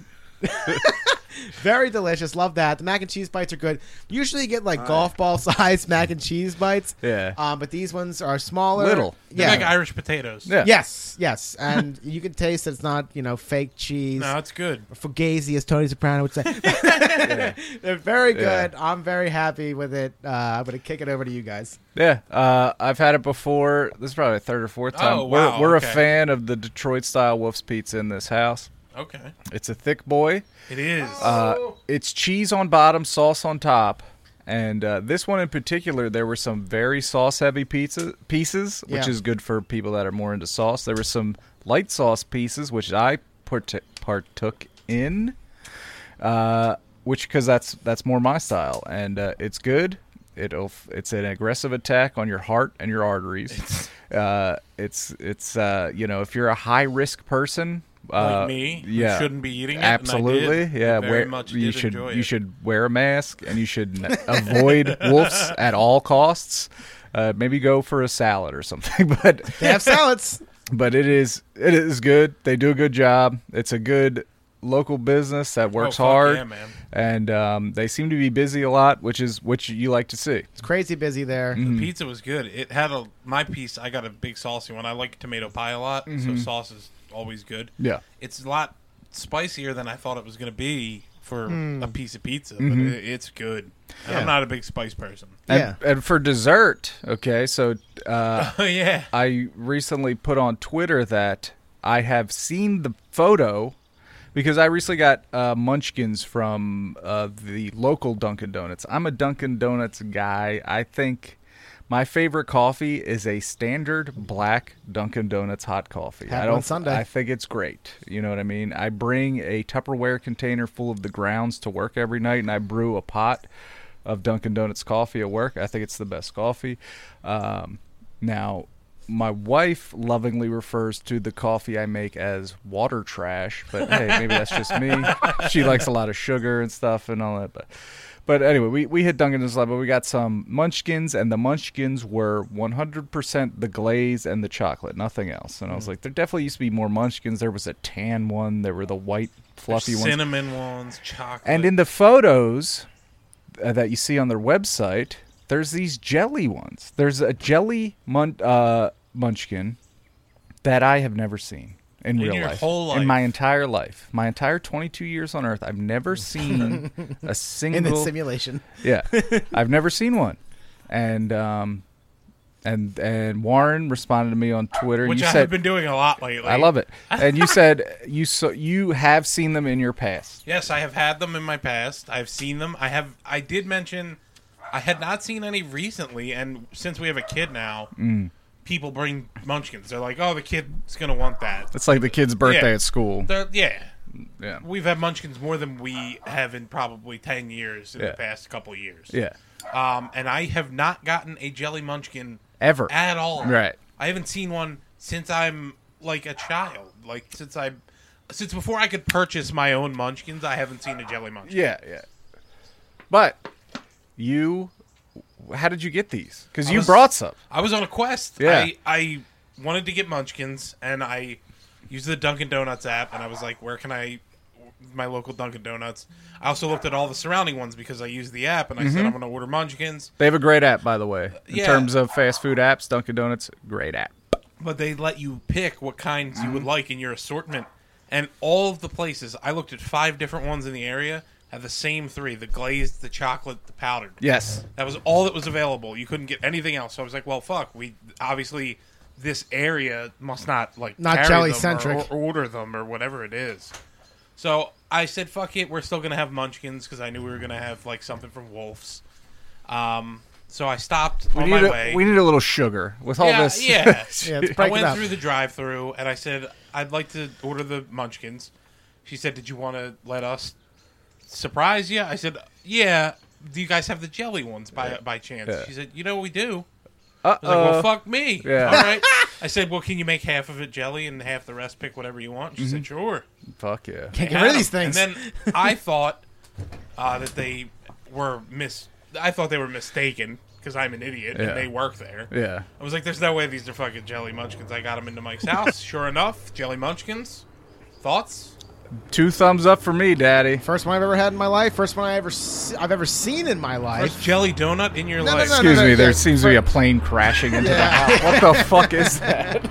Speaker 4: Very delicious. Love that. The mac and cheese bites are good. Usually you get like golf ball size mac and cheese bites.
Speaker 1: Yeah.
Speaker 4: Um, but these ones are smaller.
Speaker 1: Little.
Speaker 3: They're
Speaker 4: Yeah.
Speaker 3: like Irish potatoes.
Speaker 1: Yeah.
Speaker 4: Yes. Yes. And you can taste that it's not you know fake cheese.
Speaker 3: No, it's good.
Speaker 4: Fugazi, as Tony Soprano would say. They're very
Speaker 1: Yeah.
Speaker 4: good. I'm very happy with it. Uh, I'm going to kick it over to you guys.
Speaker 1: Yeah, uh, I've had it before. This is probably a third or fourth time.
Speaker 3: Oh, wow,
Speaker 1: We're, we're
Speaker 3: okay.
Speaker 1: a fan of the Detroit style Wolf's Pizza in this house.
Speaker 3: Okay.
Speaker 1: It's a thick boy.
Speaker 3: It is.
Speaker 1: Uh, it's cheese on bottom, sauce on top. And uh, this one in particular, there were some very sauce heavy pizza pieces, which
Speaker 4: Yeah.
Speaker 1: is good for people that are more into sauce. There were some light sauce pieces, which I parta- partook in, uh, which because that's that's more my style, and uh, it's good. It'll f- it's an aggressive attack on your heart and your arteries. uh, it's it's uh, you know if you're a high risk person. uh,
Speaker 3: like me,
Speaker 1: yeah,
Speaker 3: who shouldn't be eating it.
Speaker 1: Absolutely,
Speaker 3: and I did.
Speaker 1: yeah.
Speaker 3: Very
Speaker 1: wear-
Speaker 3: much
Speaker 1: you
Speaker 3: did
Speaker 1: should
Speaker 3: enjoy
Speaker 1: you
Speaker 3: it.
Speaker 1: should wear a mask and you should n- avoid wolves at all costs. Uh, maybe go for a salad or something, but
Speaker 4: They have salads.
Speaker 1: but it is it is good. They do a good job. It's a good local business that works
Speaker 3: Oh, fuck
Speaker 1: hard,
Speaker 3: yeah, man.
Speaker 1: and um, they seem to be busy a lot, which is which you like to see.
Speaker 4: It's crazy busy there.
Speaker 1: Mm. Mm-hmm.
Speaker 3: The pizza was good. It had a my piece. I got a big saucy one. I like tomato pie a lot, so sauce is always good.
Speaker 1: Mm-hmm. Yeah.
Speaker 3: it's a lot spicier than I thought it was going to be for a piece of pizza, but
Speaker 1: Mm-hmm.
Speaker 3: it, it's good. And
Speaker 4: Yeah.
Speaker 3: I'm not a big spice person.
Speaker 1: And,
Speaker 4: Yeah.
Speaker 1: and for dessert, okay, so uh,
Speaker 3: Oh yeah,
Speaker 1: I recently put on Twitter that I have seen the photo because I recently got uh, munchkins from uh, the local Dunkin' Donuts. I'm a Dunkin' Donuts guy. I think my favorite coffee is a standard black Dunkin' Donuts hot coffee.
Speaker 4: Had
Speaker 1: I
Speaker 4: one
Speaker 1: don't
Speaker 4: Sunday.
Speaker 1: I think it's great. You know what I mean? I bring a Tupperware container full of the grounds to work every night, and I brew a pot of Dunkin' Donuts coffee at work. I think it's the best coffee. Um, now, my wife lovingly refers to the coffee I make as water trash, but hey, maybe that's just me. She likes a lot of sugar and stuff and all that. But, but anyway, we, we hit Dunkin' Donuts, Live, but we got some munchkins, and the munchkins were 100% the glaze and the chocolate, nothing else. And I was like, there definitely used to be more munchkins. There was a tan one, there were the white, fluffy ones.
Speaker 3: cinnamon ones, chocolate,
Speaker 1: And in the photos uh, that you see on their website, there's these jelly ones. There's a jelly mun- uh, munchkin that I have never seen in,
Speaker 3: In
Speaker 1: real
Speaker 3: your
Speaker 1: life.
Speaker 3: whole
Speaker 1: In my
Speaker 3: life.
Speaker 1: entire life, my entire 22 years on Earth, I've never seen a single
Speaker 4: In the simulation.
Speaker 1: yeah, I've never seen one, and um, and and Warren responded to me on Twitter.
Speaker 3: which
Speaker 1: you
Speaker 3: I
Speaker 1: said
Speaker 3: have been doing a lot lately.
Speaker 1: I love it, and you said you so you have seen them in your past.
Speaker 3: Yes, I have had them in my past. I've seen them. I have. I did mention I had not seen any recently, and since we have a kid now,
Speaker 1: Mm.
Speaker 3: people bring munchkins. They're like, "Oh, the kid's gonna want that."
Speaker 1: It's like the kid's birthday
Speaker 3: Yeah.
Speaker 1: at school.
Speaker 3: They're, yeah,
Speaker 1: Yeah.
Speaker 3: we've had munchkins more than we have in probably ten years in
Speaker 1: Yeah.
Speaker 3: the past couple of years.
Speaker 1: Yeah.
Speaker 3: Um, and I have not gotten a jelly munchkin
Speaker 1: Ever.
Speaker 3: at all.
Speaker 1: Right.
Speaker 3: I haven't seen one since I'm like a child. Like since I, since before I could purchase my own munchkins, I haven't seen a jelly munchkin.
Speaker 1: Yeah, yeah. But you, how did you get these? Because you
Speaker 3: was-
Speaker 1: brought some.
Speaker 3: I was on a quest.
Speaker 1: Yeah.
Speaker 3: I, I wanted to get Munchkins, and I used the Dunkin' Donuts app, and I was like, where can I, my local Dunkin' Donuts? I also looked at all the surrounding ones because I used the app, and I said, I'm going to order Munchkins.
Speaker 1: They have a great app, by the way. In
Speaker 3: Yeah.
Speaker 1: terms of fast food apps, Dunkin' Donuts, great app.
Speaker 3: But they let you pick what kinds you would like in your assortment. And all of the places, I looked at five different ones in the area, had the same three the glazed, the chocolate, the powdered.
Speaker 1: Yes.
Speaker 3: That was all that was available. You couldn't get anything else. So I was like, well, fuck. We obviously this area must not like
Speaker 4: Not
Speaker 3: carry
Speaker 4: jelly
Speaker 3: them or-
Speaker 4: centric.
Speaker 3: or, order them or whatever it is. So I said, fuck it. We're still gonna have Munchkins because I knew we were gonna have like something from Wolf's. Um, so I stopped
Speaker 1: We
Speaker 3: on
Speaker 1: need,
Speaker 3: my
Speaker 1: a,
Speaker 3: way.
Speaker 1: we need a little sugar with all
Speaker 3: yeah,
Speaker 1: this.
Speaker 3: yeah.
Speaker 4: Yeah,
Speaker 3: I
Speaker 4: let's break it
Speaker 3: went
Speaker 4: up.
Speaker 3: through the drive-through and I said, I'd like to order the Munchkins. She said, Did you want to let us surprise you? I said, Yeah. Do you guys have the jelly ones by by chance?
Speaker 1: Yeah.
Speaker 3: She said, You know we do.
Speaker 1: Uh
Speaker 3: I was like, well,
Speaker 1: oh.
Speaker 3: fuck me.
Speaker 1: Yeah.
Speaker 3: All right. I said, well, can you make half of it jelly and half the rest pick whatever you want? She said, sure.
Speaker 1: Fuck yeah.
Speaker 4: Can't
Speaker 3: I
Speaker 4: Mm-hmm. get rid of
Speaker 3: had
Speaker 4: these
Speaker 3: them.
Speaker 4: things.
Speaker 3: And then I thought uh, that they were mis. I thought they were mistaken because I'm an idiot
Speaker 1: Yeah.
Speaker 3: and they work there.
Speaker 1: Yeah.
Speaker 3: I was like, there's no way these are fucking jelly munchkins. I got them into Mike's house. sure enough, jelly munchkins. Thoughts?
Speaker 1: Two thumbs up for me, Daddy.
Speaker 4: First one I've ever had in my life. First one I ever se- I've ever seen in my life.
Speaker 3: First jelly donut in your
Speaker 4: No, no,
Speaker 3: life.
Speaker 4: no, no.
Speaker 1: Excuse me, there
Speaker 4: yeah,
Speaker 1: seems to be a plane crashing into the
Speaker 4: Yeah.
Speaker 1: house. What the fuck is that?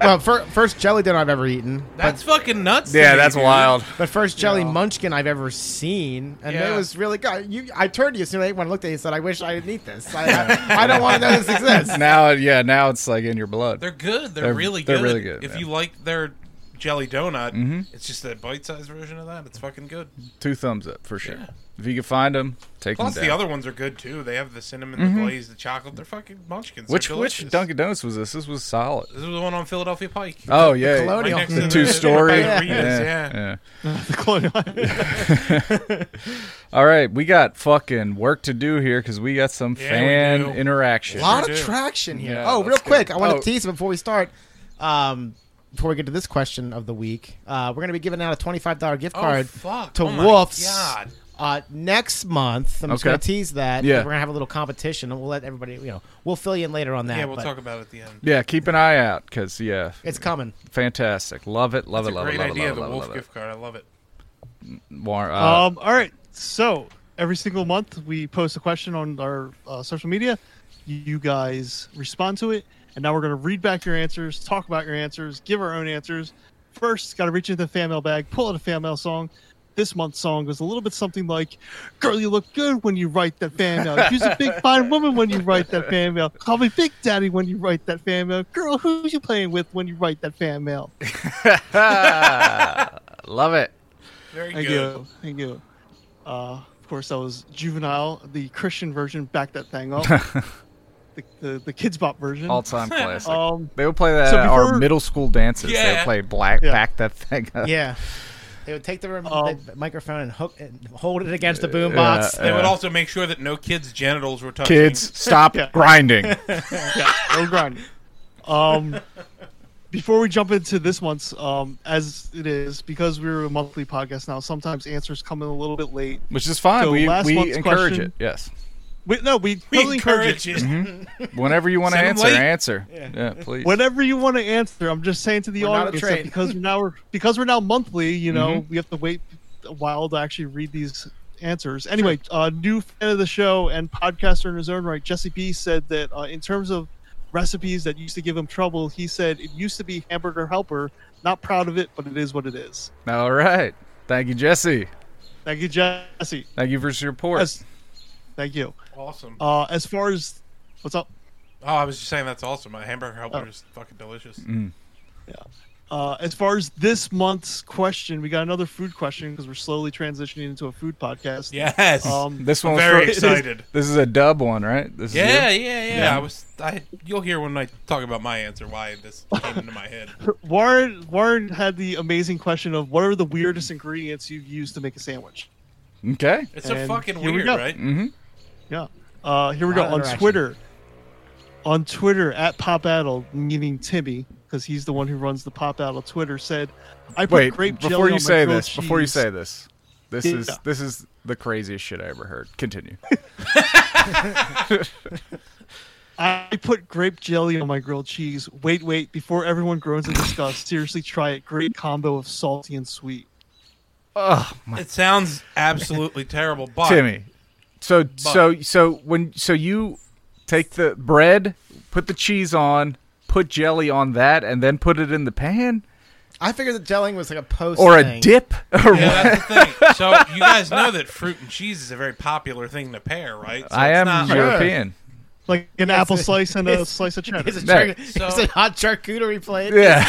Speaker 4: well, fir- first jelly dinner I've ever eaten.
Speaker 3: That's fucking nuts. to
Speaker 1: Yeah,
Speaker 3: me,
Speaker 1: that's
Speaker 3: dude.
Speaker 1: wild.
Speaker 4: But first jelly
Speaker 2: Yeah.
Speaker 4: munchkin I've ever seen, and
Speaker 3: Yeah.
Speaker 4: it was really good. You, I turned to you as soon as anyone looked at you and said, "I wish I didn't eat this. I, I, I don't want to know this exists."
Speaker 1: Now, yeah, now it's like in your blood.
Speaker 3: They're good. They're,
Speaker 1: They're-
Speaker 3: really good.
Speaker 1: they're really good, Mm-hmm.
Speaker 3: If
Speaker 1: yeah.
Speaker 3: you like their jelly donut, it's just a bite-sized version of that. It's fucking good.
Speaker 1: Two thumbs up for sure.
Speaker 3: Yeah.
Speaker 1: If you can find them, take
Speaker 3: Plus,
Speaker 1: them down.
Speaker 3: the other ones are good too. They have the cinnamon, the glaze, the chocolate. They're fucking munchkins. They're
Speaker 1: Mm-hmm. which which
Speaker 3: delicious.
Speaker 1: Dunkin' Donuts was this? This was solid.
Speaker 3: This is the one on Philadelphia Pike.
Speaker 1: Oh yeah,
Speaker 4: Colonial.
Speaker 3: next
Speaker 1: the
Speaker 3: to
Speaker 1: two story.
Speaker 3: Yeah.
Speaker 1: Yeah,
Speaker 3: Yeah.
Speaker 1: yeah.
Speaker 2: The clone-
Speaker 1: All right, we got fucking work to do here because we got some
Speaker 3: Yeah, we
Speaker 1: fan
Speaker 3: do.
Speaker 1: interaction.
Speaker 4: A lot
Speaker 3: Sure
Speaker 4: of
Speaker 3: do.
Speaker 4: traction here.
Speaker 1: Yeah,
Speaker 4: oh, real
Speaker 1: let's go.
Speaker 4: quick, I want to
Speaker 1: Oh.
Speaker 4: tease before we start. Um, before we get to this question of the week, uh, we're going to be giving out a twenty-five dollar gift
Speaker 3: Oh,
Speaker 4: card
Speaker 3: fuck.
Speaker 4: to
Speaker 3: Oh, my
Speaker 4: Wolf's
Speaker 3: God.
Speaker 4: uh, next month. I'm just
Speaker 1: Okay.
Speaker 4: going to tease that.
Speaker 1: Yeah.
Speaker 4: we're going to have a little competition, and we'll let everybody. You know, we'll fill you in later on that.
Speaker 3: Yeah, we'll
Speaker 4: but
Speaker 3: talk about it at the end.
Speaker 1: Yeah, keep an eye out because yeah,
Speaker 4: It's coming.
Speaker 1: fantastic. Love it, love
Speaker 3: That's
Speaker 1: it,
Speaker 3: a
Speaker 1: love
Speaker 3: great
Speaker 1: it, love
Speaker 3: idea.
Speaker 1: it,
Speaker 3: The
Speaker 1: love it,
Speaker 3: Wolf
Speaker 1: love it.
Speaker 3: gift card. I love it.
Speaker 1: War- uh,
Speaker 2: um, all right. So every single month we post a question on our uh, social media. You guys respond to it, and now we're going to read back your answers, talk about your answers, give our own answers. First, got to reach into the fan mail bag, pull out a fan mail song. This month's song was a little bit something like, "Girl, you look good when you write that fan mail. You're a big fine woman when you write that fan mail. Call me Big Daddy when you write that fan mail. Girl, who you playing with when you write that fan mail?"
Speaker 1: love it.
Speaker 3: Very
Speaker 2: Thank
Speaker 3: good.
Speaker 2: you. Thank you. Uh, of course, that was Juvenile, the Christian version. Back that thing up. the, the the Kids Bop version.
Speaker 1: All time classic.
Speaker 2: Um,
Speaker 1: they would play that
Speaker 2: so
Speaker 1: at our
Speaker 2: before-
Speaker 1: middle school dances. They
Speaker 3: Yeah.
Speaker 1: would play black
Speaker 2: Yeah.
Speaker 1: back that thing up.
Speaker 4: Yeah. They would take the, rem-
Speaker 2: Um,
Speaker 4: the microphone and hook and hold it against
Speaker 3: uh,
Speaker 4: the boombox.
Speaker 1: yeah,
Speaker 4: box.
Speaker 3: They would
Speaker 1: Yeah.
Speaker 3: also make sure that no kids' genitals were touching.
Speaker 1: Uh, Kids, stop
Speaker 2: Yeah.
Speaker 1: grinding.
Speaker 2: yeah, no grind. Um, before we jump into this month's, um, as it is because we're a monthly podcast now, sometimes answers come in a little bit late.
Speaker 1: Which is fine.
Speaker 2: So
Speaker 1: we
Speaker 2: last
Speaker 1: we
Speaker 2: month's
Speaker 1: encourage
Speaker 2: question-
Speaker 1: it. Yes.
Speaker 2: We, no, we,
Speaker 3: We
Speaker 2: totally
Speaker 3: encourage it.
Speaker 1: Mm-hmm. Whenever you want to
Speaker 3: Send 'em
Speaker 1: answer,
Speaker 3: late.
Speaker 1: answer. Yeah, please.
Speaker 2: Whenever you want to answer, I'm just saying to the
Speaker 4: We're not a
Speaker 2: audience
Speaker 4: train. Mm-hmm.
Speaker 2: that because we're now because we're now monthly, you know, we have to wait a while to actually read these answers. Anyway, uh, new fan of the show and podcaster in his own right, Jesse B said that uh, in terms of recipes that used to give him trouble, he said it used to be hamburger helper. Not proud of it, but it is what it is.
Speaker 1: All right. Thank you, Jesse.
Speaker 2: Thank you, Jesse.
Speaker 1: Thank you for your support.
Speaker 2: As- thank you.
Speaker 3: Awesome. Oh,
Speaker 2: Uh, as far as what's up.
Speaker 3: I was just saying that's awesome. My hamburger
Speaker 2: Oh.
Speaker 3: helper is fucking delicious.
Speaker 1: Mm.
Speaker 2: Uh, as far as this month's question, we got another food question because we're slowly transitioning into a food podcast.
Speaker 3: Yes.
Speaker 2: Um,
Speaker 1: This
Speaker 3: I'm
Speaker 1: one's
Speaker 3: very
Speaker 1: for-
Speaker 3: excited.
Speaker 1: This is a dub one, right? This
Speaker 3: Yeah, yeah,
Speaker 1: Is
Speaker 3: yeah, I was. I. You'll hear when I talk about my answer why this came into my head.
Speaker 2: Warren Warren had the amazing question of what are the weirdest ingredients you've used to make a sandwich?
Speaker 1: you? Okay.
Speaker 3: It's so
Speaker 2: And
Speaker 3: fucking
Speaker 2: here we
Speaker 3: weird,
Speaker 2: go.
Speaker 3: right?
Speaker 1: Mm.
Speaker 2: Yeah. Uh, here we go
Speaker 4: Lot of
Speaker 2: on
Speaker 4: interaction.
Speaker 2: Twitter. On Twitter at Pop Addle, meaning Timmy, because he's the one who runs the Pop Addle Twitter, said, "I put
Speaker 1: Wait,
Speaker 2: grape jelly
Speaker 1: before
Speaker 2: on
Speaker 1: you
Speaker 2: my
Speaker 1: say
Speaker 2: grilled
Speaker 1: this, before you
Speaker 2: cheese."
Speaker 1: say this, this
Speaker 2: Yeah.
Speaker 1: is this is the craziest shit I ever heard. Continue.
Speaker 2: I put grape jelly on my grilled cheese. Wait, wait, before everyone groans in disgust, seriously try it. Great combo of salty and sweet.
Speaker 1: oh my
Speaker 3: It sounds absolutely terrible, but
Speaker 1: Timmy. So so so when so you take the bread, put the cheese on, put jelly on that, and then put it in the pan?
Speaker 4: I figured that gelling was like a post
Speaker 1: Or a
Speaker 4: thing.
Speaker 1: dip? Or
Speaker 3: Yeah,
Speaker 1: what?
Speaker 3: that's the thing. So you guys know that fruit and cheese is a very popular thing to pair, right? So
Speaker 1: I
Speaker 3: it's
Speaker 1: am
Speaker 3: not-
Speaker 1: European.
Speaker 2: Like an apple
Speaker 4: it's-
Speaker 2: slice and a
Speaker 4: it's-
Speaker 2: slice of cheddar.
Speaker 4: It's a,
Speaker 1: There.
Speaker 4: char-
Speaker 3: So-
Speaker 4: it's a hot charcuterie plate.
Speaker 1: Yeah.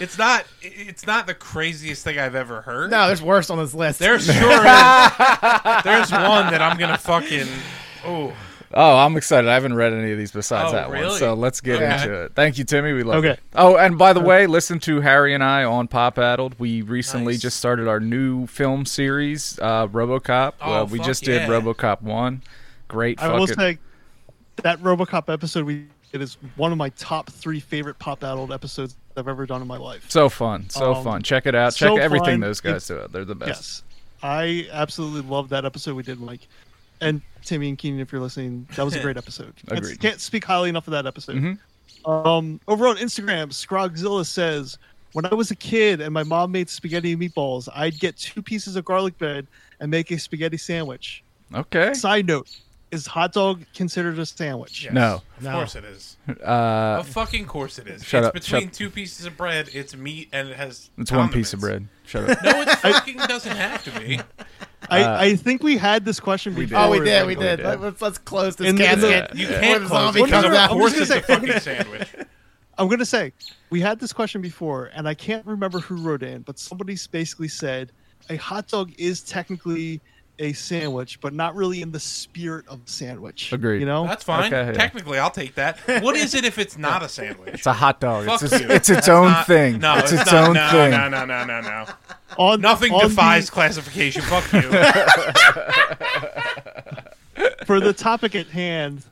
Speaker 3: It's not. It's not the craziest thing I've ever heard.
Speaker 4: No, there's worse on this list.
Speaker 3: There sure is. There's one that I'm gonna fucking. Oh,
Speaker 1: Oh, I'm excited. I haven't read any of these besides
Speaker 3: Oh,
Speaker 1: that one.
Speaker 3: really?
Speaker 1: So let's get
Speaker 3: Okay.
Speaker 1: into it. Thank you, Timmy. We love
Speaker 2: Okay. Uh,
Speaker 1: it. Oh, and by the way, listen to Harry and I on Pop Addled. We recently
Speaker 3: Nice.
Speaker 1: just started our new film series, uh, Robocop.
Speaker 3: Oh,
Speaker 1: well, we
Speaker 3: fuck
Speaker 1: just
Speaker 3: yeah.
Speaker 1: did Robocop 1. Great
Speaker 2: I
Speaker 1: fucking.
Speaker 2: will say that RoboCop episode we it is one of my top three favorite pop adult episodes I've ever done in my life.
Speaker 1: so fun. So
Speaker 2: Um,
Speaker 1: fun. Check it out. Check
Speaker 2: so
Speaker 1: everything
Speaker 2: fun.
Speaker 1: those guys
Speaker 2: It's-
Speaker 1: do. They're the best.
Speaker 2: Yes, I absolutely love that episode we did, Mike, and Timmy and Keenan. If you're listening, that was a great episode. I
Speaker 1: Agreed.
Speaker 2: can't speak highly enough of that episode. Um, over on Instagram, Scrogzilla says, "When I was a kid and my mom made spaghetti and meatballs, I'd get two pieces of garlic bread and make a spaghetti sandwich."
Speaker 1: Okay.
Speaker 2: Side note: Is hot dog considered a sandwich?
Speaker 3: Yes.
Speaker 1: No.
Speaker 3: Of
Speaker 4: No.
Speaker 3: course it is.
Speaker 1: Uh,
Speaker 3: Of fucking course it is.
Speaker 1: shut
Speaker 3: it's
Speaker 1: up,
Speaker 3: between
Speaker 1: shut-
Speaker 3: two pieces of bread. It's meat and it has.
Speaker 1: it's one piece of
Speaker 3: condiments.
Speaker 1: bread. Shut up.
Speaker 3: No, it fucking doesn't have to be.
Speaker 2: I,
Speaker 1: Uh,
Speaker 2: I think we had this question
Speaker 1: We did.
Speaker 2: before.
Speaker 4: Oh, we did, we
Speaker 1: We
Speaker 4: did.
Speaker 1: did.
Speaker 4: Let, us let's close this
Speaker 2: In the-
Speaker 4: casket.
Speaker 3: You
Speaker 1: Yeah.
Speaker 3: can't
Speaker 4: Or the
Speaker 3: close
Speaker 4: zombie
Speaker 3: it because
Speaker 4: comes
Speaker 3: of
Speaker 4: out.
Speaker 3: course
Speaker 2: I'm
Speaker 3: it's
Speaker 2: just
Speaker 3: a
Speaker 2: gonna
Speaker 3: fucking sandwich.
Speaker 2: I'm gonna say we had this question before, and I can't remember who wrote in, but somebody basically said a hot dog is technically a sandwich, but not really in the spirit of the sandwich.
Speaker 1: Agreed.
Speaker 2: You know,
Speaker 3: That's fine.
Speaker 1: Okay, yeah.
Speaker 3: Technically, I'll take that. What is it if it's not a sandwich?
Speaker 1: It's a hot dog.
Speaker 3: Fuck
Speaker 1: It's, its,
Speaker 3: you.
Speaker 1: it's its
Speaker 3: That's
Speaker 1: own
Speaker 3: not-
Speaker 1: thing.
Speaker 3: No,
Speaker 1: it's its,
Speaker 3: not-
Speaker 1: own
Speaker 3: no,
Speaker 1: thing.
Speaker 3: No, no, no, no, no.
Speaker 2: on,
Speaker 3: Nothing
Speaker 2: on the-
Speaker 3: defies classification. Fuck you.
Speaker 2: for the topic at hand.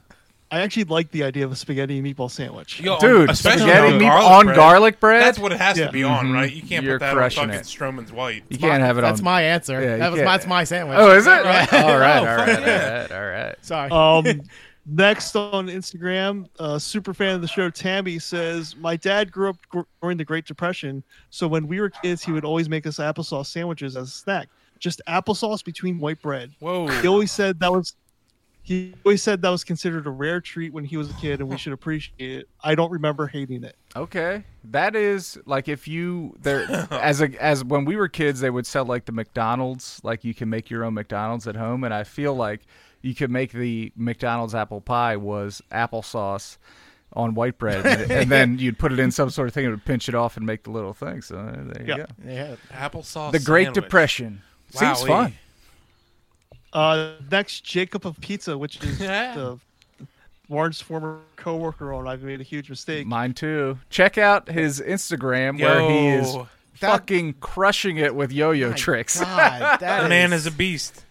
Speaker 2: I actually like the idea of a spaghetti and meatball sandwich.
Speaker 3: Yo,
Speaker 1: Dude,
Speaker 3: especially
Speaker 1: spaghetti
Speaker 3: on
Speaker 1: meat
Speaker 3: garlic
Speaker 1: on
Speaker 3: bread.
Speaker 1: garlic bread?
Speaker 3: That's what it has
Speaker 2: Yeah.
Speaker 3: to be on,
Speaker 1: Mhm.
Speaker 3: right? You can't
Speaker 1: You're
Speaker 3: put that on
Speaker 1: crushing
Speaker 3: fucking
Speaker 1: it.
Speaker 3: Stroman's white.
Speaker 1: you can't have it
Speaker 4: That's
Speaker 1: on.
Speaker 4: my answer.
Speaker 1: Yeah, you
Speaker 4: that was
Speaker 1: can't-
Speaker 4: my, that's my sandwich.
Speaker 1: oh, is it?
Speaker 3: Right.
Speaker 1: All right,
Speaker 3: Oh,
Speaker 1: all
Speaker 3: fuck
Speaker 1: right, all
Speaker 3: yeah.
Speaker 1: right, all right.
Speaker 4: Sorry.
Speaker 3: Oh.
Speaker 2: Um, next on Instagram, uh, super fan of the show, Tammy says, "My dad grew up gr- during the Great Depression, so when we were kids, he would always make us applesauce sandwiches as a snack. Just applesauce between white bread.
Speaker 3: Whoa.
Speaker 2: He always said that was." He always said that was considered a rare treat when he was a kid, and we should appreciate it. I don't remember hating it.
Speaker 1: Okay, that is like if you there as a as when we were kids, they would sell like the McDonald's, like you can make your own McDonald's at home, and I feel like you could make the McDonald's apple pie was applesauce on white bread, and, and then you'd put it in some sort of thing and it would pinch it off and make the little thing. So uh, there you
Speaker 2: Yeah.
Speaker 1: go.
Speaker 4: Yeah.
Speaker 3: Applesauce.
Speaker 1: The Great
Speaker 3: sandwich.
Speaker 1: Depression seems
Speaker 3: Wowee.
Speaker 1: fun.
Speaker 2: Uh, next, Jacob of Pizza, which is
Speaker 3: Yeah.
Speaker 2: the Warren's former coworker on I've Made a Huge Mistake.
Speaker 1: Mine too. Check out his Instagram where he is
Speaker 3: Yo.
Speaker 4: That-
Speaker 1: fucking crushing it with yo-yo
Speaker 4: My
Speaker 1: tricks.
Speaker 4: God, that
Speaker 3: The man is
Speaker 4: is
Speaker 3: a beast.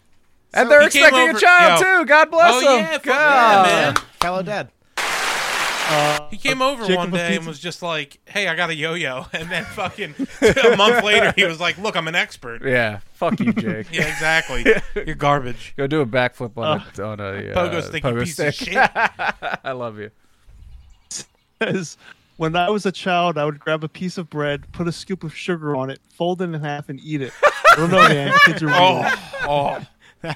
Speaker 1: And they're
Speaker 3: He came
Speaker 1: expecting
Speaker 3: over-
Speaker 1: a child
Speaker 3: yo.
Speaker 1: too. God bless
Speaker 3: Oh,
Speaker 1: him.
Speaker 3: yeah, fuck yeah,
Speaker 1: God.
Speaker 3: man.
Speaker 4: fellow dead.
Speaker 3: He came over
Speaker 2: Jacob
Speaker 3: one
Speaker 2: of
Speaker 3: day and
Speaker 2: Pizza-
Speaker 3: was just like, "Hey, I got a yo-yo," and then fucking a month later, he was like, "Look, I'm an expert." Yeah,
Speaker 1: Yeah, fuck you, Jake.
Speaker 3: exactly. You're garbage.
Speaker 1: Go do a backflip on
Speaker 3: Oh.
Speaker 1: a on a uh,
Speaker 3: Pogo sticky
Speaker 1: pogo
Speaker 3: piece
Speaker 1: stick.
Speaker 3: of shit.
Speaker 1: I love you.
Speaker 2: says, when I was a child, I would grab a piece of bread, put a scoop of sugar on it, fold it in half, and eat it. I don't know, man. Kids are weird.
Speaker 3: Oh, oh,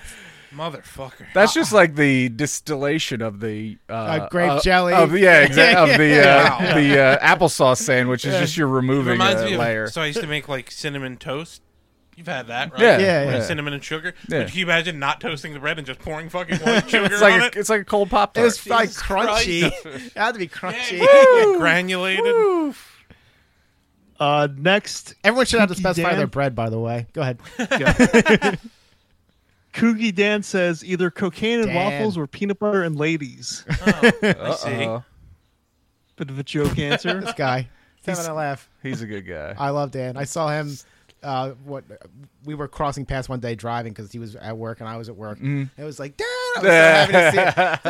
Speaker 3: motherfucker.
Speaker 1: That's just like the distillation of the uh,
Speaker 4: Uh-uh. Uh, grape
Speaker 1: uh,
Speaker 4: jelly.
Speaker 1: Of, yeah, exactly. Of the uh,
Speaker 3: Wow.
Speaker 1: the uh, applesauce sandwich is just you're
Speaker 3: It
Speaker 1: removing
Speaker 3: reminds me
Speaker 1: a
Speaker 3: of
Speaker 1: layer.
Speaker 3: so I used to make like cinnamon toast. You've had that, right?
Speaker 1: Yeah,
Speaker 4: Yeah,
Speaker 3: With
Speaker 4: yeah.
Speaker 3: Cinnamon and sugar.
Speaker 1: Yeah.
Speaker 3: But can you imagine not toasting the bread and just pouring fucking white sugar
Speaker 1: it's like
Speaker 3: on
Speaker 1: a,
Speaker 3: it?
Speaker 1: it's like a cold pop
Speaker 4: It
Speaker 1: tart.
Speaker 4: was like
Speaker 3: Jesus Christ.
Speaker 4: crunchy. it had to be crunchy.
Speaker 3: Yeah, granulated.
Speaker 2: Uh, next,
Speaker 4: Everyone should have to
Speaker 2: Cookie
Speaker 4: specify
Speaker 2: Dan.
Speaker 4: their bread, by the way. Go ahead.
Speaker 2: Coogie Dan says either cocaine and
Speaker 4: Dan.
Speaker 2: waffles or peanut butter and ladies.
Speaker 3: I see.
Speaker 1: Uh-oh.
Speaker 2: Bit of a joke answer.
Speaker 4: This guy. He's having a laugh.
Speaker 1: He's a good guy.
Speaker 4: I love Dan. I saw him. Uh, what we were crossing paths one day driving because he was at work and I was at
Speaker 3: Mm-hmm.
Speaker 4: work. It was like, Dan, I was so happy to see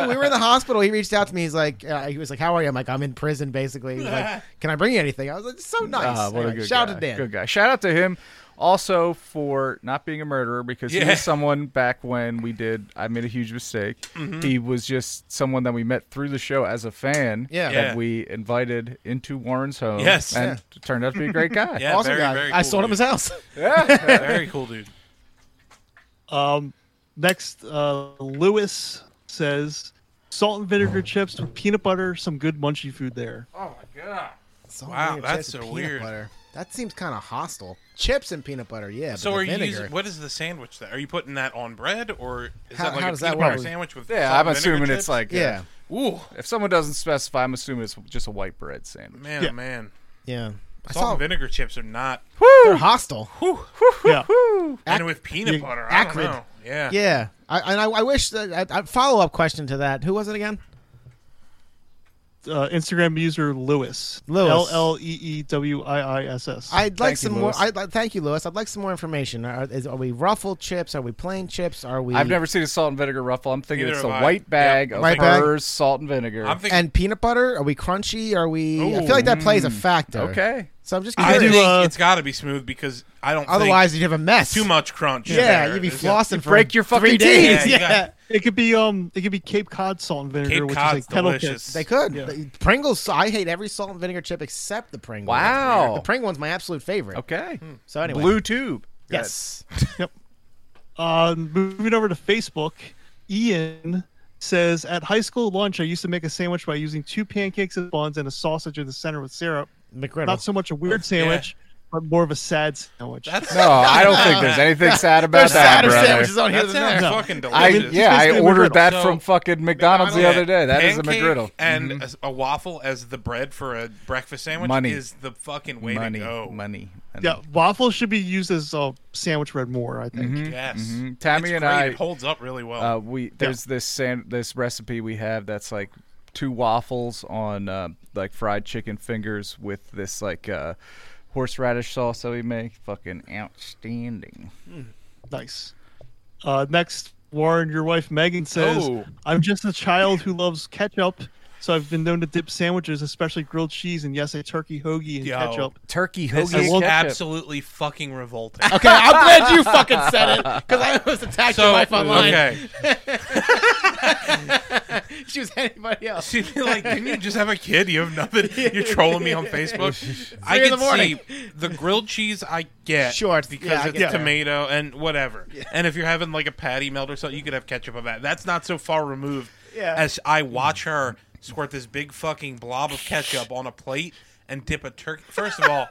Speaker 4: you. Dude, we were in the hospital. He reached out to me. He's like, uh, he was like, how are you? I'm like, I'm in prison basically. He was like, can I bring you anything? I was like, it's so nice.
Speaker 1: Ah, what a
Speaker 4: Anyway,
Speaker 1: good
Speaker 4: shout
Speaker 1: guy.
Speaker 4: out to Dan.
Speaker 1: Good guy. Shout out to him also for not being a murderer because he
Speaker 3: Yeah.
Speaker 1: was someone back when we did I made a huge mistake. He was just someone that we met through the show as a fan
Speaker 4: Yeah.
Speaker 1: that
Speaker 3: Yeah.
Speaker 1: we invited into Warren's home.
Speaker 3: Yes.
Speaker 1: And turned out to be a great guy.
Speaker 3: Yeah,
Speaker 4: Awesome
Speaker 3: very,
Speaker 4: guy.
Speaker 3: very
Speaker 4: I
Speaker 3: cool
Speaker 4: sold him
Speaker 3: dude.
Speaker 4: his house.
Speaker 1: Yeah.
Speaker 3: Very cool dude.
Speaker 2: Um, next, uh, Lewis says salt and vinegar chips with peanut butter, some good munchy food there.
Speaker 3: Oh my god.
Speaker 4: So
Speaker 3: Wow,
Speaker 4: weird.
Speaker 3: that's
Speaker 4: Chips and
Speaker 3: so
Speaker 4: peanut
Speaker 3: weird.
Speaker 4: Butter. That seems kind of hostile. Chips and peanut butter, yeah.
Speaker 3: So
Speaker 4: but the
Speaker 3: are you
Speaker 4: vinegar.
Speaker 3: using what is the sandwich that? Are you putting that on bread or is
Speaker 4: How-
Speaker 3: that like
Speaker 4: how
Speaker 3: a
Speaker 4: does
Speaker 3: peanut
Speaker 4: that
Speaker 3: butter
Speaker 4: work?
Speaker 3: sandwich with
Speaker 1: Yeah,
Speaker 3: salt
Speaker 1: I'm
Speaker 3: and vinegar
Speaker 1: assuming
Speaker 3: chips?
Speaker 1: it's like uh,
Speaker 4: Yeah,
Speaker 3: Ooh,
Speaker 1: if someone doesn't specify, I'm assuming it's just a white bread sandwich.
Speaker 3: man,
Speaker 2: Yeah.
Speaker 3: man.
Speaker 4: yeah. I
Speaker 3: Salt
Speaker 4: saw
Speaker 3: and vinegar chips are not
Speaker 4: they're hostile.
Speaker 2: Yeah.
Speaker 3: and with peanut
Speaker 2: yeah,
Speaker 3: butter. I
Speaker 4: acrid.
Speaker 3: don't know. Yeah.
Speaker 4: Yeah, I, and I, I wish that I, I, follow up question to that. Who was it again?
Speaker 2: Uh, Instagram user Lewis.
Speaker 4: Lewis.
Speaker 2: L L E E W I I S S.
Speaker 4: I'd like
Speaker 1: Thank you,
Speaker 4: some more.
Speaker 1: Louis.
Speaker 4: I'd, like- thank you, Lewis. I'd like some more information. Are, is, are we ruffle chips? Are we plain chips? Are we?
Speaker 1: I've never seen a salt and vinegar ruffle. I'm thinking
Speaker 3: Neither
Speaker 1: it's a
Speaker 3: have I.
Speaker 1: white bag
Speaker 3: Yep.
Speaker 1: of
Speaker 4: White bag?
Speaker 1: hers, salt and vinegar.
Speaker 3: I'm thinking
Speaker 4: And peanut butter? Are we crunchy? Are we? I
Speaker 3: Ooh.
Speaker 4: feel like that plays a factor.
Speaker 1: okay.
Speaker 4: So I'm just
Speaker 3: I
Speaker 4: curious.
Speaker 3: think
Speaker 2: uh,
Speaker 3: it's got to be smooth because I don't.
Speaker 4: Otherwise, you'd have a mess.
Speaker 3: think too much crunch. in
Speaker 4: Yeah,
Speaker 3: there.
Speaker 4: you'd be
Speaker 3: It's-
Speaker 4: flossing for
Speaker 1: break your fucking
Speaker 4: three
Speaker 1: teeth.
Speaker 3: Yeah,
Speaker 4: days. Yeah,
Speaker 3: you got-
Speaker 2: It could be um, it could be Cape Cod salt and vinegar,
Speaker 3: Cape
Speaker 2: which
Speaker 3: Cod's
Speaker 2: is like kettle
Speaker 3: delicious.
Speaker 2: chips.
Speaker 4: they could.
Speaker 2: Yeah.
Speaker 4: The- Pringles. I hate every salt and vinegar chip except the Pringles.
Speaker 1: Wow.
Speaker 4: the Pringle one's my absolute favorite.
Speaker 1: Okay.
Speaker 4: So anyway,
Speaker 1: Blue tube.
Speaker 4: Yes.
Speaker 2: Uh, moving over to Facebook, Ian says at high school lunch, I used to make a sandwich by using two pancakes as buns and a sausage in the center with syrup.
Speaker 4: McGriddle.
Speaker 2: Not so much a weird sandwich, but more of a sad sandwich.
Speaker 3: That's
Speaker 1: No, I don't think there's anything sad about
Speaker 4: There's
Speaker 1: that,
Speaker 4: sadder
Speaker 1: brother.
Speaker 4: sandwiches on here
Speaker 3: that
Speaker 4: than there.
Speaker 3: sounds fucking
Speaker 1: I
Speaker 3: delicious.
Speaker 1: yeah, I
Speaker 2: basically a
Speaker 1: ordered
Speaker 2: McGriddle.
Speaker 1: that
Speaker 3: So,
Speaker 1: from fucking McDonald's the other day. That is a
Speaker 3: Pancake
Speaker 1: McGriddle. Mm-hmm.
Speaker 3: and a, a waffle as the bread for a breakfast sandwich
Speaker 1: Money.
Speaker 3: is the fucking way
Speaker 1: money,
Speaker 3: to go.
Speaker 1: money. money.
Speaker 2: yeah, waffles should be used as a sandwich bread more. I think.
Speaker 3: Yes,
Speaker 1: Mhm. Tammy
Speaker 3: It's
Speaker 1: and
Speaker 3: great.
Speaker 1: I-
Speaker 3: it holds up really well.
Speaker 1: Uh, we there's this sand, this recipe we have that's like two waffles on uh, like fried chicken fingers with this like uh, horseradish sauce that we make. Fucking outstanding.
Speaker 2: Nice. Uh, next, Warren, your wife Megan says,
Speaker 1: Oh.
Speaker 2: "I'm just a child who loves ketchup." So I've been known to dip sandwiches, especially grilled cheese, and yes, a turkey hoagie in
Speaker 3: Yo.
Speaker 2: ketchup.
Speaker 1: Turkey
Speaker 3: this
Speaker 1: hoagie
Speaker 3: is
Speaker 1: ketchup.
Speaker 3: absolutely fucking revolting.
Speaker 4: Okay, I'm glad you fucking said it because I almost attacked
Speaker 3: so
Speaker 4: your wife online.
Speaker 3: okay,
Speaker 4: She was anybody else.
Speaker 3: She'd be like, "Didn't you just have a kid? You have nothing. You're trolling me on Facebook." I
Speaker 4: Three
Speaker 3: can
Speaker 4: in the morning.
Speaker 3: see the grilled cheese. I get
Speaker 4: Sure, it's-
Speaker 3: because
Speaker 4: yeah, I
Speaker 3: it's
Speaker 4: get that.
Speaker 3: tomato and whatever. And if you're having like a patty melt or something, you could have ketchup on that. That's not so far removed
Speaker 4: Yeah.
Speaker 3: as I watch her squirt this big fucking blob of ketchup on a plate and dip a turkey. First of all.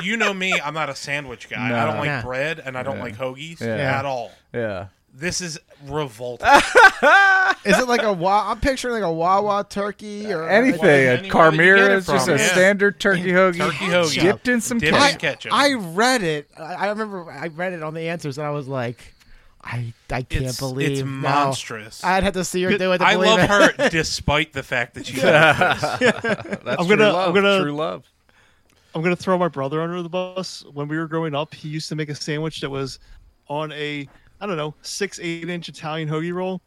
Speaker 3: You know me, I'm not a sandwich guy. I don't
Speaker 1: No.
Speaker 3: like
Speaker 4: Yeah.
Speaker 3: bread and I don't like hoagies
Speaker 1: Yeah.
Speaker 3: at all.
Speaker 1: Yeah.
Speaker 3: This is revolting.
Speaker 4: Is it like a wa? I'm picturing like a Wawa turkey or
Speaker 1: Anything.
Speaker 3: Well,
Speaker 1: A
Speaker 3: any- where do you get
Speaker 1: Carmira
Speaker 3: it
Speaker 1: is just a
Speaker 3: from? Yeah.
Speaker 1: standard turkey hoagie.
Speaker 3: Turkey hoagie.
Speaker 1: Dipped in some
Speaker 3: Dipped in
Speaker 1: ketchup.
Speaker 3: ketchup.
Speaker 4: I read it. I- I remember I read it on the answers, and I was like, I I can't
Speaker 3: It's-
Speaker 4: believe
Speaker 3: it's
Speaker 4: no.
Speaker 3: monstrous.
Speaker 4: I'd have to see her do it. To
Speaker 3: I
Speaker 4: believe
Speaker 3: love
Speaker 4: it.
Speaker 3: her despite the fact that she does this.
Speaker 1: That's
Speaker 2: I'm gonna-
Speaker 1: true
Speaker 2: I'm
Speaker 1: love.
Speaker 2: gonna-
Speaker 1: True love.
Speaker 2: I'm gonna throw my brother under the bus. When we were growing up, he used to make a sandwich that was on a I don't know six eight inch Italian hoagie roll,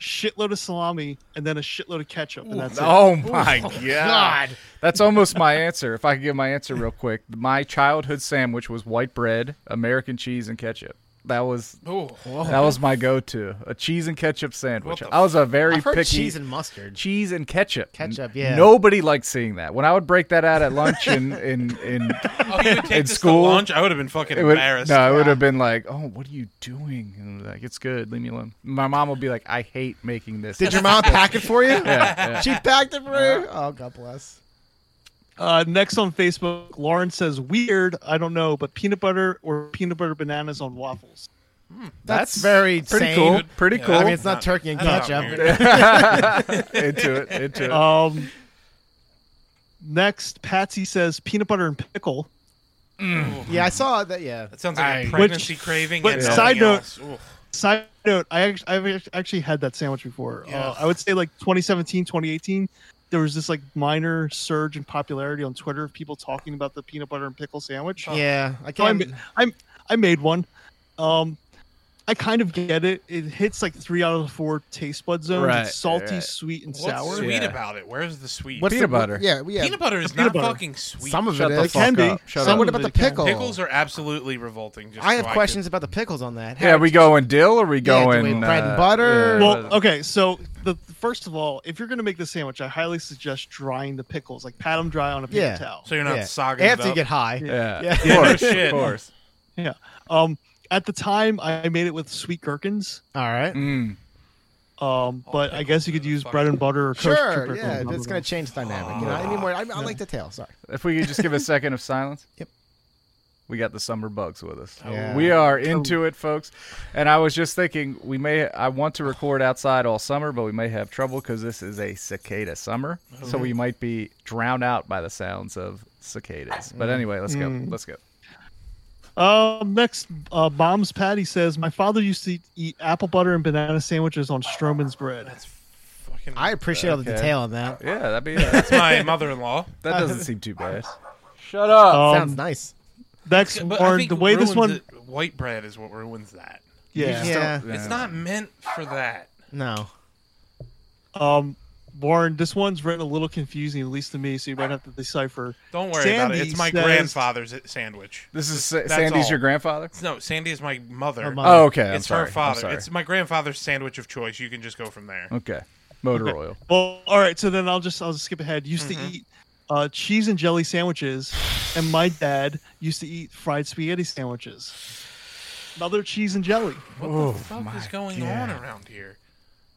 Speaker 2: shitload of salami, and then a shitload of ketchup, and that's it.
Speaker 1: Oh my god.
Speaker 4: God.
Speaker 1: That's almost my answer. If I could give my answer real quick, my childhood sandwich was white bread, American cheese, and ketchup. That was
Speaker 4: Oh,
Speaker 1: that was my go-to, a cheese and ketchup sandwich.
Speaker 3: What the
Speaker 1: I was a very
Speaker 4: I've heard
Speaker 1: picky
Speaker 4: cheese and mustard.
Speaker 1: cheese and ketchup.
Speaker 4: Ketchup, yeah.
Speaker 1: Nobody liked seeing that. When I would break that out at lunch in in, in
Speaker 3: Oh, you would take
Speaker 1: In
Speaker 3: this
Speaker 1: school,
Speaker 3: to lunch, I would have been fucking
Speaker 1: it would, no,
Speaker 3: embarrassed.
Speaker 1: it would have been like, "Oh, what are you doing?" And like, "It's good, leave me alone." My mom would be like, "I hate making this."
Speaker 4: Did your mom pack it for you?
Speaker 1: Yeah, yeah.
Speaker 4: She packed it for you. Oh God bless.
Speaker 2: Uh, next on Facebook, Lauren says weird. I don't know, but peanut butter or peanut butter bananas on waffles.
Speaker 4: That's, very
Speaker 1: pretty
Speaker 4: sane.
Speaker 1: cool. Pretty
Speaker 3: Yeah,
Speaker 1: cool.
Speaker 4: I mean, it's not
Speaker 3: Not-
Speaker 4: turkey and
Speaker 3: that's not
Speaker 4: ketchup.
Speaker 3: weird.
Speaker 1: into it. Into it.
Speaker 2: Um, next, Patsy says peanut butter and pickle.
Speaker 4: Yeah, I saw that. Yeah,
Speaker 3: That sounds like a
Speaker 4: Which-
Speaker 3: pregnancy craving.
Speaker 2: but
Speaker 3: and
Speaker 2: side
Speaker 3: nothing
Speaker 2: note-
Speaker 3: else. Oof.
Speaker 2: Side note, I actually, I've act- actually had that sandwich before.
Speaker 3: Yeah.
Speaker 2: Uh, I would say like 2017, 2018, there was this like minor surge in popularity on Twitter of people talking about the peanut butter and pickle sandwich.
Speaker 4: yeah. I
Speaker 2: So I,
Speaker 4: can't.
Speaker 2: ma- I, I made one. Um, I kind of get it. It hits like three out of the four taste bud zones.
Speaker 1: Right,
Speaker 2: It's salty,
Speaker 1: right.
Speaker 2: sweet, and
Speaker 3: What's
Speaker 2: sour.
Speaker 3: sweet
Speaker 1: Yeah.
Speaker 3: about it? Where's the sweet?
Speaker 4: What's
Speaker 1: Peanut
Speaker 4: the,
Speaker 1: butter.
Speaker 4: Yeah, yeah.
Speaker 3: peanut butter is
Speaker 2: Peanut
Speaker 3: not
Speaker 2: butter.
Speaker 3: fucking sweet.
Speaker 4: Some of
Speaker 1: Shut
Speaker 4: it
Speaker 1: the
Speaker 4: is.
Speaker 1: fuck
Speaker 2: Can be.
Speaker 1: up. Shut
Speaker 4: So
Speaker 1: up.
Speaker 4: what about the
Speaker 2: It can.
Speaker 4: pickle?
Speaker 3: Pickles are absolutely revolting. Just
Speaker 4: I
Speaker 3: so
Speaker 4: have
Speaker 3: could-
Speaker 4: questions about the pickles on that.
Speaker 1: Yeah,
Speaker 4: How-
Speaker 1: we going dill or we
Speaker 4: Yeah, do we
Speaker 1: going
Speaker 4: bread and
Speaker 1: uh,
Speaker 4: butter?
Speaker 1: yeah.
Speaker 2: Well, okay. So the first of all, if you're gonna make the sandwich, I highly suggest drying the pickles. Like pat them dry on a paper
Speaker 4: Yeah.
Speaker 2: towel.
Speaker 3: So you're not
Speaker 4: yeah.
Speaker 3: sogging it
Speaker 4: after you
Speaker 3: up.
Speaker 4: get high.
Speaker 1: yeah,
Speaker 4: Yeah.
Speaker 1: of
Speaker 4: Yeah,
Speaker 3: no
Speaker 1: course,
Speaker 3: shit.
Speaker 1: of course.
Speaker 2: yeah. Um, at the time, I made it with sweet gherkins.
Speaker 4: All right.
Speaker 1: Mm.
Speaker 3: Oh,
Speaker 2: Um, but I guess you could use bread and butter or toast.
Speaker 4: Sure.
Speaker 2: pickles,
Speaker 4: Yeah,
Speaker 2: blah,
Speaker 4: it's
Speaker 2: blah,
Speaker 4: going to change the dynamic. You know, I need more. I, I like the tail. Sorry.
Speaker 1: If we could just give a second of silence.
Speaker 4: Yep. Oh,
Speaker 1: We got the summer bugs with us.
Speaker 4: Yeah.
Speaker 1: We are into it, folks. And I was just thinking, we may. I want to record outside all summer, but we may have trouble because this is a cicada summer. So we might be drowned out by the sounds of cicadas.
Speaker 4: Mm.
Speaker 1: But anyway, let's go. Let's go.
Speaker 2: blah. Um, next, uh, Mom's Patty says my father used to eat apple butter and banana sandwiches on Stroman's bread.
Speaker 3: That's fucking.
Speaker 4: I appreciate all the
Speaker 1: Okay.
Speaker 4: detail on that.
Speaker 1: Yeah, that'd be. That
Speaker 3: That's my mother-in-law.
Speaker 1: doesn't seem too bad. Shut up.
Speaker 2: Um,
Speaker 4: Sounds nice.
Speaker 2: Next,
Speaker 3: Oh, But I
Speaker 2: Warren,
Speaker 3: think
Speaker 2: the way this
Speaker 3: ruins
Speaker 2: one,
Speaker 3: it- white bread is what ruins that.
Speaker 2: yeah.
Speaker 4: Yeah.
Speaker 3: It's not meant for that.
Speaker 4: No.
Speaker 2: Um, Warren, this one's written a little confusing, at least to me, so you might have to decipher.
Speaker 3: Don't worry about it.
Speaker 2: Sandy
Speaker 3: It's my
Speaker 2: says-
Speaker 3: grandfather's sandwich.
Speaker 1: This is Sa-
Speaker 3: That's
Speaker 1: Sandy's
Speaker 3: all.
Speaker 1: your grandfather.
Speaker 3: No, Sandy is my mother.
Speaker 4: Her mother.
Speaker 1: Oh, okay. I'm
Speaker 3: it's
Speaker 1: sorry.
Speaker 3: her
Speaker 1: I'm
Speaker 3: father.
Speaker 1: sorry. Oh,
Speaker 3: It's my grandfather's sandwich of choice. You can just go from there.
Speaker 1: okay. Motor oil.
Speaker 2: Well, all right. So then I'll just I'll just skip ahead. Used to eat uh, cheese and jelly sandwiches, and my dad used to eat fried spaghetti sandwiches. Another cheese and jelly.
Speaker 3: What the fuck is going on around here?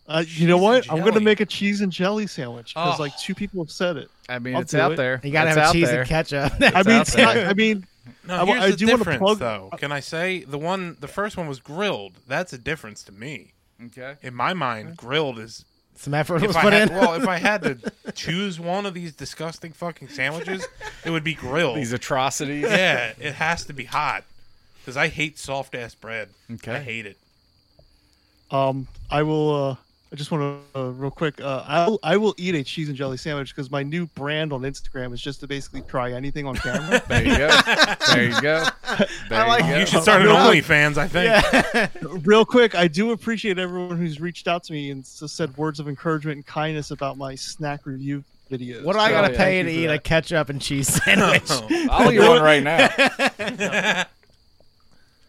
Speaker 2: Uh, you know
Speaker 3: Cheese
Speaker 2: what?
Speaker 3: and
Speaker 2: I'm gonna
Speaker 3: jelly.
Speaker 2: make a cheese and jelly sandwich because
Speaker 3: Oh.
Speaker 2: like two people have said it.
Speaker 1: I mean,
Speaker 2: I'll
Speaker 1: it's
Speaker 2: do
Speaker 1: out
Speaker 2: it.
Speaker 1: there.
Speaker 4: You gotta
Speaker 1: It's
Speaker 4: have
Speaker 1: out
Speaker 4: cheese
Speaker 1: there.
Speaker 4: and ketchup.
Speaker 2: I mean,
Speaker 1: out
Speaker 2: it's
Speaker 1: there.
Speaker 2: not, I mean, I
Speaker 3: No,
Speaker 2: wa-
Speaker 3: here's
Speaker 2: I
Speaker 3: the
Speaker 2: do wanna
Speaker 3: difference,
Speaker 2: plug-
Speaker 3: though. Can I say the one? The first one was grilled. That's a difference to me.
Speaker 1: Okay.
Speaker 3: In my mind, grilled is.
Speaker 4: Some effort was
Speaker 3: If I
Speaker 4: put
Speaker 3: had,
Speaker 4: in.
Speaker 3: well, if I had to choose one of these disgusting fucking sandwiches, it would be grilled.
Speaker 1: These atrocities.
Speaker 3: yeah, it has to be hot because I hate soft ass bread.
Speaker 1: Okay.
Speaker 3: I hate it.
Speaker 2: um, I will. Uh, I just want to uh, real quick. Uh, I'll I will eat a cheese and jelly sandwich because my new brand on Instagram is just to basically try anything on camera.
Speaker 1: There you go. There you go. There
Speaker 4: like
Speaker 1: you go.
Speaker 4: it.
Speaker 3: You should start an OnlyFans. I think.
Speaker 2: real quick, I do appreciate everyone who's reached out to me and s- said words of encouragement and kindness about my snack review videos.
Speaker 4: What do I
Speaker 1: Oh,
Speaker 4: gotta
Speaker 1: yeah.
Speaker 4: pay
Speaker 2: Thank
Speaker 4: to
Speaker 2: you
Speaker 4: eat
Speaker 2: for
Speaker 4: a
Speaker 2: that.
Speaker 4: ketchup and cheese sandwich?
Speaker 1: I'll eat one right now.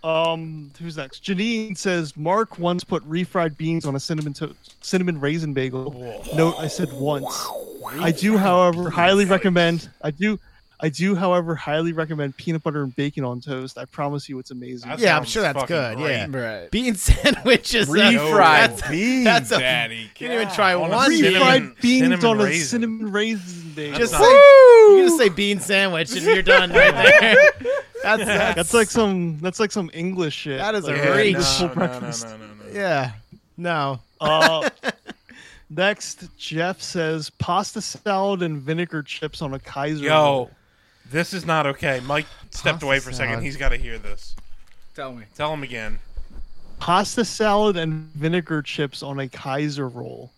Speaker 2: Um, who's next? Janine says Mark once put refried beans on a cinnamon to- cinnamon raisin bagel. Note: I said once. I do, however, highly recommend. I do. I do, however, highly recommend peanut butter and bacon on toast. I promise you, it's amazing.
Speaker 3: That's-
Speaker 4: yeah, I'm
Speaker 3: Sounds
Speaker 4: sure that's
Speaker 3: fucking
Speaker 4: good. Yeah,
Speaker 1: Right.
Speaker 4: bean sandwiches. uh,
Speaker 1: Refried
Speaker 4: that's-
Speaker 1: beans.
Speaker 4: That's a
Speaker 3: Daddy,
Speaker 4: can't even try
Speaker 3: on a
Speaker 4: one.
Speaker 3: cinnamon-
Speaker 2: refried beans
Speaker 3: cinnamon
Speaker 2: on a
Speaker 3: raisin.
Speaker 2: cinnamon raisin bagel.
Speaker 4: Just
Speaker 3: That's
Speaker 4: say, you just say bean sandwich and you're done right there. That's, that's
Speaker 2: that's like some. That's like some English shit.
Speaker 4: That is a
Speaker 2: Like,
Speaker 3: Yeah,
Speaker 4: reach.
Speaker 2: English full
Speaker 3: no, no,
Speaker 2: breakfast.
Speaker 3: no, no, no, no.
Speaker 4: yeah. No,
Speaker 2: Uh, next, Jeff says pasta salad and vinegar chips on a Kaiser.
Speaker 3: Yo,
Speaker 2: roll."
Speaker 3: this is not okay. Mike stepped
Speaker 4: Pasta
Speaker 3: away for a second.
Speaker 4: salad.
Speaker 3: He's got to hear this.
Speaker 1: Tell me.
Speaker 3: Tell him again.
Speaker 2: pasta salad and vinegar chips on a Kaiser roll.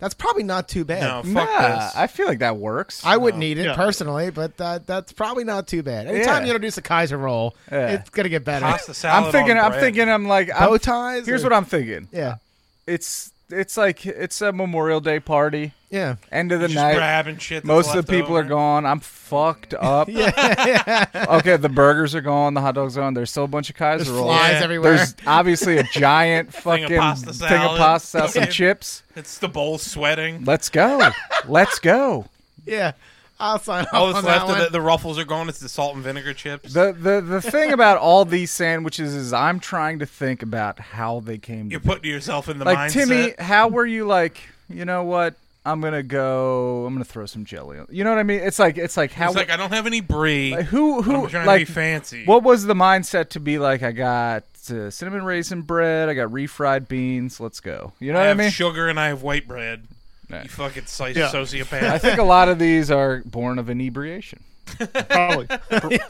Speaker 4: that's probably not too bad.
Speaker 3: No, fuck
Speaker 1: Nah,
Speaker 3: this.
Speaker 1: I feel like that works.
Speaker 4: I wouldn't eat it
Speaker 2: Yeah.
Speaker 4: personally, but uh, that's probably not too bad. Anytime
Speaker 1: Yeah.
Speaker 4: you introduce a Kaiser roll,
Speaker 1: Yeah.
Speaker 4: it's gonna get better.
Speaker 3: Pasta salad.
Speaker 1: I'm thinking.
Speaker 3: on
Speaker 1: I'm
Speaker 3: bread.
Speaker 1: thinking. I'm like I'm,
Speaker 4: Bow ties
Speaker 1: Here's
Speaker 4: or-
Speaker 1: what I'm thinking.
Speaker 4: Yeah,
Speaker 1: It's it's like it's a Memorial Day party.
Speaker 4: yeah,
Speaker 1: End of the
Speaker 3: Just
Speaker 1: night.
Speaker 3: grabbing shit. that's
Speaker 1: Most of the
Speaker 3: left
Speaker 1: people
Speaker 3: over.
Speaker 1: are gone. I'm fucked up. okay, the burgers are gone. The hot dogs are gone. There's still a bunch of Kaiser
Speaker 4: there's
Speaker 1: rolls.
Speaker 4: flies
Speaker 3: Yeah.
Speaker 4: everywhere.
Speaker 1: There's obviously a giant fucking
Speaker 3: of pasta salad.
Speaker 1: pasta salad, some
Speaker 3: Yeah.
Speaker 1: chips.
Speaker 3: It's the bowl sweating.
Speaker 1: Let's go. Let's go.
Speaker 4: yeah, I'll sign off
Speaker 3: All
Speaker 4: on
Speaker 3: that's
Speaker 4: that
Speaker 3: left of
Speaker 4: one.
Speaker 3: the, the ruffles are gone. It's the salt and vinegar chips.
Speaker 1: The the the thing about all these sandwiches is I'm trying to think about how they came.
Speaker 3: You're
Speaker 1: to
Speaker 3: putting yourself in the
Speaker 1: Like
Speaker 3: mindset.
Speaker 1: Timmy, how were you like? You know what? I'm gonna go. I'm gonna throw some jelly. on You know what I mean? It's like it's like how
Speaker 3: It's like I don't have any brie.
Speaker 1: like, who
Speaker 3: but
Speaker 1: who
Speaker 3: I'm trying
Speaker 1: like
Speaker 3: to be fancy.
Speaker 1: what was the mindset to be like? I got uh, cinnamon raisin bread. I got refried beans. Let's go. You know
Speaker 3: I
Speaker 1: what I
Speaker 3: have
Speaker 1: mean?
Speaker 3: sugar and I have white bread. You fucking soci-
Speaker 2: Yeah.
Speaker 1: I
Speaker 3: sociopath.
Speaker 1: think a lot of these are born of inebriation.
Speaker 2: Probably.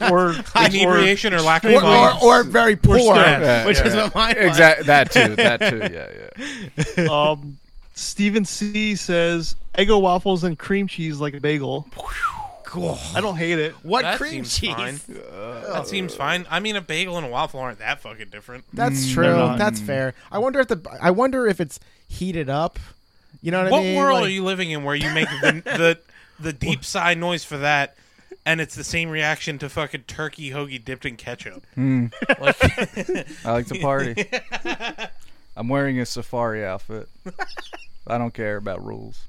Speaker 2: or, or
Speaker 3: Inebriation or lack of
Speaker 4: or, or,
Speaker 3: funds.
Speaker 4: or very poor,
Speaker 3: stressed.
Speaker 1: Yeah,
Speaker 4: which
Speaker 1: yeah.
Speaker 4: is what mine was.
Speaker 1: Exact that too. That too. Yeah, yeah.
Speaker 2: um, Stephen C says Eggo waffles and cream cheese like a bagel.
Speaker 4: Cool.
Speaker 2: I don't hate it.
Speaker 4: What
Speaker 3: That
Speaker 4: cream
Speaker 3: seems
Speaker 4: cheese?
Speaker 3: fine. That seems fine. I mean, a bagel and a waffle aren't that fucking different.
Speaker 4: That's true.
Speaker 2: not.
Speaker 4: That's fair. I wonder if the I wonder if it's heated up. You know what, I
Speaker 3: What
Speaker 4: mean?
Speaker 3: world
Speaker 4: Like-
Speaker 3: are you living in where you make the, the the deep sigh noise for that, and it's the same reaction to fucking turkey hoagie dipped in ketchup?
Speaker 4: Hmm.
Speaker 3: Like,
Speaker 1: I like to party. I'm wearing a safari outfit. I don't care about rules.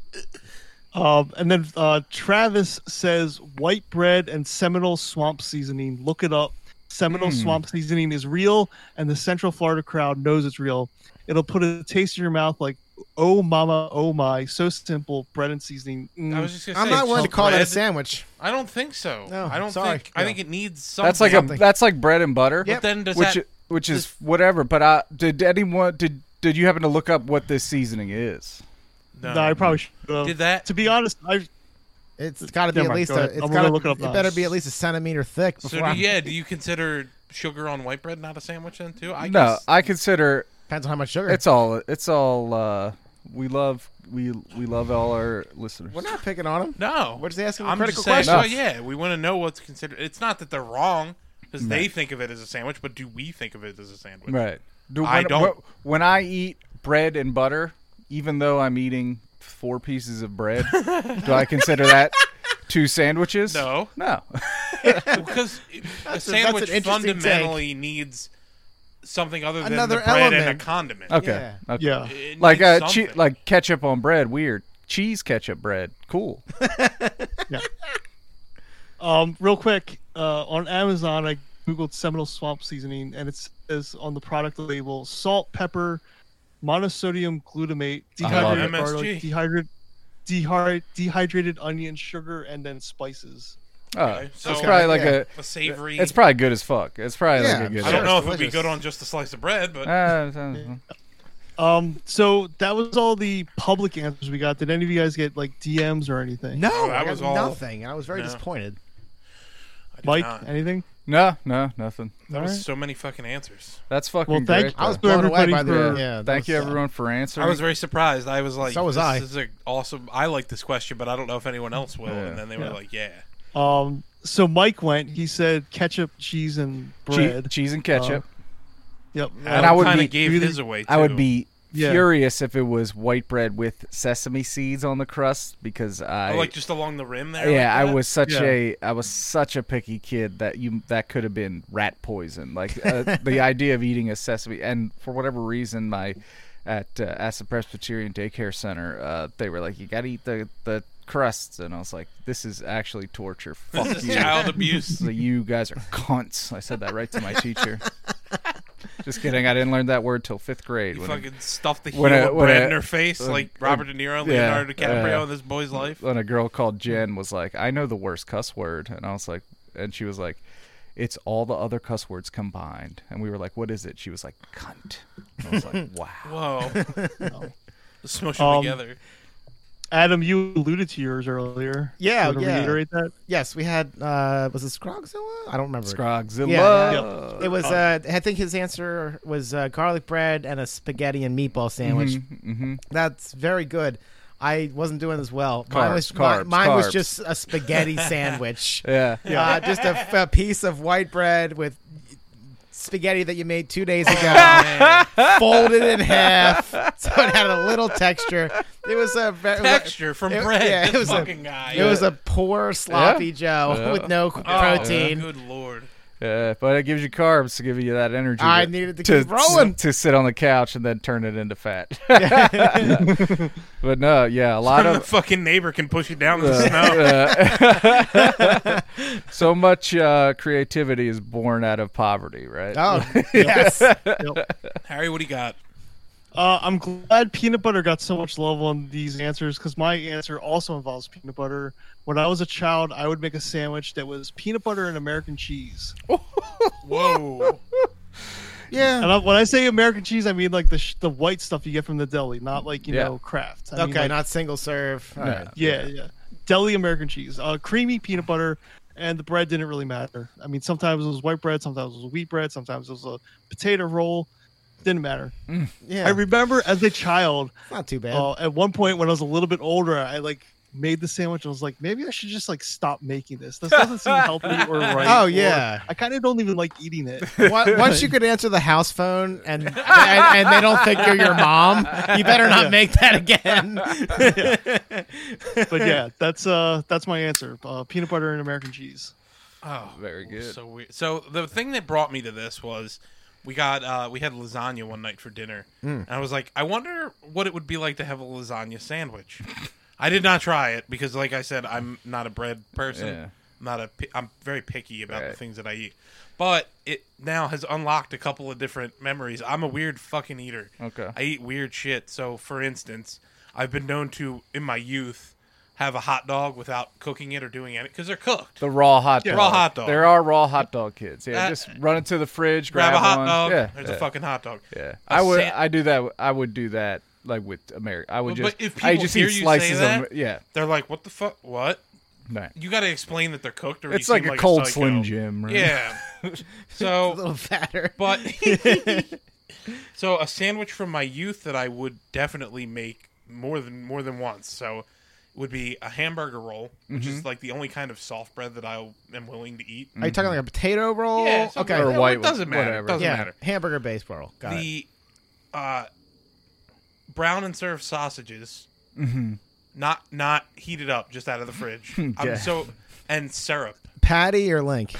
Speaker 2: Um, and then uh, Travis says white bread and Seminole swamp seasoning. Look it up. Seminole
Speaker 3: Hmm.
Speaker 2: swamp seasoning is real, and the Central Florida crowd knows it's real. It'll put a taste in your mouth like, oh mama, oh my. So simple, bread and seasoning. Mm.
Speaker 3: I was just gonna
Speaker 4: I'm
Speaker 3: say,
Speaker 4: not willing to
Speaker 3: chunk
Speaker 4: call that a
Speaker 3: bread,
Speaker 4: sandwich.
Speaker 3: I don't think so.
Speaker 4: No,
Speaker 3: I don't
Speaker 4: sorry.
Speaker 3: think. I
Speaker 4: No.
Speaker 3: think it needs something.
Speaker 1: That's like a
Speaker 4: Something.
Speaker 1: that's like bread and butter.
Speaker 3: But then does
Speaker 1: which
Speaker 3: that?
Speaker 1: which is whatever. But I did anyone did did you happen to look up what this seasoning is?
Speaker 3: No.
Speaker 2: no, I probably should. have.
Speaker 3: Did that-
Speaker 2: To be honest, I
Speaker 4: It's got to be
Speaker 2: Never
Speaker 4: at
Speaker 2: mind,
Speaker 4: least
Speaker 2: go
Speaker 4: a.
Speaker 2: ahead.
Speaker 4: It's
Speaker 2: I'm gonna
Speaker 4: gotta,
Speaker 2: look it up now.
Speaker 4: better be at least a centimeter thick. Before
Speaker 3: so
Speaker 4: I'm-
Speaker 3: do, yeah, do you consider sugar on white bread not a sandwich then too? I
Speaker 1: no,
Speaker 3: guess.
Speaker 1: I consider
Speaker 4: depends on how much sugar.
Speaker 1: it's all it's all. uh We love we we love all our listeners.
Speaker 4: We're not picking on them.
Speaker 3: No,
Speaker 4: We're just asking a
Speaker 3: I'm
Speaker 4: critical
Speaker 3: just saying,
Speaker 1: question.
Speaker 3: well, yeah, we want to know what's considered. It's not that they're wrong because they think of it as a sandwich, but do we think of it as a sandwich?
Speaker 1: Right. Do,
Speaker 3: I
Speaker 1: when,
Speaker 3: don't-
Speaker 1: When I eat bread and butter, even though I'm eating four pieces of bread, do I consider that two sandwiches?
Speaker 3: No.
Speaker 1: No.
Speaker 3: because it- a
Speaker 4: That's an
Speaker 3: sandwich
Speaker 4: interesting
Speaker 3: fundamentally needs something other than
Speaker 4: Another
Speaker 3: the bread and
Speaker 4: element.
Speaker 3: a condiment.
Speaker 1: Okay.
Speaker 4: Yeah.
Speaker 1: okay.
Speaker 2: Yeah.
Speaker 3: It
Speaker 1: Like
Speaker 3: needs
Speaker 1: uh, che-
Speaker 3: something.
Speaker 1: like ketchup on bread, weird. Cheese ketchup bread, cool.
Speaker 2: Um, real quick, uh, on Amazon, I googled Seminole Swamp seasoning, and it says on the product label salt, pepper, monosodium glutamate,
Speaker 1: I love
Speaker 2: dehydrated
Speaker 3: it.
Speaker 2: garlic,
Speaker 3: MSG.
Speaker 2: dehydrated, dehy- dehydrated onion, sugar, and then spices.
Speaker 1: Oh,
Speaker 3: Okay, so-
Speaker 1: it's probably like
Speaker 4: Yeah.
Speaker 3: a savory.
Speaker 1: a. It's probably good as fuck. It's probably
Speaker 4: Yeah,
Speaker 1: like a good.
Speaker 3: I don't
Speaker 4: Sure,
Speaker 3: know if
Speaker 4: it's
Speaker 3: it'd be
Speaker 4: delicious.
Speaker 3: good on just a slice of bread, but
Speaker 1: Uh, so-
Speaker 2: Um, so that was all the public answers we got. Did any of you guys get like DMs or anything?
Speaker 4: No,
Speaker 3: Oh, that
Speaker 4: I got
Speaker 3: was all-
Speaker 4: nothing. and I was very
Speaker 3: No.
Speaker 4: disappointed.
Speaker 3: I did
Speaker 2: Mike,
Speaker 3: not.
Speaker 2: anything?
Speaker 1: no, no, nothing.
Speaker 3: There was
Speaker 2: Alright.
Speaker 3: so many fucking answers.
Speaker 1: That's fucking
Speaker 2: Well, thank
Speaker 1: great.
Speaker 4: I was
Speaker 1: though.
Speaker 2: For
Speaker 4: blown away
Speaker 2: everybody
Speaker 4: by the.
Speaker 2: for-
Speaker 4: yeah, that
Speaker 1: Thank you
Speaker 4: was- uh,
Speaker 1: everyone for answering.
Speaker 3: I was very surprised. I was like,
Speaker 4: So was
Speaker 3: this
Speaker 4: I.
Speaker 3: is an awesome. I like this question, but I don't know if anyone else will."
Speaker 1: Yeah.
Speaker 3: And then they were
Speaker 2: Yeah.
Speaker 3: like, "Yeah."
Speaker 2: Um, so Mike went. He said ketchup, cheese, and
Speaker 1: Che-
Speaker 2: bread.
Speaker 1: cheese and ketchup.
Speaker 2: Yep. Um,
Speaker 1: And I would
Speaker 3: kinda
Speaker 1: be-
Speaker 3: gave
Speaker 2: really-
Speaker 3: his away. Too.
Speaker 1: I would be
Speaker 2: Yeah.
Speaker 1: furious if it was white bread with sesame seeds on the crust because I
Speaker 3: Oh, like just along the rim there.
Speaker 1: yeah,
Speaker 3: like
Speaker 1: I
Speaker 3: that?
Speaker 1: was such
Speaker 2: Yeah.
Speaker 1: a I was such a picky kid that you that could have been rat poison. Like uh, the idea of eating a sesame, and for whatever reason, my at uh, Asa Presbyterian Daycare Center, uh, they were like, "You got to eat the the crusts," and I was like, "This is actually torture. Fuck
Speaker 3: This
Speaker 1: you."
Speaker 3: is child abuse.
Speaker 1: So you guys are cunts. I said that right to my teacher. Just kidding. I didn't learn that word till fifth grade.
Speaker 3: You
Speaker 1: when I-
Speaker 3: fucking stuffed the heel
Speaker 1: when a-
Speaker 3: of
Speaker 1: when
Speaker 3: bread
Speaker 1: a-
Speaker 3: in her face,
Speaker 1: uh,
Speaker 3: like Robert De Niro, and
Speaker 1: yeah,
Speaker 3: Leonardo DiCaprio
Speaker 1: uh,
Speaker 3: in this boy's life.
Speaker 1: and a girl called Jen was like, "I know the worst cuss word," and I was like, and she was like, "It's all the other cuss words combined." And we were like, "What is it?" She was like, "Cunt." And I was like, "Wow."
Speaker 3: Whoa. Let's smush
Speaker 2: Um,
Speaker 3: them together.
Speaker 2: Adam, you alluded to yours earlier.
Speaker 4: Yeah,
Speaker 2: You wanna
Speaker 4: yeah.
Speaker 2: Reiterate that.
Speaker 4: Yes, we had. Uh, was it Scrogzilla? I don't remember.
Speaker 1: Scrogzilla.
Speaker 4: Yeah,
Speaker 2: yeah.
Speaker 4: It was. Uh, I think his answer was uh, garlic bread and a spaghetti and meatball sandwich.
Speaker 1: Mm-hmm.
Speaker 4: That's very good. I wasn't doing as well.
Speaker 1: Carbs,
Speaker 4: mine was, mi-
Speaker 1: carbs,
Speaker 4: mine
Speaker 1: carbs.
Speaker 4: was just a spaghetti sandwich.
Speaker 1: Yeah.
Speaker 4: Uh, just a, f- a piece of white bread with spaghetti that you made two days
Speaker 3: Oh,
Speaker 4: ago,
Speaker 3: man.
Speaker 4: folded in half, so it had a little texture. It was a very,
Speaker 3: Texture from
Speaker 4: it-
Speaker 3: bread.
Speaker 4: yeah, it
Speaker 3: this
Speaker 4: was a-
Speaker 3: fucking guy.
Speaker 4: It was a poor sloppy Joe
Speaker 1: Yeah.
Speaker 4: with no c-
Speaker 3: Oh,
Speaker 4: protein.
Speaker 3: Good lord.
Speaker 1: Yeah, but it gives you carbs to give you that energy.
Speaker 4: I
Speaker 1: to-
Speaker 4: needed to
Speaker 1: to,
Speaker 4: keep rolling.
Speaker 1: to sit on the couch and then turn it into fat. but no, yeah, a lot
Speaker 3: None of
Speaker 1: of
Speaker 3: the fucking neighbor can push it down with the snow.
Speaker 1: Uh, uh, so much uh, creativity is born out of poverty, right?
Speaker 4: Oh yes,
Speaker 3: Harry, what do you got?
Speaker 2: Uh, I'm glad peanut butter got so much love on these answers because my answer also involves peanut butter. When I was a child, I would make a sandwich that was peanut butter and American cheese.
Speaker 4: Mm.
Speaker 3: Whoa.
Speaker 4: yeah.
Speaker 2: And I, when I say American cheese, I mean like the sh- the white stuff you get from the deli, not like you
Speaker 1: Yeah.
Speaker 2: know Kraft. I mean,
Speaker 4: Okay,
Speaker 2: like-
Speaker 4: not single serve. All
Speaker 1: No.
Speaker 4: right.
Speaker 2: yeah, yeah, deli American cheese, uh, creamy peanut butter, and the bread didn't really matter. I mean, sometimes it was white bread, sometimes it was wheat bread, sometimes it was a potato roll. Didn't matter.
Speaker 4: Yeah,
Speaker 2: I remember as a child,
Speaker 4: not too bad.
Speaker 2: uh, at one point when I was a little bit older, I like made the sandwich and was like, maybe I should just like stop making this. This doesn't seem healthy or right.
Speaker 4: Oh,
Speaker 2: or
Speaker 4: yeah.
Speaker 2: I kind of don't even like eating it.
Speaker 4: Wa- Once you could answer the house phone and, and and they don't think you're your mom, you better not make that again.
Speaker 2: But yeah, that's uh that's my answer. Uh, peanut butter and American cheese.
Speaker 3: Oh,
Speaker 1: Very good.
Speaker 3: So weird. So the thing that brought me to this was we got uh, we had lasagna one night for dinner,
Speaker 1: Mm.
Speaker 3: and I was like, I wonder what it would be like to have a lasagna sandwich. I did not try it because, like I said, I'm not a bread person.
Speaker 1: Yeah.
Speaker 3: I'm not a. pi- I'm very picky about the
Speaker 1: Right.
Speaker 3: things that I eat. But it now has unlocked a couple of different memories. I'm a weird fucking eater.
Speaker 1: Okay.
Speaker 3: I eat weird shit. So, for instance, I've been known to, in my youth, have a hot dog without cooking it or doing anything because they're cooked.
Speaker 1: The raw hot
Speaker 3: Yeah.
Speaker 1: dog.
Speaker 3: Raw hot dog.
Speaker 1: There are raw hot dog kids. Yeah,
Speaker 3: Uh,
Speaker 1: just run into the fridge, grab,
Speaker 3: grab a hot
Speaker 1: one.
Speaker 3: dog.
Speaker 1: Yeah,
Speaker 3: There's
Speaker 1: yeah,
Speaker 3: a fucking hot dog.
Speaker 1: Yeah,
Speaker 3: A
Speaker 1: I would.
Speaker 3: sa-
Speaker 1: I do that. I would do that. Like with America, I would
Speaker 3: But-
Speaker 1: just.
Speaker 3: but if
Speaker 1: I
Speaker 3: people
Speaker 1: just
Speaker 3: hear
Speaker 1: eat
Speaker 3: you say
Speaker 1: slices
Speaker 3: that-
Speaker 1: of. Yeah,
Speaker 3: They're like, what the fuck? What?
Speaker 1: no.
Speaker 3: You got to explain that they're cooked, or
Speaker 1: It's
Speaker 3: you
Speaker 1: like
Speaker 3: seem
Speaker 1: a
Speaker 3: like
Speaker 1: cold
Speaker 3: psycho.
Speaker 1: Slim Jim. Right?
Speaker 3: Yeah.
Speaker 4: a
Speaker 3: so,
Speaker 4: little fatter.
Speaker 3: but so a sandwich from my youth that I would definitely make more than more than once. So, would be a hamburger roll, which
Speaker 1: Mm-hmm.
Speaker 3: is like the only kind of soft bread that I am willing to eat.
Speaker 4: Are you talking like a potato roll?
Speaker 3: Yeah, something
Speaker 4: okay.
Speaker 1: Or
Speaker 3: like that.
Speaker 1: white
Speaker 3: It doesn't
Speaker 1: one,
Speaker 3: matter.
Speaker 1: whatever.
Speaker 3: It doesn't
Speaker 4: yeah,
Speaker 3: matter.
Speaker 4: hamburger based roll. Got it.
Speaker 3: the uh, brown and served sausages
Speaker 4: Mm-hmm.
Speaker 3: not not heated up, just out of the fridge.
Speaker 1: Okay.
Speaker 3: I'm so and syrup.
Speaker 4: Patty or Link?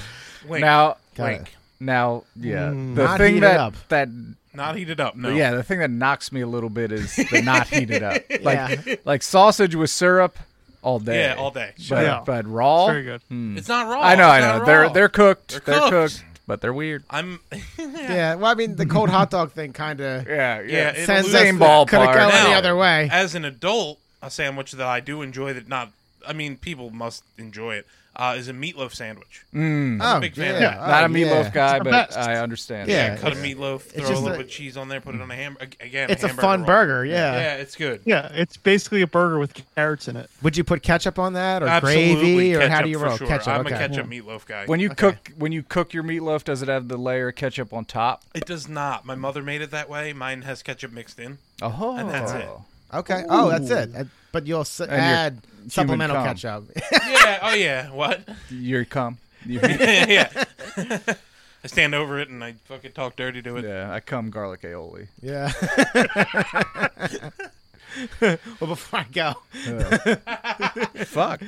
Speaker 3: Wink,
Speaker 1: Now,
Speaker 4: Got it.
Speaker 1: now, yeah. The
Speaker 4: Not
Speaker 1: thing
Speaker 4: heated
Speaker 1: that
Speaker 4: up.
Speaker 1: that
Speaker 3: not heated up. No,
Speaker 1: yeah, the thing that knocks me a little bit is the not heated up. Like
Speaker 4: Yeah.
Speaker 1: like sausage with syrup all day.
Speaker 3: Yeah, all day.
Speaker 1: But,
Speaker 2: Yeah.
Speaker 1: but raw.
Speaker 2: Very good.
Speaker 4: Mm.
Speaker 3: It's not raw.
Speaker 1: I know,
Speaker 3: It's
Speaker 1: I
Speaker 3: not
Speaker 1: know. They're
Speaker 3: raw.
Speaker 1: they're cooked.
Speaker 3: They're
Speaker 1: They're,
Speaker 3: cooked.
Speaker 1: cooked. but they're weird.
Speaker 3: I'm.
Speaker 4: Yeah. Well, I mean, the cold hot dog thing kind of
Speaker 1: Yeah,
Speaker 3: yeah. it'll
Speaker 4: sends
Speaker 3: lose
Speaker 4: us
Speaker 1: Same ballpark.
Speaker 4: Could have gone any
Speaker 3: Now-
Speaker 4: other way.
Speaker 3: as an adult, a sandwich that I do enjoy that not I mean people must enjoy it uh, is a meatloaf sandwich.
Speaker 4: oh,
Speaker 3: big fan
Speaker 4: yeah.
Speaker 3: of that.
Speaker 4: Oh,
Speaker 1: Not a meatloaf
Speaker 4: yeah.
Speaker 1: guy,
Speaker 2: the
Speaker 1: but
Speaker 2: best.
Speaker 1: I understand.
Speaker 4: Yeah.
Speaker 3: Cut a meatloaf, throw a
Speaker 4: just
Speaker 3: little
Speaker 4: a-
Speaker 3: bit of cheese on there, put it on a ham. ag- Again,
Speaker 4: It's a
Speaker 3: hamburger
Speaker 4: fun
Speaker 3: roll.
Speaker 4: burger. Yeah.
Speaker 3: Yeah, it's good.
Speaker 2: Yeah, it's basically a burger with carrots in it.
Speaker 4: Would you put ketchup on that or
Speaker 3: Absolutely,
Speaker 4: gravy or
Speaker 3: ketchup
Speaker 4: how do you
Speaker 3: for
Speaker 4: roll
Speaker 3: sure.
Speaker 4: ketchup?
Speaker 3: I'm
Speaker 4: okay.
Speaker 3: a ketchup meatloaf guy.
Speaker 1: When you cook when you cook your meatloaf, does it have the layer of ketchup on top?
Speaker 3: it does not. My mother made it that way. Mine has ketchup mixed in.
Speaker 1: Oh,
Speaker 3: And that's it.
Speaker 4: Okay. Oh, that's it. Uh, But you'll s-
Speaker 1: your
Speaker 4: add supplemental
Speaker 1: cum.
Speaker 4: ketchup.
Speaker 3: Yeah. Oh yeah. What?
Speaker 1: Your cum. Your-
Speaker 3: yeah. I stand over it and I fucking talk dirty to it.
Speaker 1: yeah, I cum garlic aioli.
Speaker 4: yeah. well, before I go,
Speaker 1: Fuck.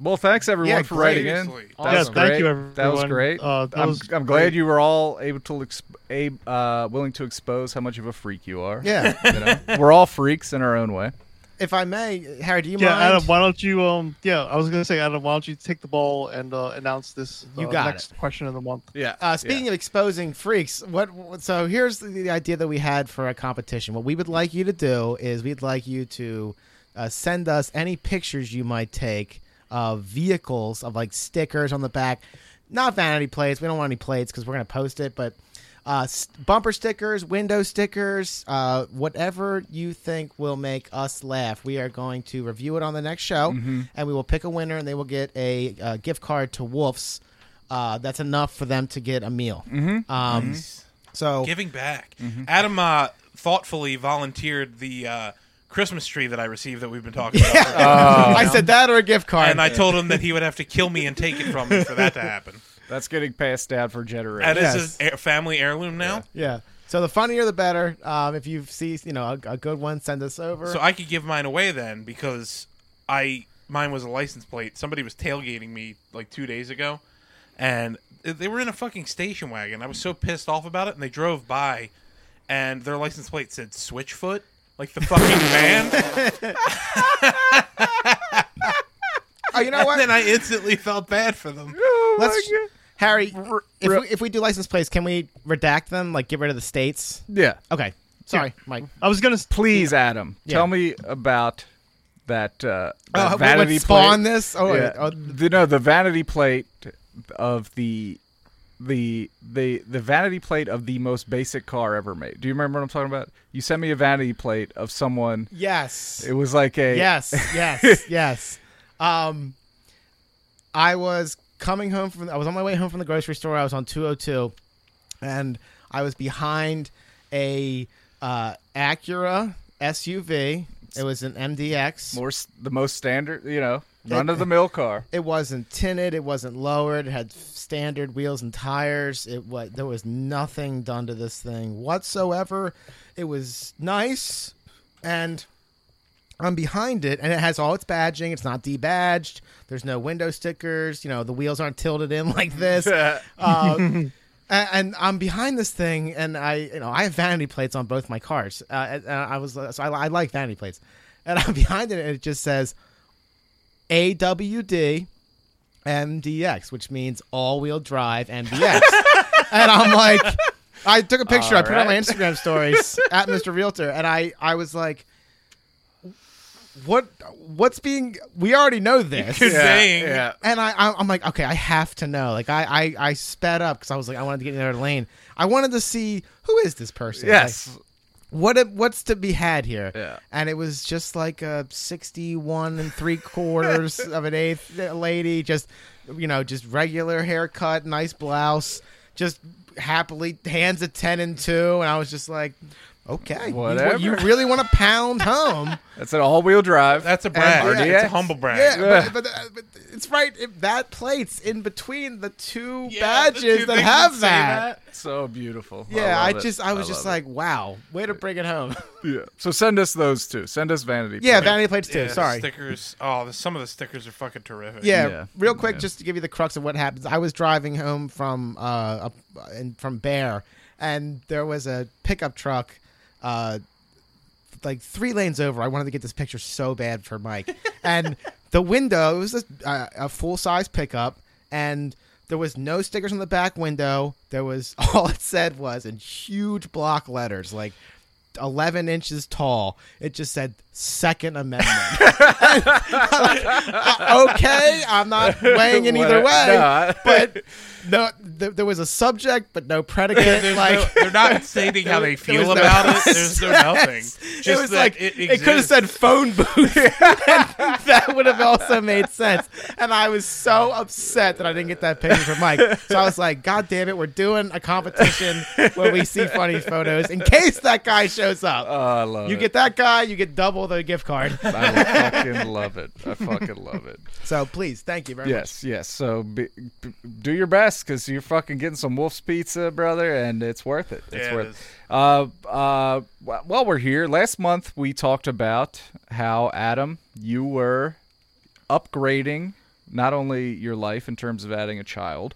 Speaker 1: Well, thanks everyone
Speaker 4: Yeah,
Speaker 1: for writing in.
Speaker 3: seriously.
Speaker 1: That was
Speaker 2: Yeah,
Speaker 1: great.
Speaker 2: Uh, thank you,
Speaker 1: That was
Speaker 2: everyone.
Speaker 1: great.
Speaker 2: Uh, that
Speaker 1: I'm,
Speaker 2: was
Speaker 1: I'm
Speaker 2: great.
Speaker 1: glad you were all able to exp- ab- uh, willing to expose how much of a freak you are.
Speaker 4: yeah.
Speaker 1: You know? we're all freaks in our own way.
Speaker 4: If I may, Harry, do you
Speaker 2: Yeah,
Speaker 4: mind?
Speaker 2: Adam, why don't you? Um, yeah, I was gonna say, Adam, why don't you take the ball and uh, announce this?
Speaker 4: You
Speaker 2: uh,
Speaker 4: got
Speaker 2: next question of the month.
Speaker 1: Yeah.
Speaker 4: Uh, speaking of exposing freaks, what? what- So here's the, the idea that we had for a competition. What we would like you to do is we'd like you to uh, send us any pictures you might take of vehicles of like stickers on the back, not vanity plates. We don't want any plates because we're gonna post it, but. Uh, s- bumper stickers, window stickers, uh, whatever you think will make us laugh. We are going to review it on the next show,
Speaker 1: Mm-hmm.
Speaker 4: and we will pick a winner, and they will get a, uh gift card to Wolf's uh, that's enough for them to get a meal.
Speaker 3: Mm-hmm.
Speaker 4: Um, So
Speaker 3: Giving back.
Speaker 4: Mm-hmm.
Speaker 3: Adam uh, thoughtfully volunteered the uh, Christmas tree that I received that we've been talking about. for a while.
Speaker 1: Oh.
Speaker 4: I said that or a gift card.
Speaker 3: and I told him that he would have to kill me and take it from me for that to happen.
Speaker 1: That's getting passed down for generations.
Speaker 3: That is
Speaker 4: Yes.
Speaker 3: his heir- family heirloom now,
Speaker 4: yeah. So the funnier the better. Um, if you see you know a, a good one, send us over.
Speaker 3: so I could give mine away then because I mine was a license plate. Somebody was tailgating me like two days ago, and they were in a fucking station wagon. I was so pissed off about it, and they drove by, and their license plate said Switchfoot, like the fucking man.
Speaker 4: oh, you know what?
Speaker 3: and I instantly felt bad for them.
Speaker 4: Let's Harry. If we, if we do license plates, can we redact them? Like get rid of the states?
Speaker 1: yeah.
Speaker 4: Okay. Sorry, Mike.
Speaker 2: I was gonna.
Speaker 1: Please, Adam,
Speaker 4: Yeah.
Speaker 1: tell me about that, uh,
Speaker 4: Oh,
Speaker 1: that
Speaker 4: what- what
Speaker 1: vanity
Speaker 4: spawned
Speaker 1: plate.
Speaker 4: this? Oh,
Speaker 1: yeah.
Speaker 4: oh,
Speaker 1: the, no, the vanity plate of the the the the vanity plate of the most basic car ever made. Do you remember what I'm talking about? You sent me a vanity plate of someone.
Speaker 4: yes.
Speaker 1: It was like a
Speaker 4: Yes, yes, yes. Um, I was coming home from. I was on my way home from the grocery store. I was on 202, and I was behind a uh, Acura SUV. It was an MDX.
Speaker 1: more s- the most standard, you know, run of the mill car.
Speaker 4: It wasn't tinted. It wasn't lowered. It had standard wheels and tires. It was there was nothing done to this thing whatsoever. It was nice, and I'm behind it, and it has all its badging. It's not debadged. There's no window stickers. You know the wheels aren't tilted in like this. Uh, and, and I'm behind this thing, and I, you know, I have vanity plates on both my cars. Uh, and, and I was, so I, I like vanity plates, and I'm behind it, and it just says AWD MDX, which means all-wheel drive MDX. and I'm like, I took a picture, I put it on my Instagram stories at Mr. Realtor, and I, I was like, what, what's being? We already know this
Speaker 3: You're saying
Speaker 1: yeah.
Speaker 4: and I, I I'm like, okay, I have to know. Like I I, I sped up because I was like, I wanted to get in their lane. I wanted to see who is this person.
Speaker 1: Yes.
Speaker 4: Like, what it- what's to be had here?
Speaker 1: Yeah.
Speaker 4: And it was just like a sixty-one and three quarters of an eighth uh, lady, just you know, just regular haircut, nice blouse, just happily hands a ten and two, and I was just like, Okay. You-
Speaker 1: Whatever.
Speaker 4: You, really want to pound home?
Speaker 1: That's an all-wheel drive.
Speaker 3: That's a brag.
Speaker 1: And-
Speaker 3: It's a
Speaker 1: yeah,
Speaker 3: humble brag.
Speaker 4: yeah, but, but, uh, but it's right. If that plate's in between the two
Speaker 3: Yeah, the
Speaker 4: badges
Speaker 3: two
Speaker 4: that
Speaker 3: things
Speaker 4: have
Speaker 3: say
Speaker 4: that.
Speaker 1: So beautiful.
Speaker 4: Yeah, I,
Speaker 1: love it.
Speaker 4: just I was just
Speaker 1: love
Speaker 4: like, wow, way to bring it home.
Speaker 1: it. Yeah. So send us those two. Send us vanity.
Speaker 4: yeah,
Speaker 1: plates.
Speaker 4: vanity plates too.
Speaker 3: Yeah,
Speaker 4: sorry.
Speaker 3: Stickers. Oh, the, some of the stickers are fucking terrific.
Speaker 4: yeah,
Speaker 1: Yeah.
Speaker 4: real quick,
Speaker 1: Yeah.
Speaker 4: just to give you the crux of what happens. I was driving home from uh up, and from Bear, and there was a pickup truck, uh, like three lanes over. I wanted to get this picture so bad for Mike, and the window it was a, uh, a full size pickup, and there was no stickers on the back window. There was all it said was in huge block letters, like. 11 inches tall. It just said Second Amendment. okay, I'm not weighing in either
Speaker 1: Whatever. No,
Speaker 4: way.
Speaker 1: I-
Speaker 4: But no, th- there was a subject, but no predicate.
Speaker 3: There's
Speaker 4: like
Speaker 3: no- they're not stating how they
Speaker 4: there
Speaker 3: feel
Speaker 4: was no-
Speaker 3: about it. There's no nothing. Just
Speaker 4: it was
Speaker 3: that
Speaker 4: like
Speaker 3: it,
Speaker 4: it, could have
Speaker 3: exists.
Speaker 4: said phone booth. And that would have also made sense. And I was so upset that I didn't get that picture from Mike. So I was like, God damn it, we're doing a competition where we see funny photos in case that guy shows up.
Speaker 1: Oh, I love
Speaker 4: you
Speaker 1: it.
Speaker 4: get that guy, you get double the gift card.
Speaker 1: I fucking love it. I fucking love it.
Speaker 4: So please, thank you very much.
Speaker 1: Yes, yes. So be, b- do your best because you're fucking getting some Wolf's Pizza, brother, and it's worth it. It's
Speaker 3: Yeah, it
Speaker 1: worth
Speaker 3: is.
Speaker 1: Uh, uh, wh- while we're here, last month we talked about how, Adam, you were upgrading not only your life in terms of adding a child,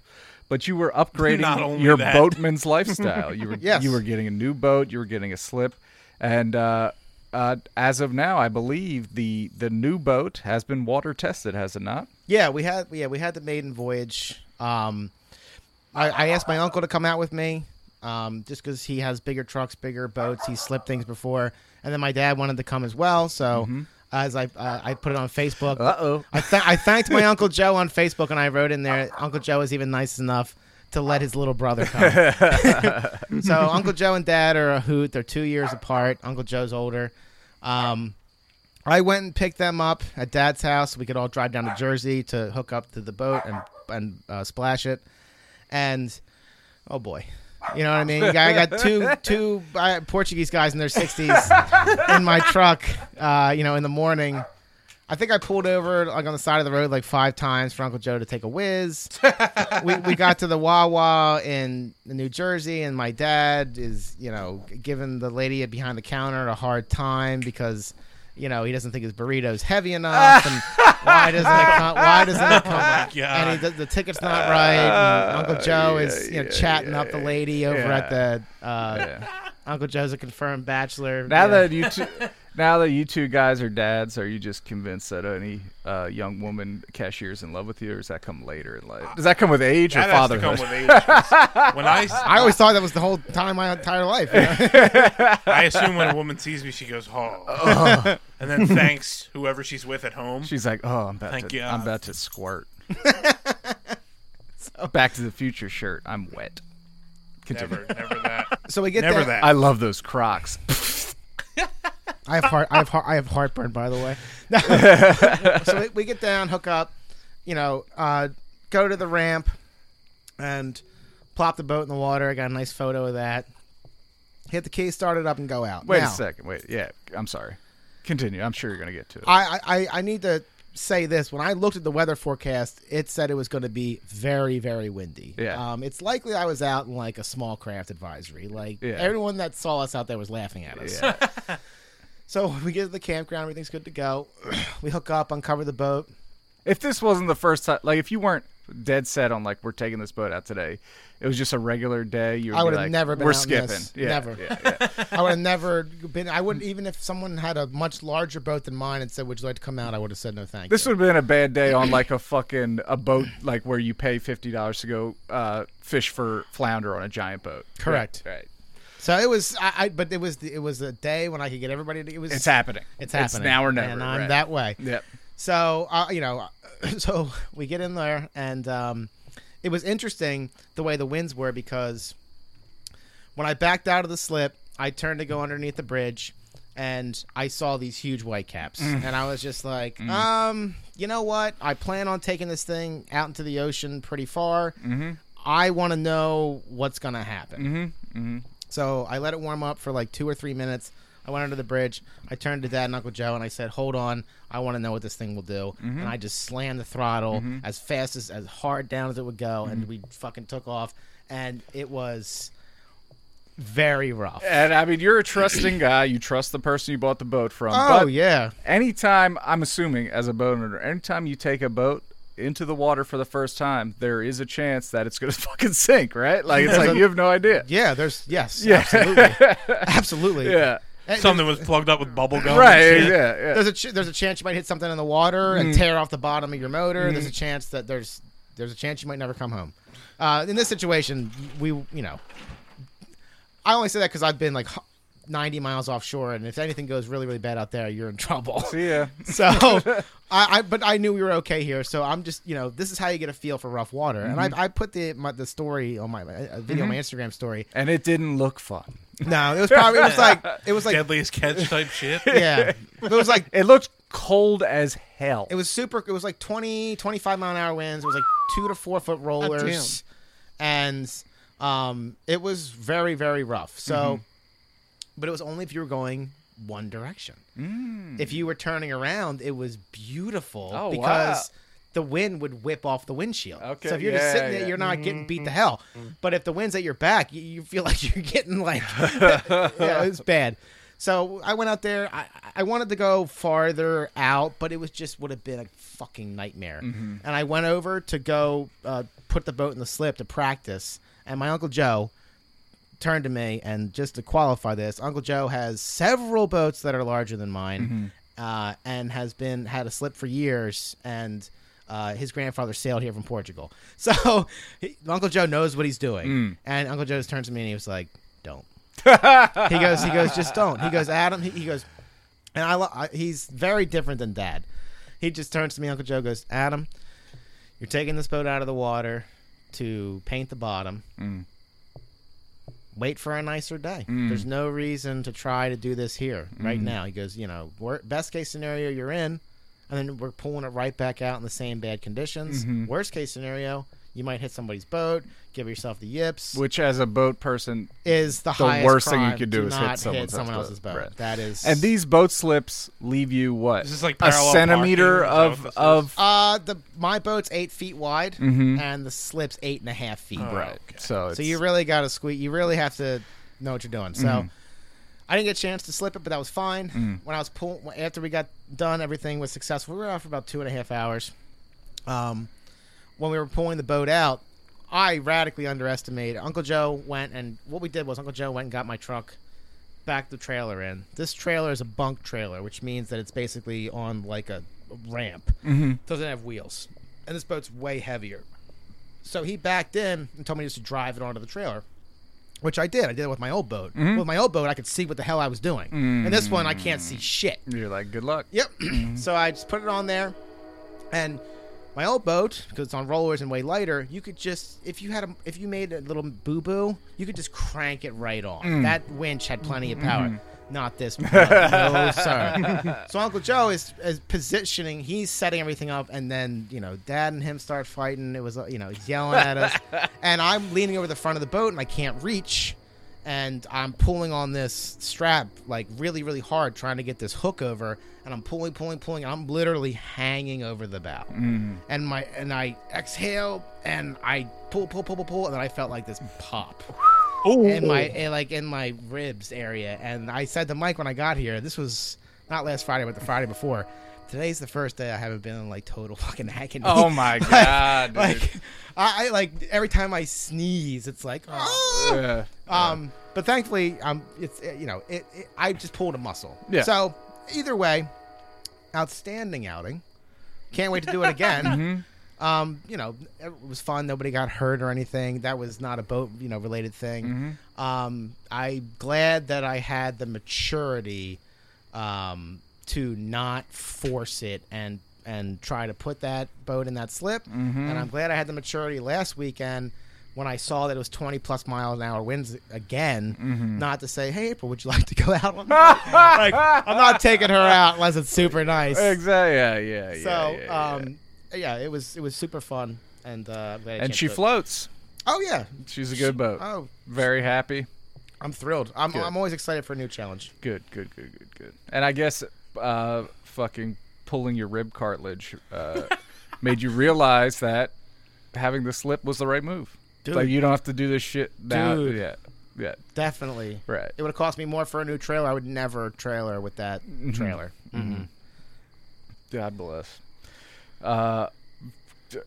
Speaker 1: but you were
Speaker 3: Not only
Speaker 1: upgrading your
Speaker 3: that.
Speaker 1: boatman's lifestyle. You were,
Speaker 4: Yes.
Speaker 1: you were getting a new boat, you were getting a slip, and uh, uh, as of now, I believe the the new boat has been water tested, has it not?
Speaker 4: Yeah, we had yeah we had the maiden voyage. Um, I, I asked my uncle to come out with me, um, just because he has bigger trucks, bigger boats. He's slipped things before, and then my dad wanted to come as well. So as I uh, I put it on Facebook,
Speaker 1: Uh-oh.
Speaker 4: Mm-hmm. I, th- I thanked my uncle Joe on Facebook, and I wrote in there, Uncle Joe is even nice enough to let his little brother come. so Uncle Joe and Dad are a hoot. They're two years apart. Uncle Joe's older. Um, I went and picked them up at Dad's house. We could all drive down to Jersey to hook up to the boat and and uh, splash it. And oh boy, you know what I mean. I got two two uh, Portuguese guys in their sixties in my truck. Uh, you know, in the morning. I think I pulled over like on the side of the road like five times for Uncle Joe to take a whiz. we, we got to the Wawa in New Jersey, and my dad is you know giving the lady behind the counter a hard time because you know he doesn't think his burrito's heavy enough, and why doesn't it come? Why doesn't it come?
Speaker 3: my God.
Speaker 4: And he, the, the ticket's not right. And Uncle Joe is you know
Speaker 1: Uh, yeah,
Speaker 4: chatting up the lady over
Speaker 1: yeah.
Speaker 4: at the. Uh, Uncle Joe's a confirmed bachelor.
Speaker 1: Now
Speaker 4: Yeah.
Speaker 1: that you two, now that you two guys are dads, are you just convinced that any uh, young woman cashier is in love with you, or does that come later in life? Does that come with age or
Speaker 3: That has to come
Speaker 1: fatherhood?
Speaker 3: with age. 'cause when I, s-
Speaker 4: I always thought that was the whole time my entire life. you know?
Speaker 3: I assume when a woman sees me, she goes, "Oh," and then thanks whoever she's with at home.
Speaker 1: She's like, oh, I'm about
Speaker 3: Thank
Speaker 1: to,
Speaker 3: you.
Speaker 1: I'm about to squirt. Back to the Future shirt. I'm wet. Continue.
Speaker 3: never, never that.
Speaker 4: So we get
Speaker 3: Never
Speaker 4: there.
Speaker 3: that.
Speaker 1: I love those Crocs.
Speaker 4: I have heart. I have heart. I have heartburn. By the way, so we, we get down, hook up, you know, uh, go to the ramp, and plop the boat in the water. I got a nice photo of that. Hit the key, start it up, and go out.
Speaker 1: Wait
Speaker 4: Now,
Speaker 1: a second. Wait. Yeah. I'm sorry. Continue. I'm sure you're gonna get to it.
Speaker 4: I, I I- I need to say this. When I looked at the weather forecast, it said it was going to be very very windy.
Speaker 1: Yeah.
Speaker 4: Um, it's likely I was out in like a small craft advisory. Like
Speaker 1: Yeah.
Speaker 4: everyone that saw us out there was laughing at us.
Speaker 1: yeah.
Speaker 4: So we get to the campground, everything's good to go. we hook up, uncover the boat.
Speaker 1: if this wasn't the first time, like if you weren't dead set on like we're taking this boat out today, it was just a regular day. You would
Speaker 4: I
Speaker 1: be
Speaker 4: would've
Speaker 1: like,
Speaker 4: never been
Speaker 1: We're
Speaker 4: out in
Speaker 1: skipping.
Speaker 4: this.
Speaker 1: Yeah,
Speaker 4: Never.
Speaker 1: yeah, yeah.
Speaker 4: I would have never been. I wouldn't even if someone had a much larger boat than mine and said, "Would you like to come out?" I would have said no, thank
Speaker 1: This
Speaker 4: you.
Speaker 1: would have been a bad day on like a fucking a boat like where you pay fifty dollars to go uh, fish for flounder on a giant boat.
Speaker 4: Correct.
Speaker 1: Right. right.
Speaker 4: so it was. I, I but it was the, it was a day when I could get everybody. To, it was
Speaker 1: It's happening.
Speaker 4: It's happening.
Speaker 1: now or never.
Speaker 4: And I'm
Speaker 1: right.
Speaker 4: that way.
Speaker 1: Yep.
Speaker 4: So uh, you know, so we get in there, and um, it was interesting the way the winds were because when I backed out of the slip, I turned to go underneath the bridge, and I saw these huge white caps, and I was just like, um, you know what? I plan on taking this thing out into the ocean pretty far. I want to know what's gonna happen. So I let it warm up for like two or three minutes. I went under the bridge. I turned to Dad and Uncle Joe and I said, "Hold on, I want to know what this thing will do."
Speaker 1: Mm-hmm.
Speaker 4: And I just slammed the throttle as fast as as hard down as it would go,
Speaker 1: Mm-hmm.
Speaker 4: and we fucking took off. And it was very rough.
Speaker 1: And I mean, you're a trusting guy. You trust the person you bought the boat from.
Speaker 4: Oh
Speaker 1: but
Speaker 4: yeah,
Speaker 1: anytime I'm assuming as a boat owner, anytime you take a boat into the water for the first time, there is a chance that it's gonna fucking sink, right? Like it's like you have no idea.
Speaker 4: yeah. There's yes,
Speaker 1: Yeah.
Speaker 4: absolutely, absolutely.
Speaker 1: Yeah.
Speaker 4: And
Speaker 3: Something was plugged up with bubble gum. and
Speaker 1: Right.
Speaker 3: shit.
Speaker 1: Yeah. yeah.
Speaker 4: there's a ch- there's a chance you might hit something in the water and tear off the bottom of your motor. There's a chance that there's there's a chance you might never come home. Uh, in this situation, we you know, I only say that because I've been like hu- 90 miles offshore, and if anything goes really really bad out there, you're in trouble.
Speaker 1: See ya.
Speaker 4: so I, I but I knew we were okay here. So I'm just you know this is how you get a feel for rough water, and I, I put the my, the story on my a video on my Instagram story.
Speaker 1: And it didn't look fun.
Speaker 4: No, it was probably it was like it was like
Speaker 3: Deadliest catch type shit.
Speaker 4: yeah, it was like
Speaker 1: It looked cold as hell.
Speaker 4: It was super. It was like 20, 25 mile an hour winds. It was like two to four foot rollers, and um, it was very very rough. So,
Speaker 1: Mm-hmm.
Speaker 4: but it was only if you were going one direction. If you were turning around, it was beautiful
Speaker 1: Mm. Oh, wow.
Speaker 4: because the wind would whip off the windshield.
Speaker 1: Okay,
Speaker 4: so if you're just
Speaker 1: yeah,
Speaker 4: sitting there,
Speaker 1: yeah. Mm-hmm.
Speaker 4: you're not getting beat to hell. But if the wind's at your back, you, you feel like you're getting like, yeah, it was bad. So I went out there. I, I wanted to go farther out, but it was just would have been a fucking nightmare.
Speaker 1: Mm-hmm.
Speaker 4: And I went over to go uh, put the boat in the slip to practice. And my uncle Joe turned to me and just to qualify this, Uncle Joe has several boats that are larger than mine, uh, and has been had a slip for years. And uh, his grandfather sailed here from Portugal, so he, Uncle Joe knows what he's doing. And Uncle Joe just turns to me and he was like, "Don't." he goes, he goes, just don't. He goes, Adam. He, he goes, and I, lo- I. He's very different than Dad. He just turns to me. Uncle Joe goes, Adam, you're taking this boat out of the water to paint the bottom wait for a nicer day. There's no reason to try to do this here right now. He goes, you know, wor- best case scenario you're in, and then we're pulling it right back out in the same bad conditions. Worst case scenario, you might hit somebody's boat, give yourself the yips.
Speaker 1: which as a boat person
Speaker 4: is the,
Speaker 1: the
Speaker 4: highest
Speaker 1: worst thing you
Speaker 4: crime.
Speaker 1: could do is hit
Speaker 4: not
Speaker 1: someone's
Speaker 4: someone
Speaker 1: boat.
Speaker 4: else's boat.
Speaker 1: Right.
Speaker 4: That is
Speaker 1: and these boat slips leave you what
Speaker 3: Is this like
Speaker 1: a
Speaker 3: parallel
Speaker 1: centimeter
Speaker 3: parking? Is that what
Speaker 1: of
Speaker 3: this is?
Speaker 1: of
Speaker 4: uh the my boat's eight feet wide and the slip's eight and a half feet.
Speaker 1: Mm-hmm. right. So it's,
Speaker 4: So you really got to squeeze. You really have to know what you're doing. So
Speaker 1: Mm-hmm.
Speaker 4: I didn't get a chance to slip it, but that was fine. When I was pulling, after we got done, everything was successful. We were out for about two and a half hours. Um, when we were pulling the boat out, I radically underestimated. Uncle Joe went and what we did was Uncle Joe went and got my truck, backed the trailer in. This trailer is a bunk trailer, which means that it's basically on like a ramp. Doesn't have wheels, and this boat's way heavier. So he backed in and told me just to drive it onto the trailer, which I did. I did it with my old boat. With my old boat, I could see what the hell I was doing. And this one, I can't see shit.
Speaker 1: you're like good luck.
Speaker 4: Yep. so I just put it on there, and my old boat, because it's on rollers and way lighter, you could just if you had a if you made a little boo boo, you could just crank it right on. That winch had plenty of power. Not this one. no, sir. so Uncle Joe is, is positioning. He's setting everything up, and then you know, Dad and him start fighting. It was uh, you know, he's yelling at us, and I'm leaning over the front of the boat, and I can't reach and I'm pulling on this strap like really, really hard, trying to get this hook over, and I'm pulling, pulling, pulling. and I'm literally hanging over the bow, and my and I exhale and I pull, pull, pull, pull, pull, and then I felt like this pop in my in, like in my ribs area, and I said to Mike when I got here, this was not last Friday, but the Friday before. Today's the first day I haven't been in like total fucking agony.
Speaker 1: Oh my
Speaker 4: Like-
Speaker 1: god. dude.
Speaker 4: Like, I, I like every time I sneeze, it's like, "Ah!"
Speaker 1: Yeah.
Speaker 4: Um, but thankfully, um, it's uh, you know, it, it I just pulled a muscle.
Speaker 1: Yeah.
Speaker 4: So either way, outstanding outing. Can't wait to do it again.
Speaker 1: Mm-hmm.
Speaker 4: Um, you know, it was fun. Nobody got hurt or anything. That was not a boat, you know, related thing.
Speaker 1: Mm-hmm.
Speaker 4: Um, I'm glad that I had the maturity um, to not force it and and try to put that boat in that slip.
Speaker 1: Mm-hmm.
Speaker 4: And I'm glad I had the maturity last weekend when I saw that it was 20 plus mile an hour winds again,
Speaker 1: Mm-hmm.
Speaker 4: not to say, "Hey, April, would you like to go out?" on the boat?" like, I'm not taking her out unless it's super nice.
Speaker 1: Exactly. Yeah. Yeah. yeah,
Speaker 4: So,
Speaker 1: yeah, yeah.
Speaker 4: um, yeah, it was it was super fun, and uh, I'm glad I
Speaker 1: and
Speaker 4: can't
Speaker 1: she
Speaker 4: do it.
Speaker 1: floats.
Speaker 4: Oh yeah.
Speaker 1: She's a good boat.
Speaker 4: Oh,
Speaker 1: Very happy.
Speaker 4: I'm thrilled. I'm,
Speaker 1: Good.
Speaker 4: I'm always excited for a new challenge.
Speaker 1: Good, good, good, good, good. And I guess uh, fucking pulling your rib cartilage uh, made you realize that having the slip was the right move. It's Like
Speaker 4: Dude.
Speaker 1: you don't have to do this shit now.
Speaker 4: Dude.
Speaker 1: Yeah, yeah,
Speaker 4: Definitely.
Speaker 1: right.
Speaker 4: It would have cost me more for a new trailer. I would never trailer with that
Speaker 1: Mm-hmm.
Speaker 4: trailer.
Speaker 1: God bless. Uh, d-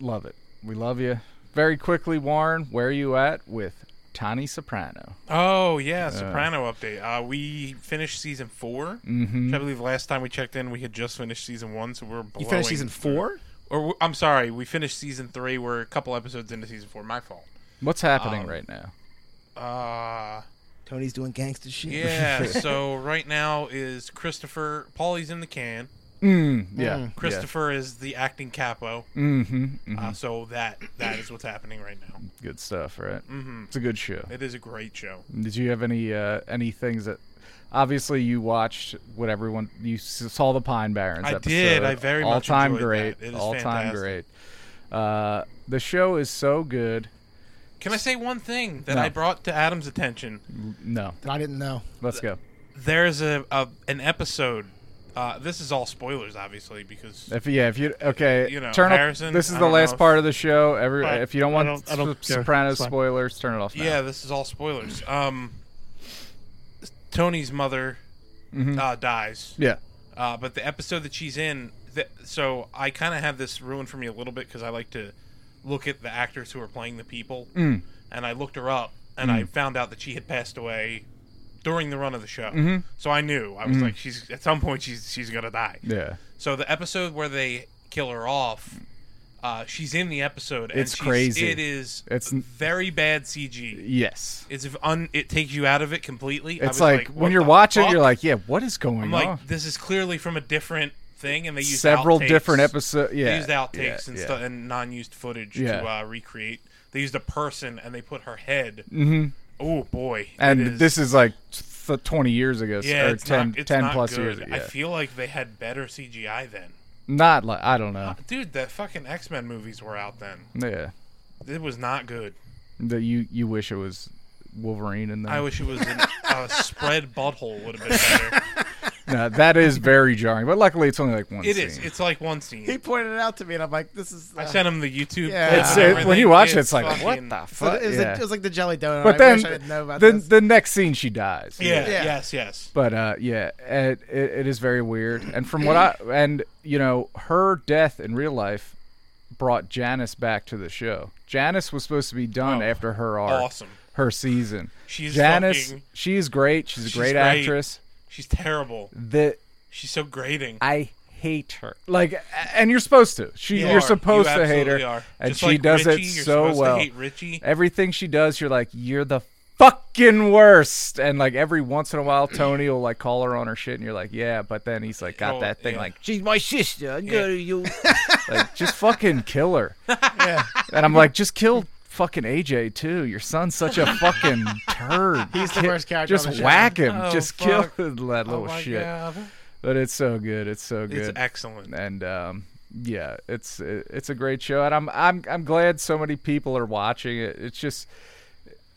Speaker 1: love it. We love you. Very quickly, Warren, where are you at with Tony Soprano?
Speaker 3: Oh yeah, Soprano update. Uh, we finished season 4 which I believe last time we checked in, we had just finished season one, so we're
Speaker 4: Mm-hmm. You
Speaker 3: blowing
Speaker 4: finished season
Speaker 3: through-
Speaker 4: four?
Speaker 3: Or w- I'm sorry, we finished season three. We're a couple episodes into season four. My fault.
Speaker 1: What's happening
Speaker 3: Um,
Speaker 1: right now?
Speaker 3: Uh
Speaker 4: Tony's doing gangster shit.
Speaker 3: yeah. so right now is Christopher. Paulie's in the can.
Speaker 1: Mm, yeah,
Speaker 4: Mm.
Speaker 1: yeah.
Speaker 3: Christopher is the acting capo.
Speaker 1: Mhm, mhm.
Speaker 3: Uh, so that that is what's happening right now.
Speaker 1: Good stuff, right? It's a good show.
Speaker 3: It is a great show.
Speaker 1: Did you have any uh, any things that? Obviously, you watched what everyone you s- saw the Pine Barrens.
Speaker 3: I
Speaker 1: episode.
Speaker 3: did. I very
Speaker 1: all
Speaker 3: much
Speaker 1: time
Speaker 3: enjoyed
Speaker 1: great.
Speaker 3: that. It is
Speaker 1: all time
Speaker 3: fantastic.
Speaker 1: great. Uh, the show is so good.
Speaker 3: Can I say one thing that
Speaker 1: No.
Speaker 3: I brought to Adam's attention?
Speaker 1: No,
Speaker 4: I didn't know.
Speaker 1: let's go.
Speaker 3: There's a, a an episode. Uh, this is all spoilers, obviously, because
Speaker 1: If yeah, if you okay,
Speaker 3: You know,
Speaker 1: turn off-
Speaker 3: Harrison,
Speaker 1: This is
Speaker 3: I
Speaker 1: the
Speaker 3: don't
Speaker 1: last
Speaker 3: know if-
Speaker 1: part of the show. Every
Speaker 2: Fine.
Speaker 1: if you don't
Speaker 2: I
Speaker 1: want
Speaker 2: don't- I don't
Speaker 1: Sop-
Speaker 2: care.
Speaker 1: Sopranos
Speaker 2: It's fine.
Speaker 1: spoilers, turn it off. now.
Speaker 3: yeah, this is all spoilers. Um, Tony's mother
Speaker 1: Mm-hmm.
Speaker 3: uh, dies.
Speaker 1: yeah.
Speaker 3: Uh, but the episode that she's in, th- so I kind of have this ruined for me a little bit because I like to look at the actors who are playing the people,
Speaker 1: Mm.
Speaker 3: and I looked her up and I found out that she had passed away during the run of the show.
Speaker 1: Mm-hmm.
Speaker 3: So I knew I was like, she's at some point she's she's gonna die.
Speaker 1: Yeah.
Speaker 3: So the episode where they kill her off. Uh, she's in the episode. And
Speaker 1: It's
Speaker 3: she's,
Speaker 1: crazy.
Speaker 3: It is.
Speaker 1: It's-
Speaker 3: It's very bad CG.
Speaker 1: Yes.
Speaker 3: It's if un, it takes you out of it completely. I
Speaker 1: It's
Speaker 3: was
Speaker 1: like,
Speaker 3: what
Speaker 1: when you're
Speaker 3: the
Speaker 1: watching, you're
Speaker 3: fuck?
Speaker 1: like, yeah, what is going
Speaker 3: I'm
Speaker 1: on?
Speaker 3: like, this is clearly from a different thing, and they used
Speaker 1: Several
Speaker 3: outtakes.
Speaker 1: different episodes. Yeah.
Speaker 3: They used outtakes
Speaker 1: yeah,
Speaker 3: and
Speaker 1: yeah.
Speaker 3: stuff and non-used footage to
Speaker 1: Yeah.
Speaker 3: uh, recreate. They used a person and they put her head.
Speaker 1: Mhm.
Speaker 3: Oh boy!
Speaker 1: and
Speaker 3: it is,
Speaker 1: this is like th- 20 years ago s- or
Speaker 3: yeah, it's
Speaker 1: 10,
Speaker 3: not, it's
Speaker 1: 10
Speaker 3: not
Speaker 1: plus
Speaker 3: good.
Speaker 1: years ago
Speaker 3: I
Speaker 1: yeah.
Speaker 3: feel like they had better CGI then.
Speaker 1: not like i don't know
Speaker 3: Dude, the fucking X Men movies were out then.
Speaker 1: yeah
Speaker 3: It was not good.
Speaker 1: that you you wish it was wolverine in there
Speaker 3: I wish it was an, a spread butthole would have been better.
Speaker 1: No, that is very jarring but luckily it's only like one
Speaker 3: It
Speaker 1: scene.
Speaker 3: is. It's like one scene.
Speaker 4: He pointed it out to me, and I'm like, this is.
Speaker 3: I
Speaker 4: uh,
Speaker 3: sent him the YouTube.
Speaker 4: Yeah.
Speaker 3: clip
Speaker 1: It's-
Speaker 3: and
Speaker 1: it- when you
Speaker 3: everything.
Speaker 1: watch it it's like what
Speaker 3: fucking-
Speaker 1: the
Speaker 4: so
Speaker 1: fuck
Speaker 4: it, was
Speaker 1: yeah.
Speaker 4: like, it was like the jelly donut.
Speaker 1: but
Speaker 4: I
Speaker 1: then
Speaker 4: wish I didn't know about
Speaker 1: the,
Speaker 4: this.
Speaker 1: the next scene she dies
Speaker 3: Yeah,
Speaker 4: Yeah.
Speaker 3: Yes. Yes.
Speaker 1: but uh yeah it, it, it is very weird and from what i and you know her death in real life brought janice back to the show janice was supposed to be done
Speaker 3: Oh,
Speaker 1: after her arc
Speaker 3: awesome.
Speaker 1: her season
Speaker 3: She's
Speaker 1: janice
Speaker 3: fucking-
Speaker 1: she's great she's a
Speaker 3: She's
Speaker 1: great,
Speaker 3: great.
Speaker 1: actress
Speaker 3: She's terrible.
Speaker 1: the
Speaker 3: She's so grating.
Speaker 1: i hate her like a- and you're supposed to she
Speaker 3: You
Speaker 1: you are
Speaker 3: are.
Speaker 1: supposed
Speaker 3: You
Speaker 1: to hate her
Speaker 3: absolutely are.
Speaker 1: and
Speaker 3: Just
Speaker 1: she
Speaker 3: like
Speaker 1: does
Speaker 3: Richie,
Speaker 1: it
Speaker 3: you're
Speaker 1: so
Speaker 3: supposed to
Speaker 1: well
Speaker 3: hate Richie.
Speaker 1: everything she does you're like you're the fucking worst and like every once in a while tony will like call her on her shit and you're like yeah but then he's like got
Speaker 3: Oh,
Speaker 1: that thing
Speaker 3: yeah.
Speaker 1: like she's my sister i'm
Speaker 3: Yeah.
Speaker 1: gonna you like just fucking kill her and i'm like just kill fucking aj too your son's such a fucking turd
Speaker 4: He's the
Speaker 1: Ki-
Speaker 4: worst character
Speaker 1: just
Speaker 4: on the show.
Speaker 1: whack him
Speaker 3: Oh,
Speaker 1: just
Speaker 3: fuck.
Speaker 1: kill that little
Speaker 3: oh my
Speaker 1: shit
Speaker 3: God.
Speaker 1: but it's so good it's so good
Speaker 3: It's excellent.
Speaker 1: and um, yeah, it's it- it's a great show, and I'm I'm I'm glad so many people are watching it. It's just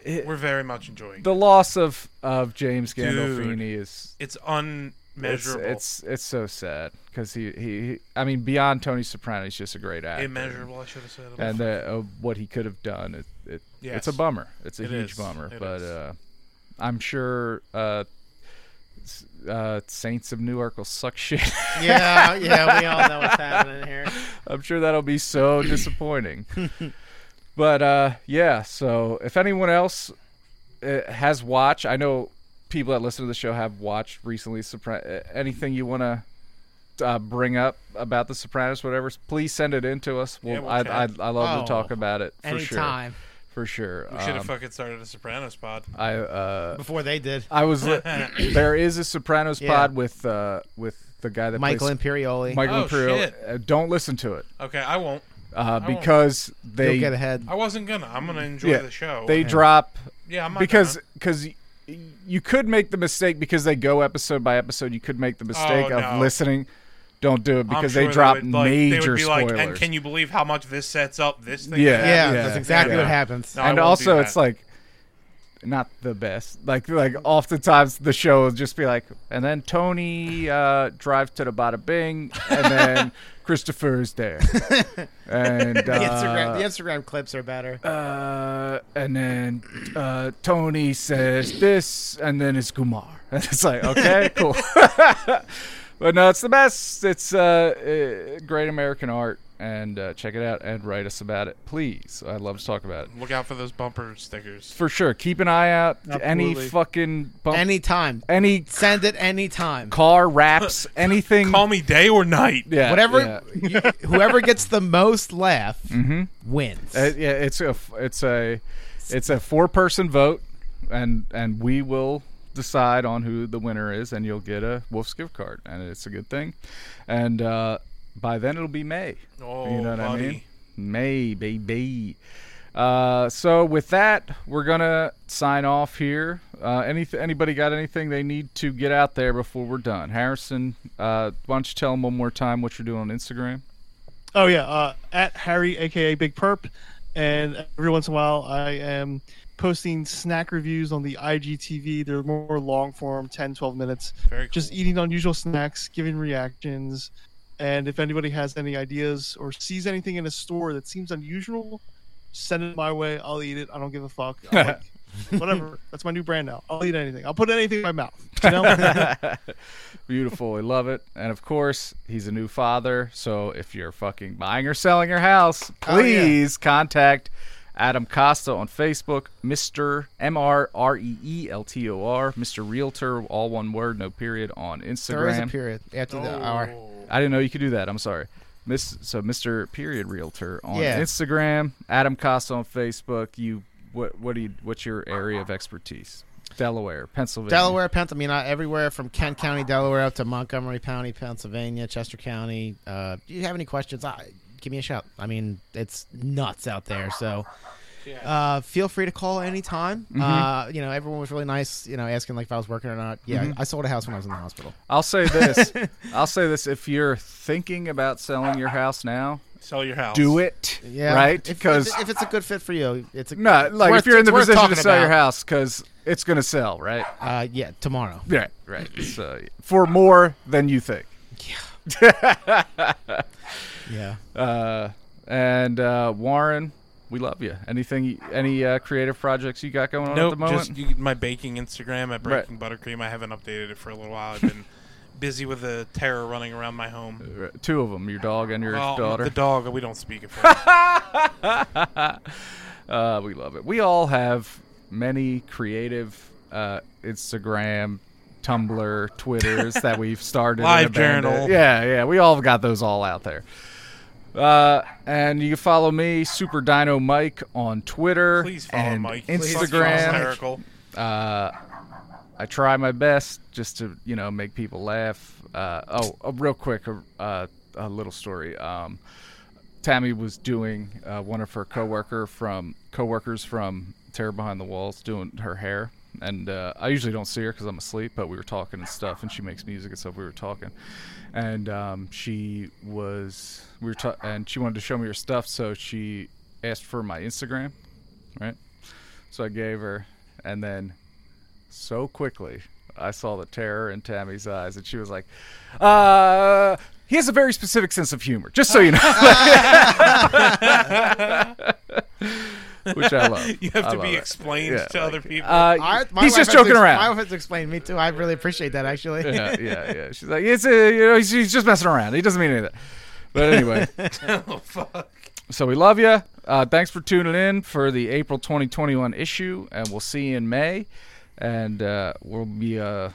Speaker 3: We're very much enjoying.
Speaker 1: the
Speaker 3: it.
Speaker 1: loss of of James
Speaker 3: Dude,
Speaker 1: Gandolfini is
Speaker 3: It's
Speaker 1: it's,
Speaker 3: unmeasurable.
Speaker 1: it's it's so sad because he, he he- I mean beyond Tony Soprano, he's just a great actor.
Speaker 3: immeasurable. I should have said. it.
Speaker 1: And the, uh, what he could have done, it, it it's a
Speaker 3: Yes.
Speaker 1: bummer. It's a
Speaker 3: It
Speaker 1: huge
Speaker 3: is.
Speaker 1: bummer,
Speaker 3: It
Speaker 1: but
Speaker 3: is.
Speaker 1: uh, I'm sure. Uh, s- uh, Saints of Newark will suck shit.
Speaker 4: yeah, yeah, we all know what's happening here.
Speaker 1: I'm sure that'll be so disappointing. but uh, yeah, so if anyone else uh, has watched, I know people that listen to the show have watched recently. Sopran- uh, anything you want to uh, bring up about the Sopranos, whatever, please send it in to us. We'll,
Speaker 3: Yeah, we'll
Speaker 1: I'd,
Speaker 3: chat.
Speaker 1: I'd, I love
Speaker 4: Oh,
Speaker 1: to talk about it for
Speaker 4: Anytime
Speaker 1: sure. For sure.
Speaker 3: we should have
Speaker 1: Um,
Speaker 3: fucking started a Sopranos pod.
Speaker 1: I uh,
Speaker 4: before they did.
Speaker 1: I was li- there is a Sopranos
Speaker 4: Yeah.
Speaker 1: pod with uh, with the guy that
Speaker 4: Michael
Speaker 1: plays
Speaker 4: Imperioli.
Speaker 1: Michael
Speaker 3: Oh,
Speaker 1: Imperioli.
Speaker 3: shit.
Speaker 1: Uh, don't listen to it
Speaker 3: Okay, I won't.
Speaker 1: uh,
Speaker 3: won't.
Speaker 1: because
Speaker 4: You'll
Speaker 1: they
Speaker 4: get ahead.
Speaker 3: I wasn't gonna. I'm gonna enjoy the show.
Speaker 1: They drop
Speaker 3: yeah, I'm not
Speaker 1: because
Speaker 3: gonna.
Speaker 1: because you could make the mistake because they go episode by episode. You could make the mistake
Speaker 3: Oh,
Speaker 1: of
Speaker 3: no.
Speaker 1: listening. Don't do it
Speaker 3: I'm
Speaker 1: because
Speaker 3: sure
Speaker 1: they drop
Speaker 3: would, like,
Speaker 1: major
Speaker 3: they would be
Speaker 1: spoilers.
Speaker 3: Like, and can you believe how much this sets up this thing?
Speaker 1: Yeah.
Speaker 4: yeah,
Speaker 1: Yeah,
Speaker 4: that's exactly
Speaker 1: yeah. uh,
Speaker 4: what happens.
Speaker 3: No, I
Speaker 1: and
Speaker 3: won't do
Speaker 1: also,
Speaker 3: that.
Speaker 1: it's like not the best. Like like oftentimes the show will just be like, and then Tony uh, drives to the bada bing, and then Christopher is there, and uh,
Speaker 4: The Instagram, the Instagram clips are better.
Speaker 1: uh, and then uh, Tony says this, and then it's Kumar. And it's like, okay, cool. but no, it's the best. It's uh, uh, great American art, and uh, check it out and write us about it, please. I'd love to talk about it.
Speaker 3: Look out for those bumper stickers.
Speaker 1: For sure, keep an eye out. Any
Speaker 2: Absolutely.
Speaker 1: fucking bump, any,
Speaker 4: Anytime.
Speaker 1: any
Speaker 4: Send it anytime.
Speaker 1: car wraps, anything.
Speaker 3: Call me day or night.
Speaker 1: yeah,
Speaker 4: Whatever,
Speaker 1: yeah.
Speaker 4: you- whoever gets the most laugh wins.
Speaker 1: Uh, yeah, it's a it's a it's a four person vote, and and we will decide on who the winner is, and you'll get a Wolf's gift card, and it's a good thing. And uh, by then it'll be May.
Speaker 3: Oh,
Speaker 1: you know what I mean?
Speaker 3: buddy.
Speaker 1: May baby. Uh, so with that, we're gonna sign off here. Uh, any anybody got anything they need to get out there before we're done? Harrison, uh, why don't you tell them one more time what you're doing on Instagram?
Speaker 2: Oh yeah, uh, at Harry, aka Big Perp, and every once in a while I am posting snack reviews on the IGTV. They're more long form, 10, 12 minutes.
Speaker 3: Very
Speaker 2: Just
Speaker 3: cool.
Speaker 2: eating unusual snacks, giving reactions, and if anybody has any ideas or sees anything in a store that seems unusual, send it my way. I'll eat it. I don't give a fuck. I'll like- whatever. That's my new brand now. I'll eat anything. I'll put anything in my mouth. You know?
Speaker 1: Beautiful. I love it. And of course, he's a new father. So if you're fucking buying or selling your house,
Speaker 4: Oh, yeah.
Speaker 1: please contact Adam Costa on Facebook, Mr. M R R E E L T O R, Mr. Realtor, all one word, no period, on
Speaker 4: There is a
Speaker 1: Instagram.
Speaker 4: period after the hour.
Speaker 1: I didn't know you could do that. I'm sorry. Miss, so Mr. Period Realtor on
Speaker 4: Yeah.
Speaker 1: Instagram, Adam Costa on Facebook. You, what, what do you, what's your area of expertise? Delaware, Pennsylvania.
Speaker 4: Delaware, Pennsylvania, I mean, uh, everywhere from Kent County, Delaware, up to Montgomery County, Pennsylvania, Chester County. Uh, do you have any questions? Uh, give me a shout. I mean, it's nuts out there. So uh, feel free to call anytime.
Speaker 1: Mm-hmm.
Speaker 4: Uh, you know, everyone was really nice, you know, asking like if I was working or not. Yeah,
Speaker 1: Mm-hmm.
Speaker 4: I sold a house when I was in the hospital.
Speaker 1: I'll say this. I'll say this. If you're thinking about selling your house now,
Speaker 3: Sell your house.
Speaker 1: do it.
Speaker 4: Yeah.
Speaker 1: Right?
Speaker 4: If- If,
Speaker 1: Because
Speaker 4: if, it's a good fit for you, it's a
Speaker 1: no,
Speaker 4: it's
Speaker 1: like
Speaker 4: worth-
Speaker 1: if you're in the
Speaker 4: it's worth
Speaker 1: position to
Speaker 4: talking
Speaker 1: sell your
Speaker 4: about.
Speaker 1: house, because it's gonna sell, right?
Speaker 4: Uh, yeah, tomorrow.
Speaker 1: Right. Right. So for more than you think.
Speaker 4: Yeah.
Speaker 1: Uh, and uh, Warren, we love you. Anything? Any uh, creative projects you got going on at
Speaker 3: Nope,
Speaker 1: the moment?
Speaker 3: just you, my baking Instagram at
Speaker 1: Right.
Speaker 3: Breaking Buttercream. I haven't updated it for a little while. I've been busy with the terror running around my home.
Speaker 1: Two of them, your dog and your
Speaker 3: Well,
Speaker 1: daughter.
Speaker 3: The dog, we don't speak it for.
Speaker 1: Uh, we love it. We all have many creative uh, Instagram, Tumblr, Twitters that we've started. and
Speaker 3: Live
Speaker 1: abandoned.
Speaker 3: journal.
Speaker 1: Yeah, yeah. We all have got those all out there. Uh, and you can follow me, Super Dino Mike, on Twitter.
Speaker 3: Please follow
Speaker 1: and
Speaker 3: Mike. He's
Speaker 1: Instagram.
Speaker 3: hysterical.
Speaker 1: I try my best just to you know make people laugh. Uh, oh, oh, real quick, a, uh, a little story. Um, Tammy was doing uh, one of her coworker from coworkers from Terror Behind the Walls doing her hair, and uh, I usually don't see her because I'm asleep. But we were talking and stuff, and she makes music and stuff. We were talking, and um, she was we were ta- and she wanted to show me her stuff, so she asked for my Instagram, right? So I gave her, and then so quickly. I saw the terror in Tammy's eyes, and she was like, uh, he has a very specific sense of humor, just so you know. Which I love.
Speaker 3: You have
Speaker 1: I
Speaker 3: to
Speaker 1: love
Speaker 3: be
Speaker 1: it.
Speaker 3: explained
Speaker 1: Yeah,
Speaker 3: to
Speaker 1: like,
Speaker 3: other people.
Speaker 1: Uh,
Speaker 4: I, my
Speaker 1: he's just
Speaker 4: wife has
Speaker 1: joking
Speaker 4: ex- My
Speaker 1: around.
Speaker 4: wife has explained me too. I really appreciate that actually.
Speaker 1: yeah, yeah, yeah. She's like, it's a, you know, he's, he's just messing around. He doesn't mean anything. But anyway,
Speaker 3: oh, fuck.
Speaker 1: so we love you. Uh, thanks for tuning in for the April 2021 issue, and we'll see you in May. And uh, we'll be, uh,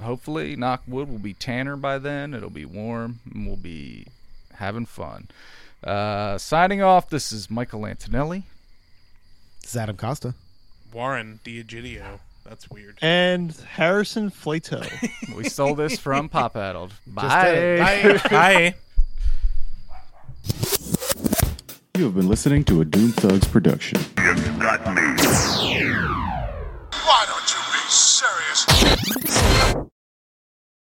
Speaker 1: hopefully, knock wood, we'll be tanner by then. It'll be warm, and we'll be having fun. Uh, signing off, this is Michael Antonelli.
Speaker 4: This is Adam Costa.
Speaker 3: Warren Diagidio. That's weird.
Speaker 2: and Harrison Flato.
Speaker 1: We stole this from Pop Addled.
Speaker 4: did
Speaker 1: Bye.
Speaker 4: it.
Speaker 3: Hi.
Speaker 6: You have been listening to a Doom Thugs production.
Speaker 7: Why don't you be serious?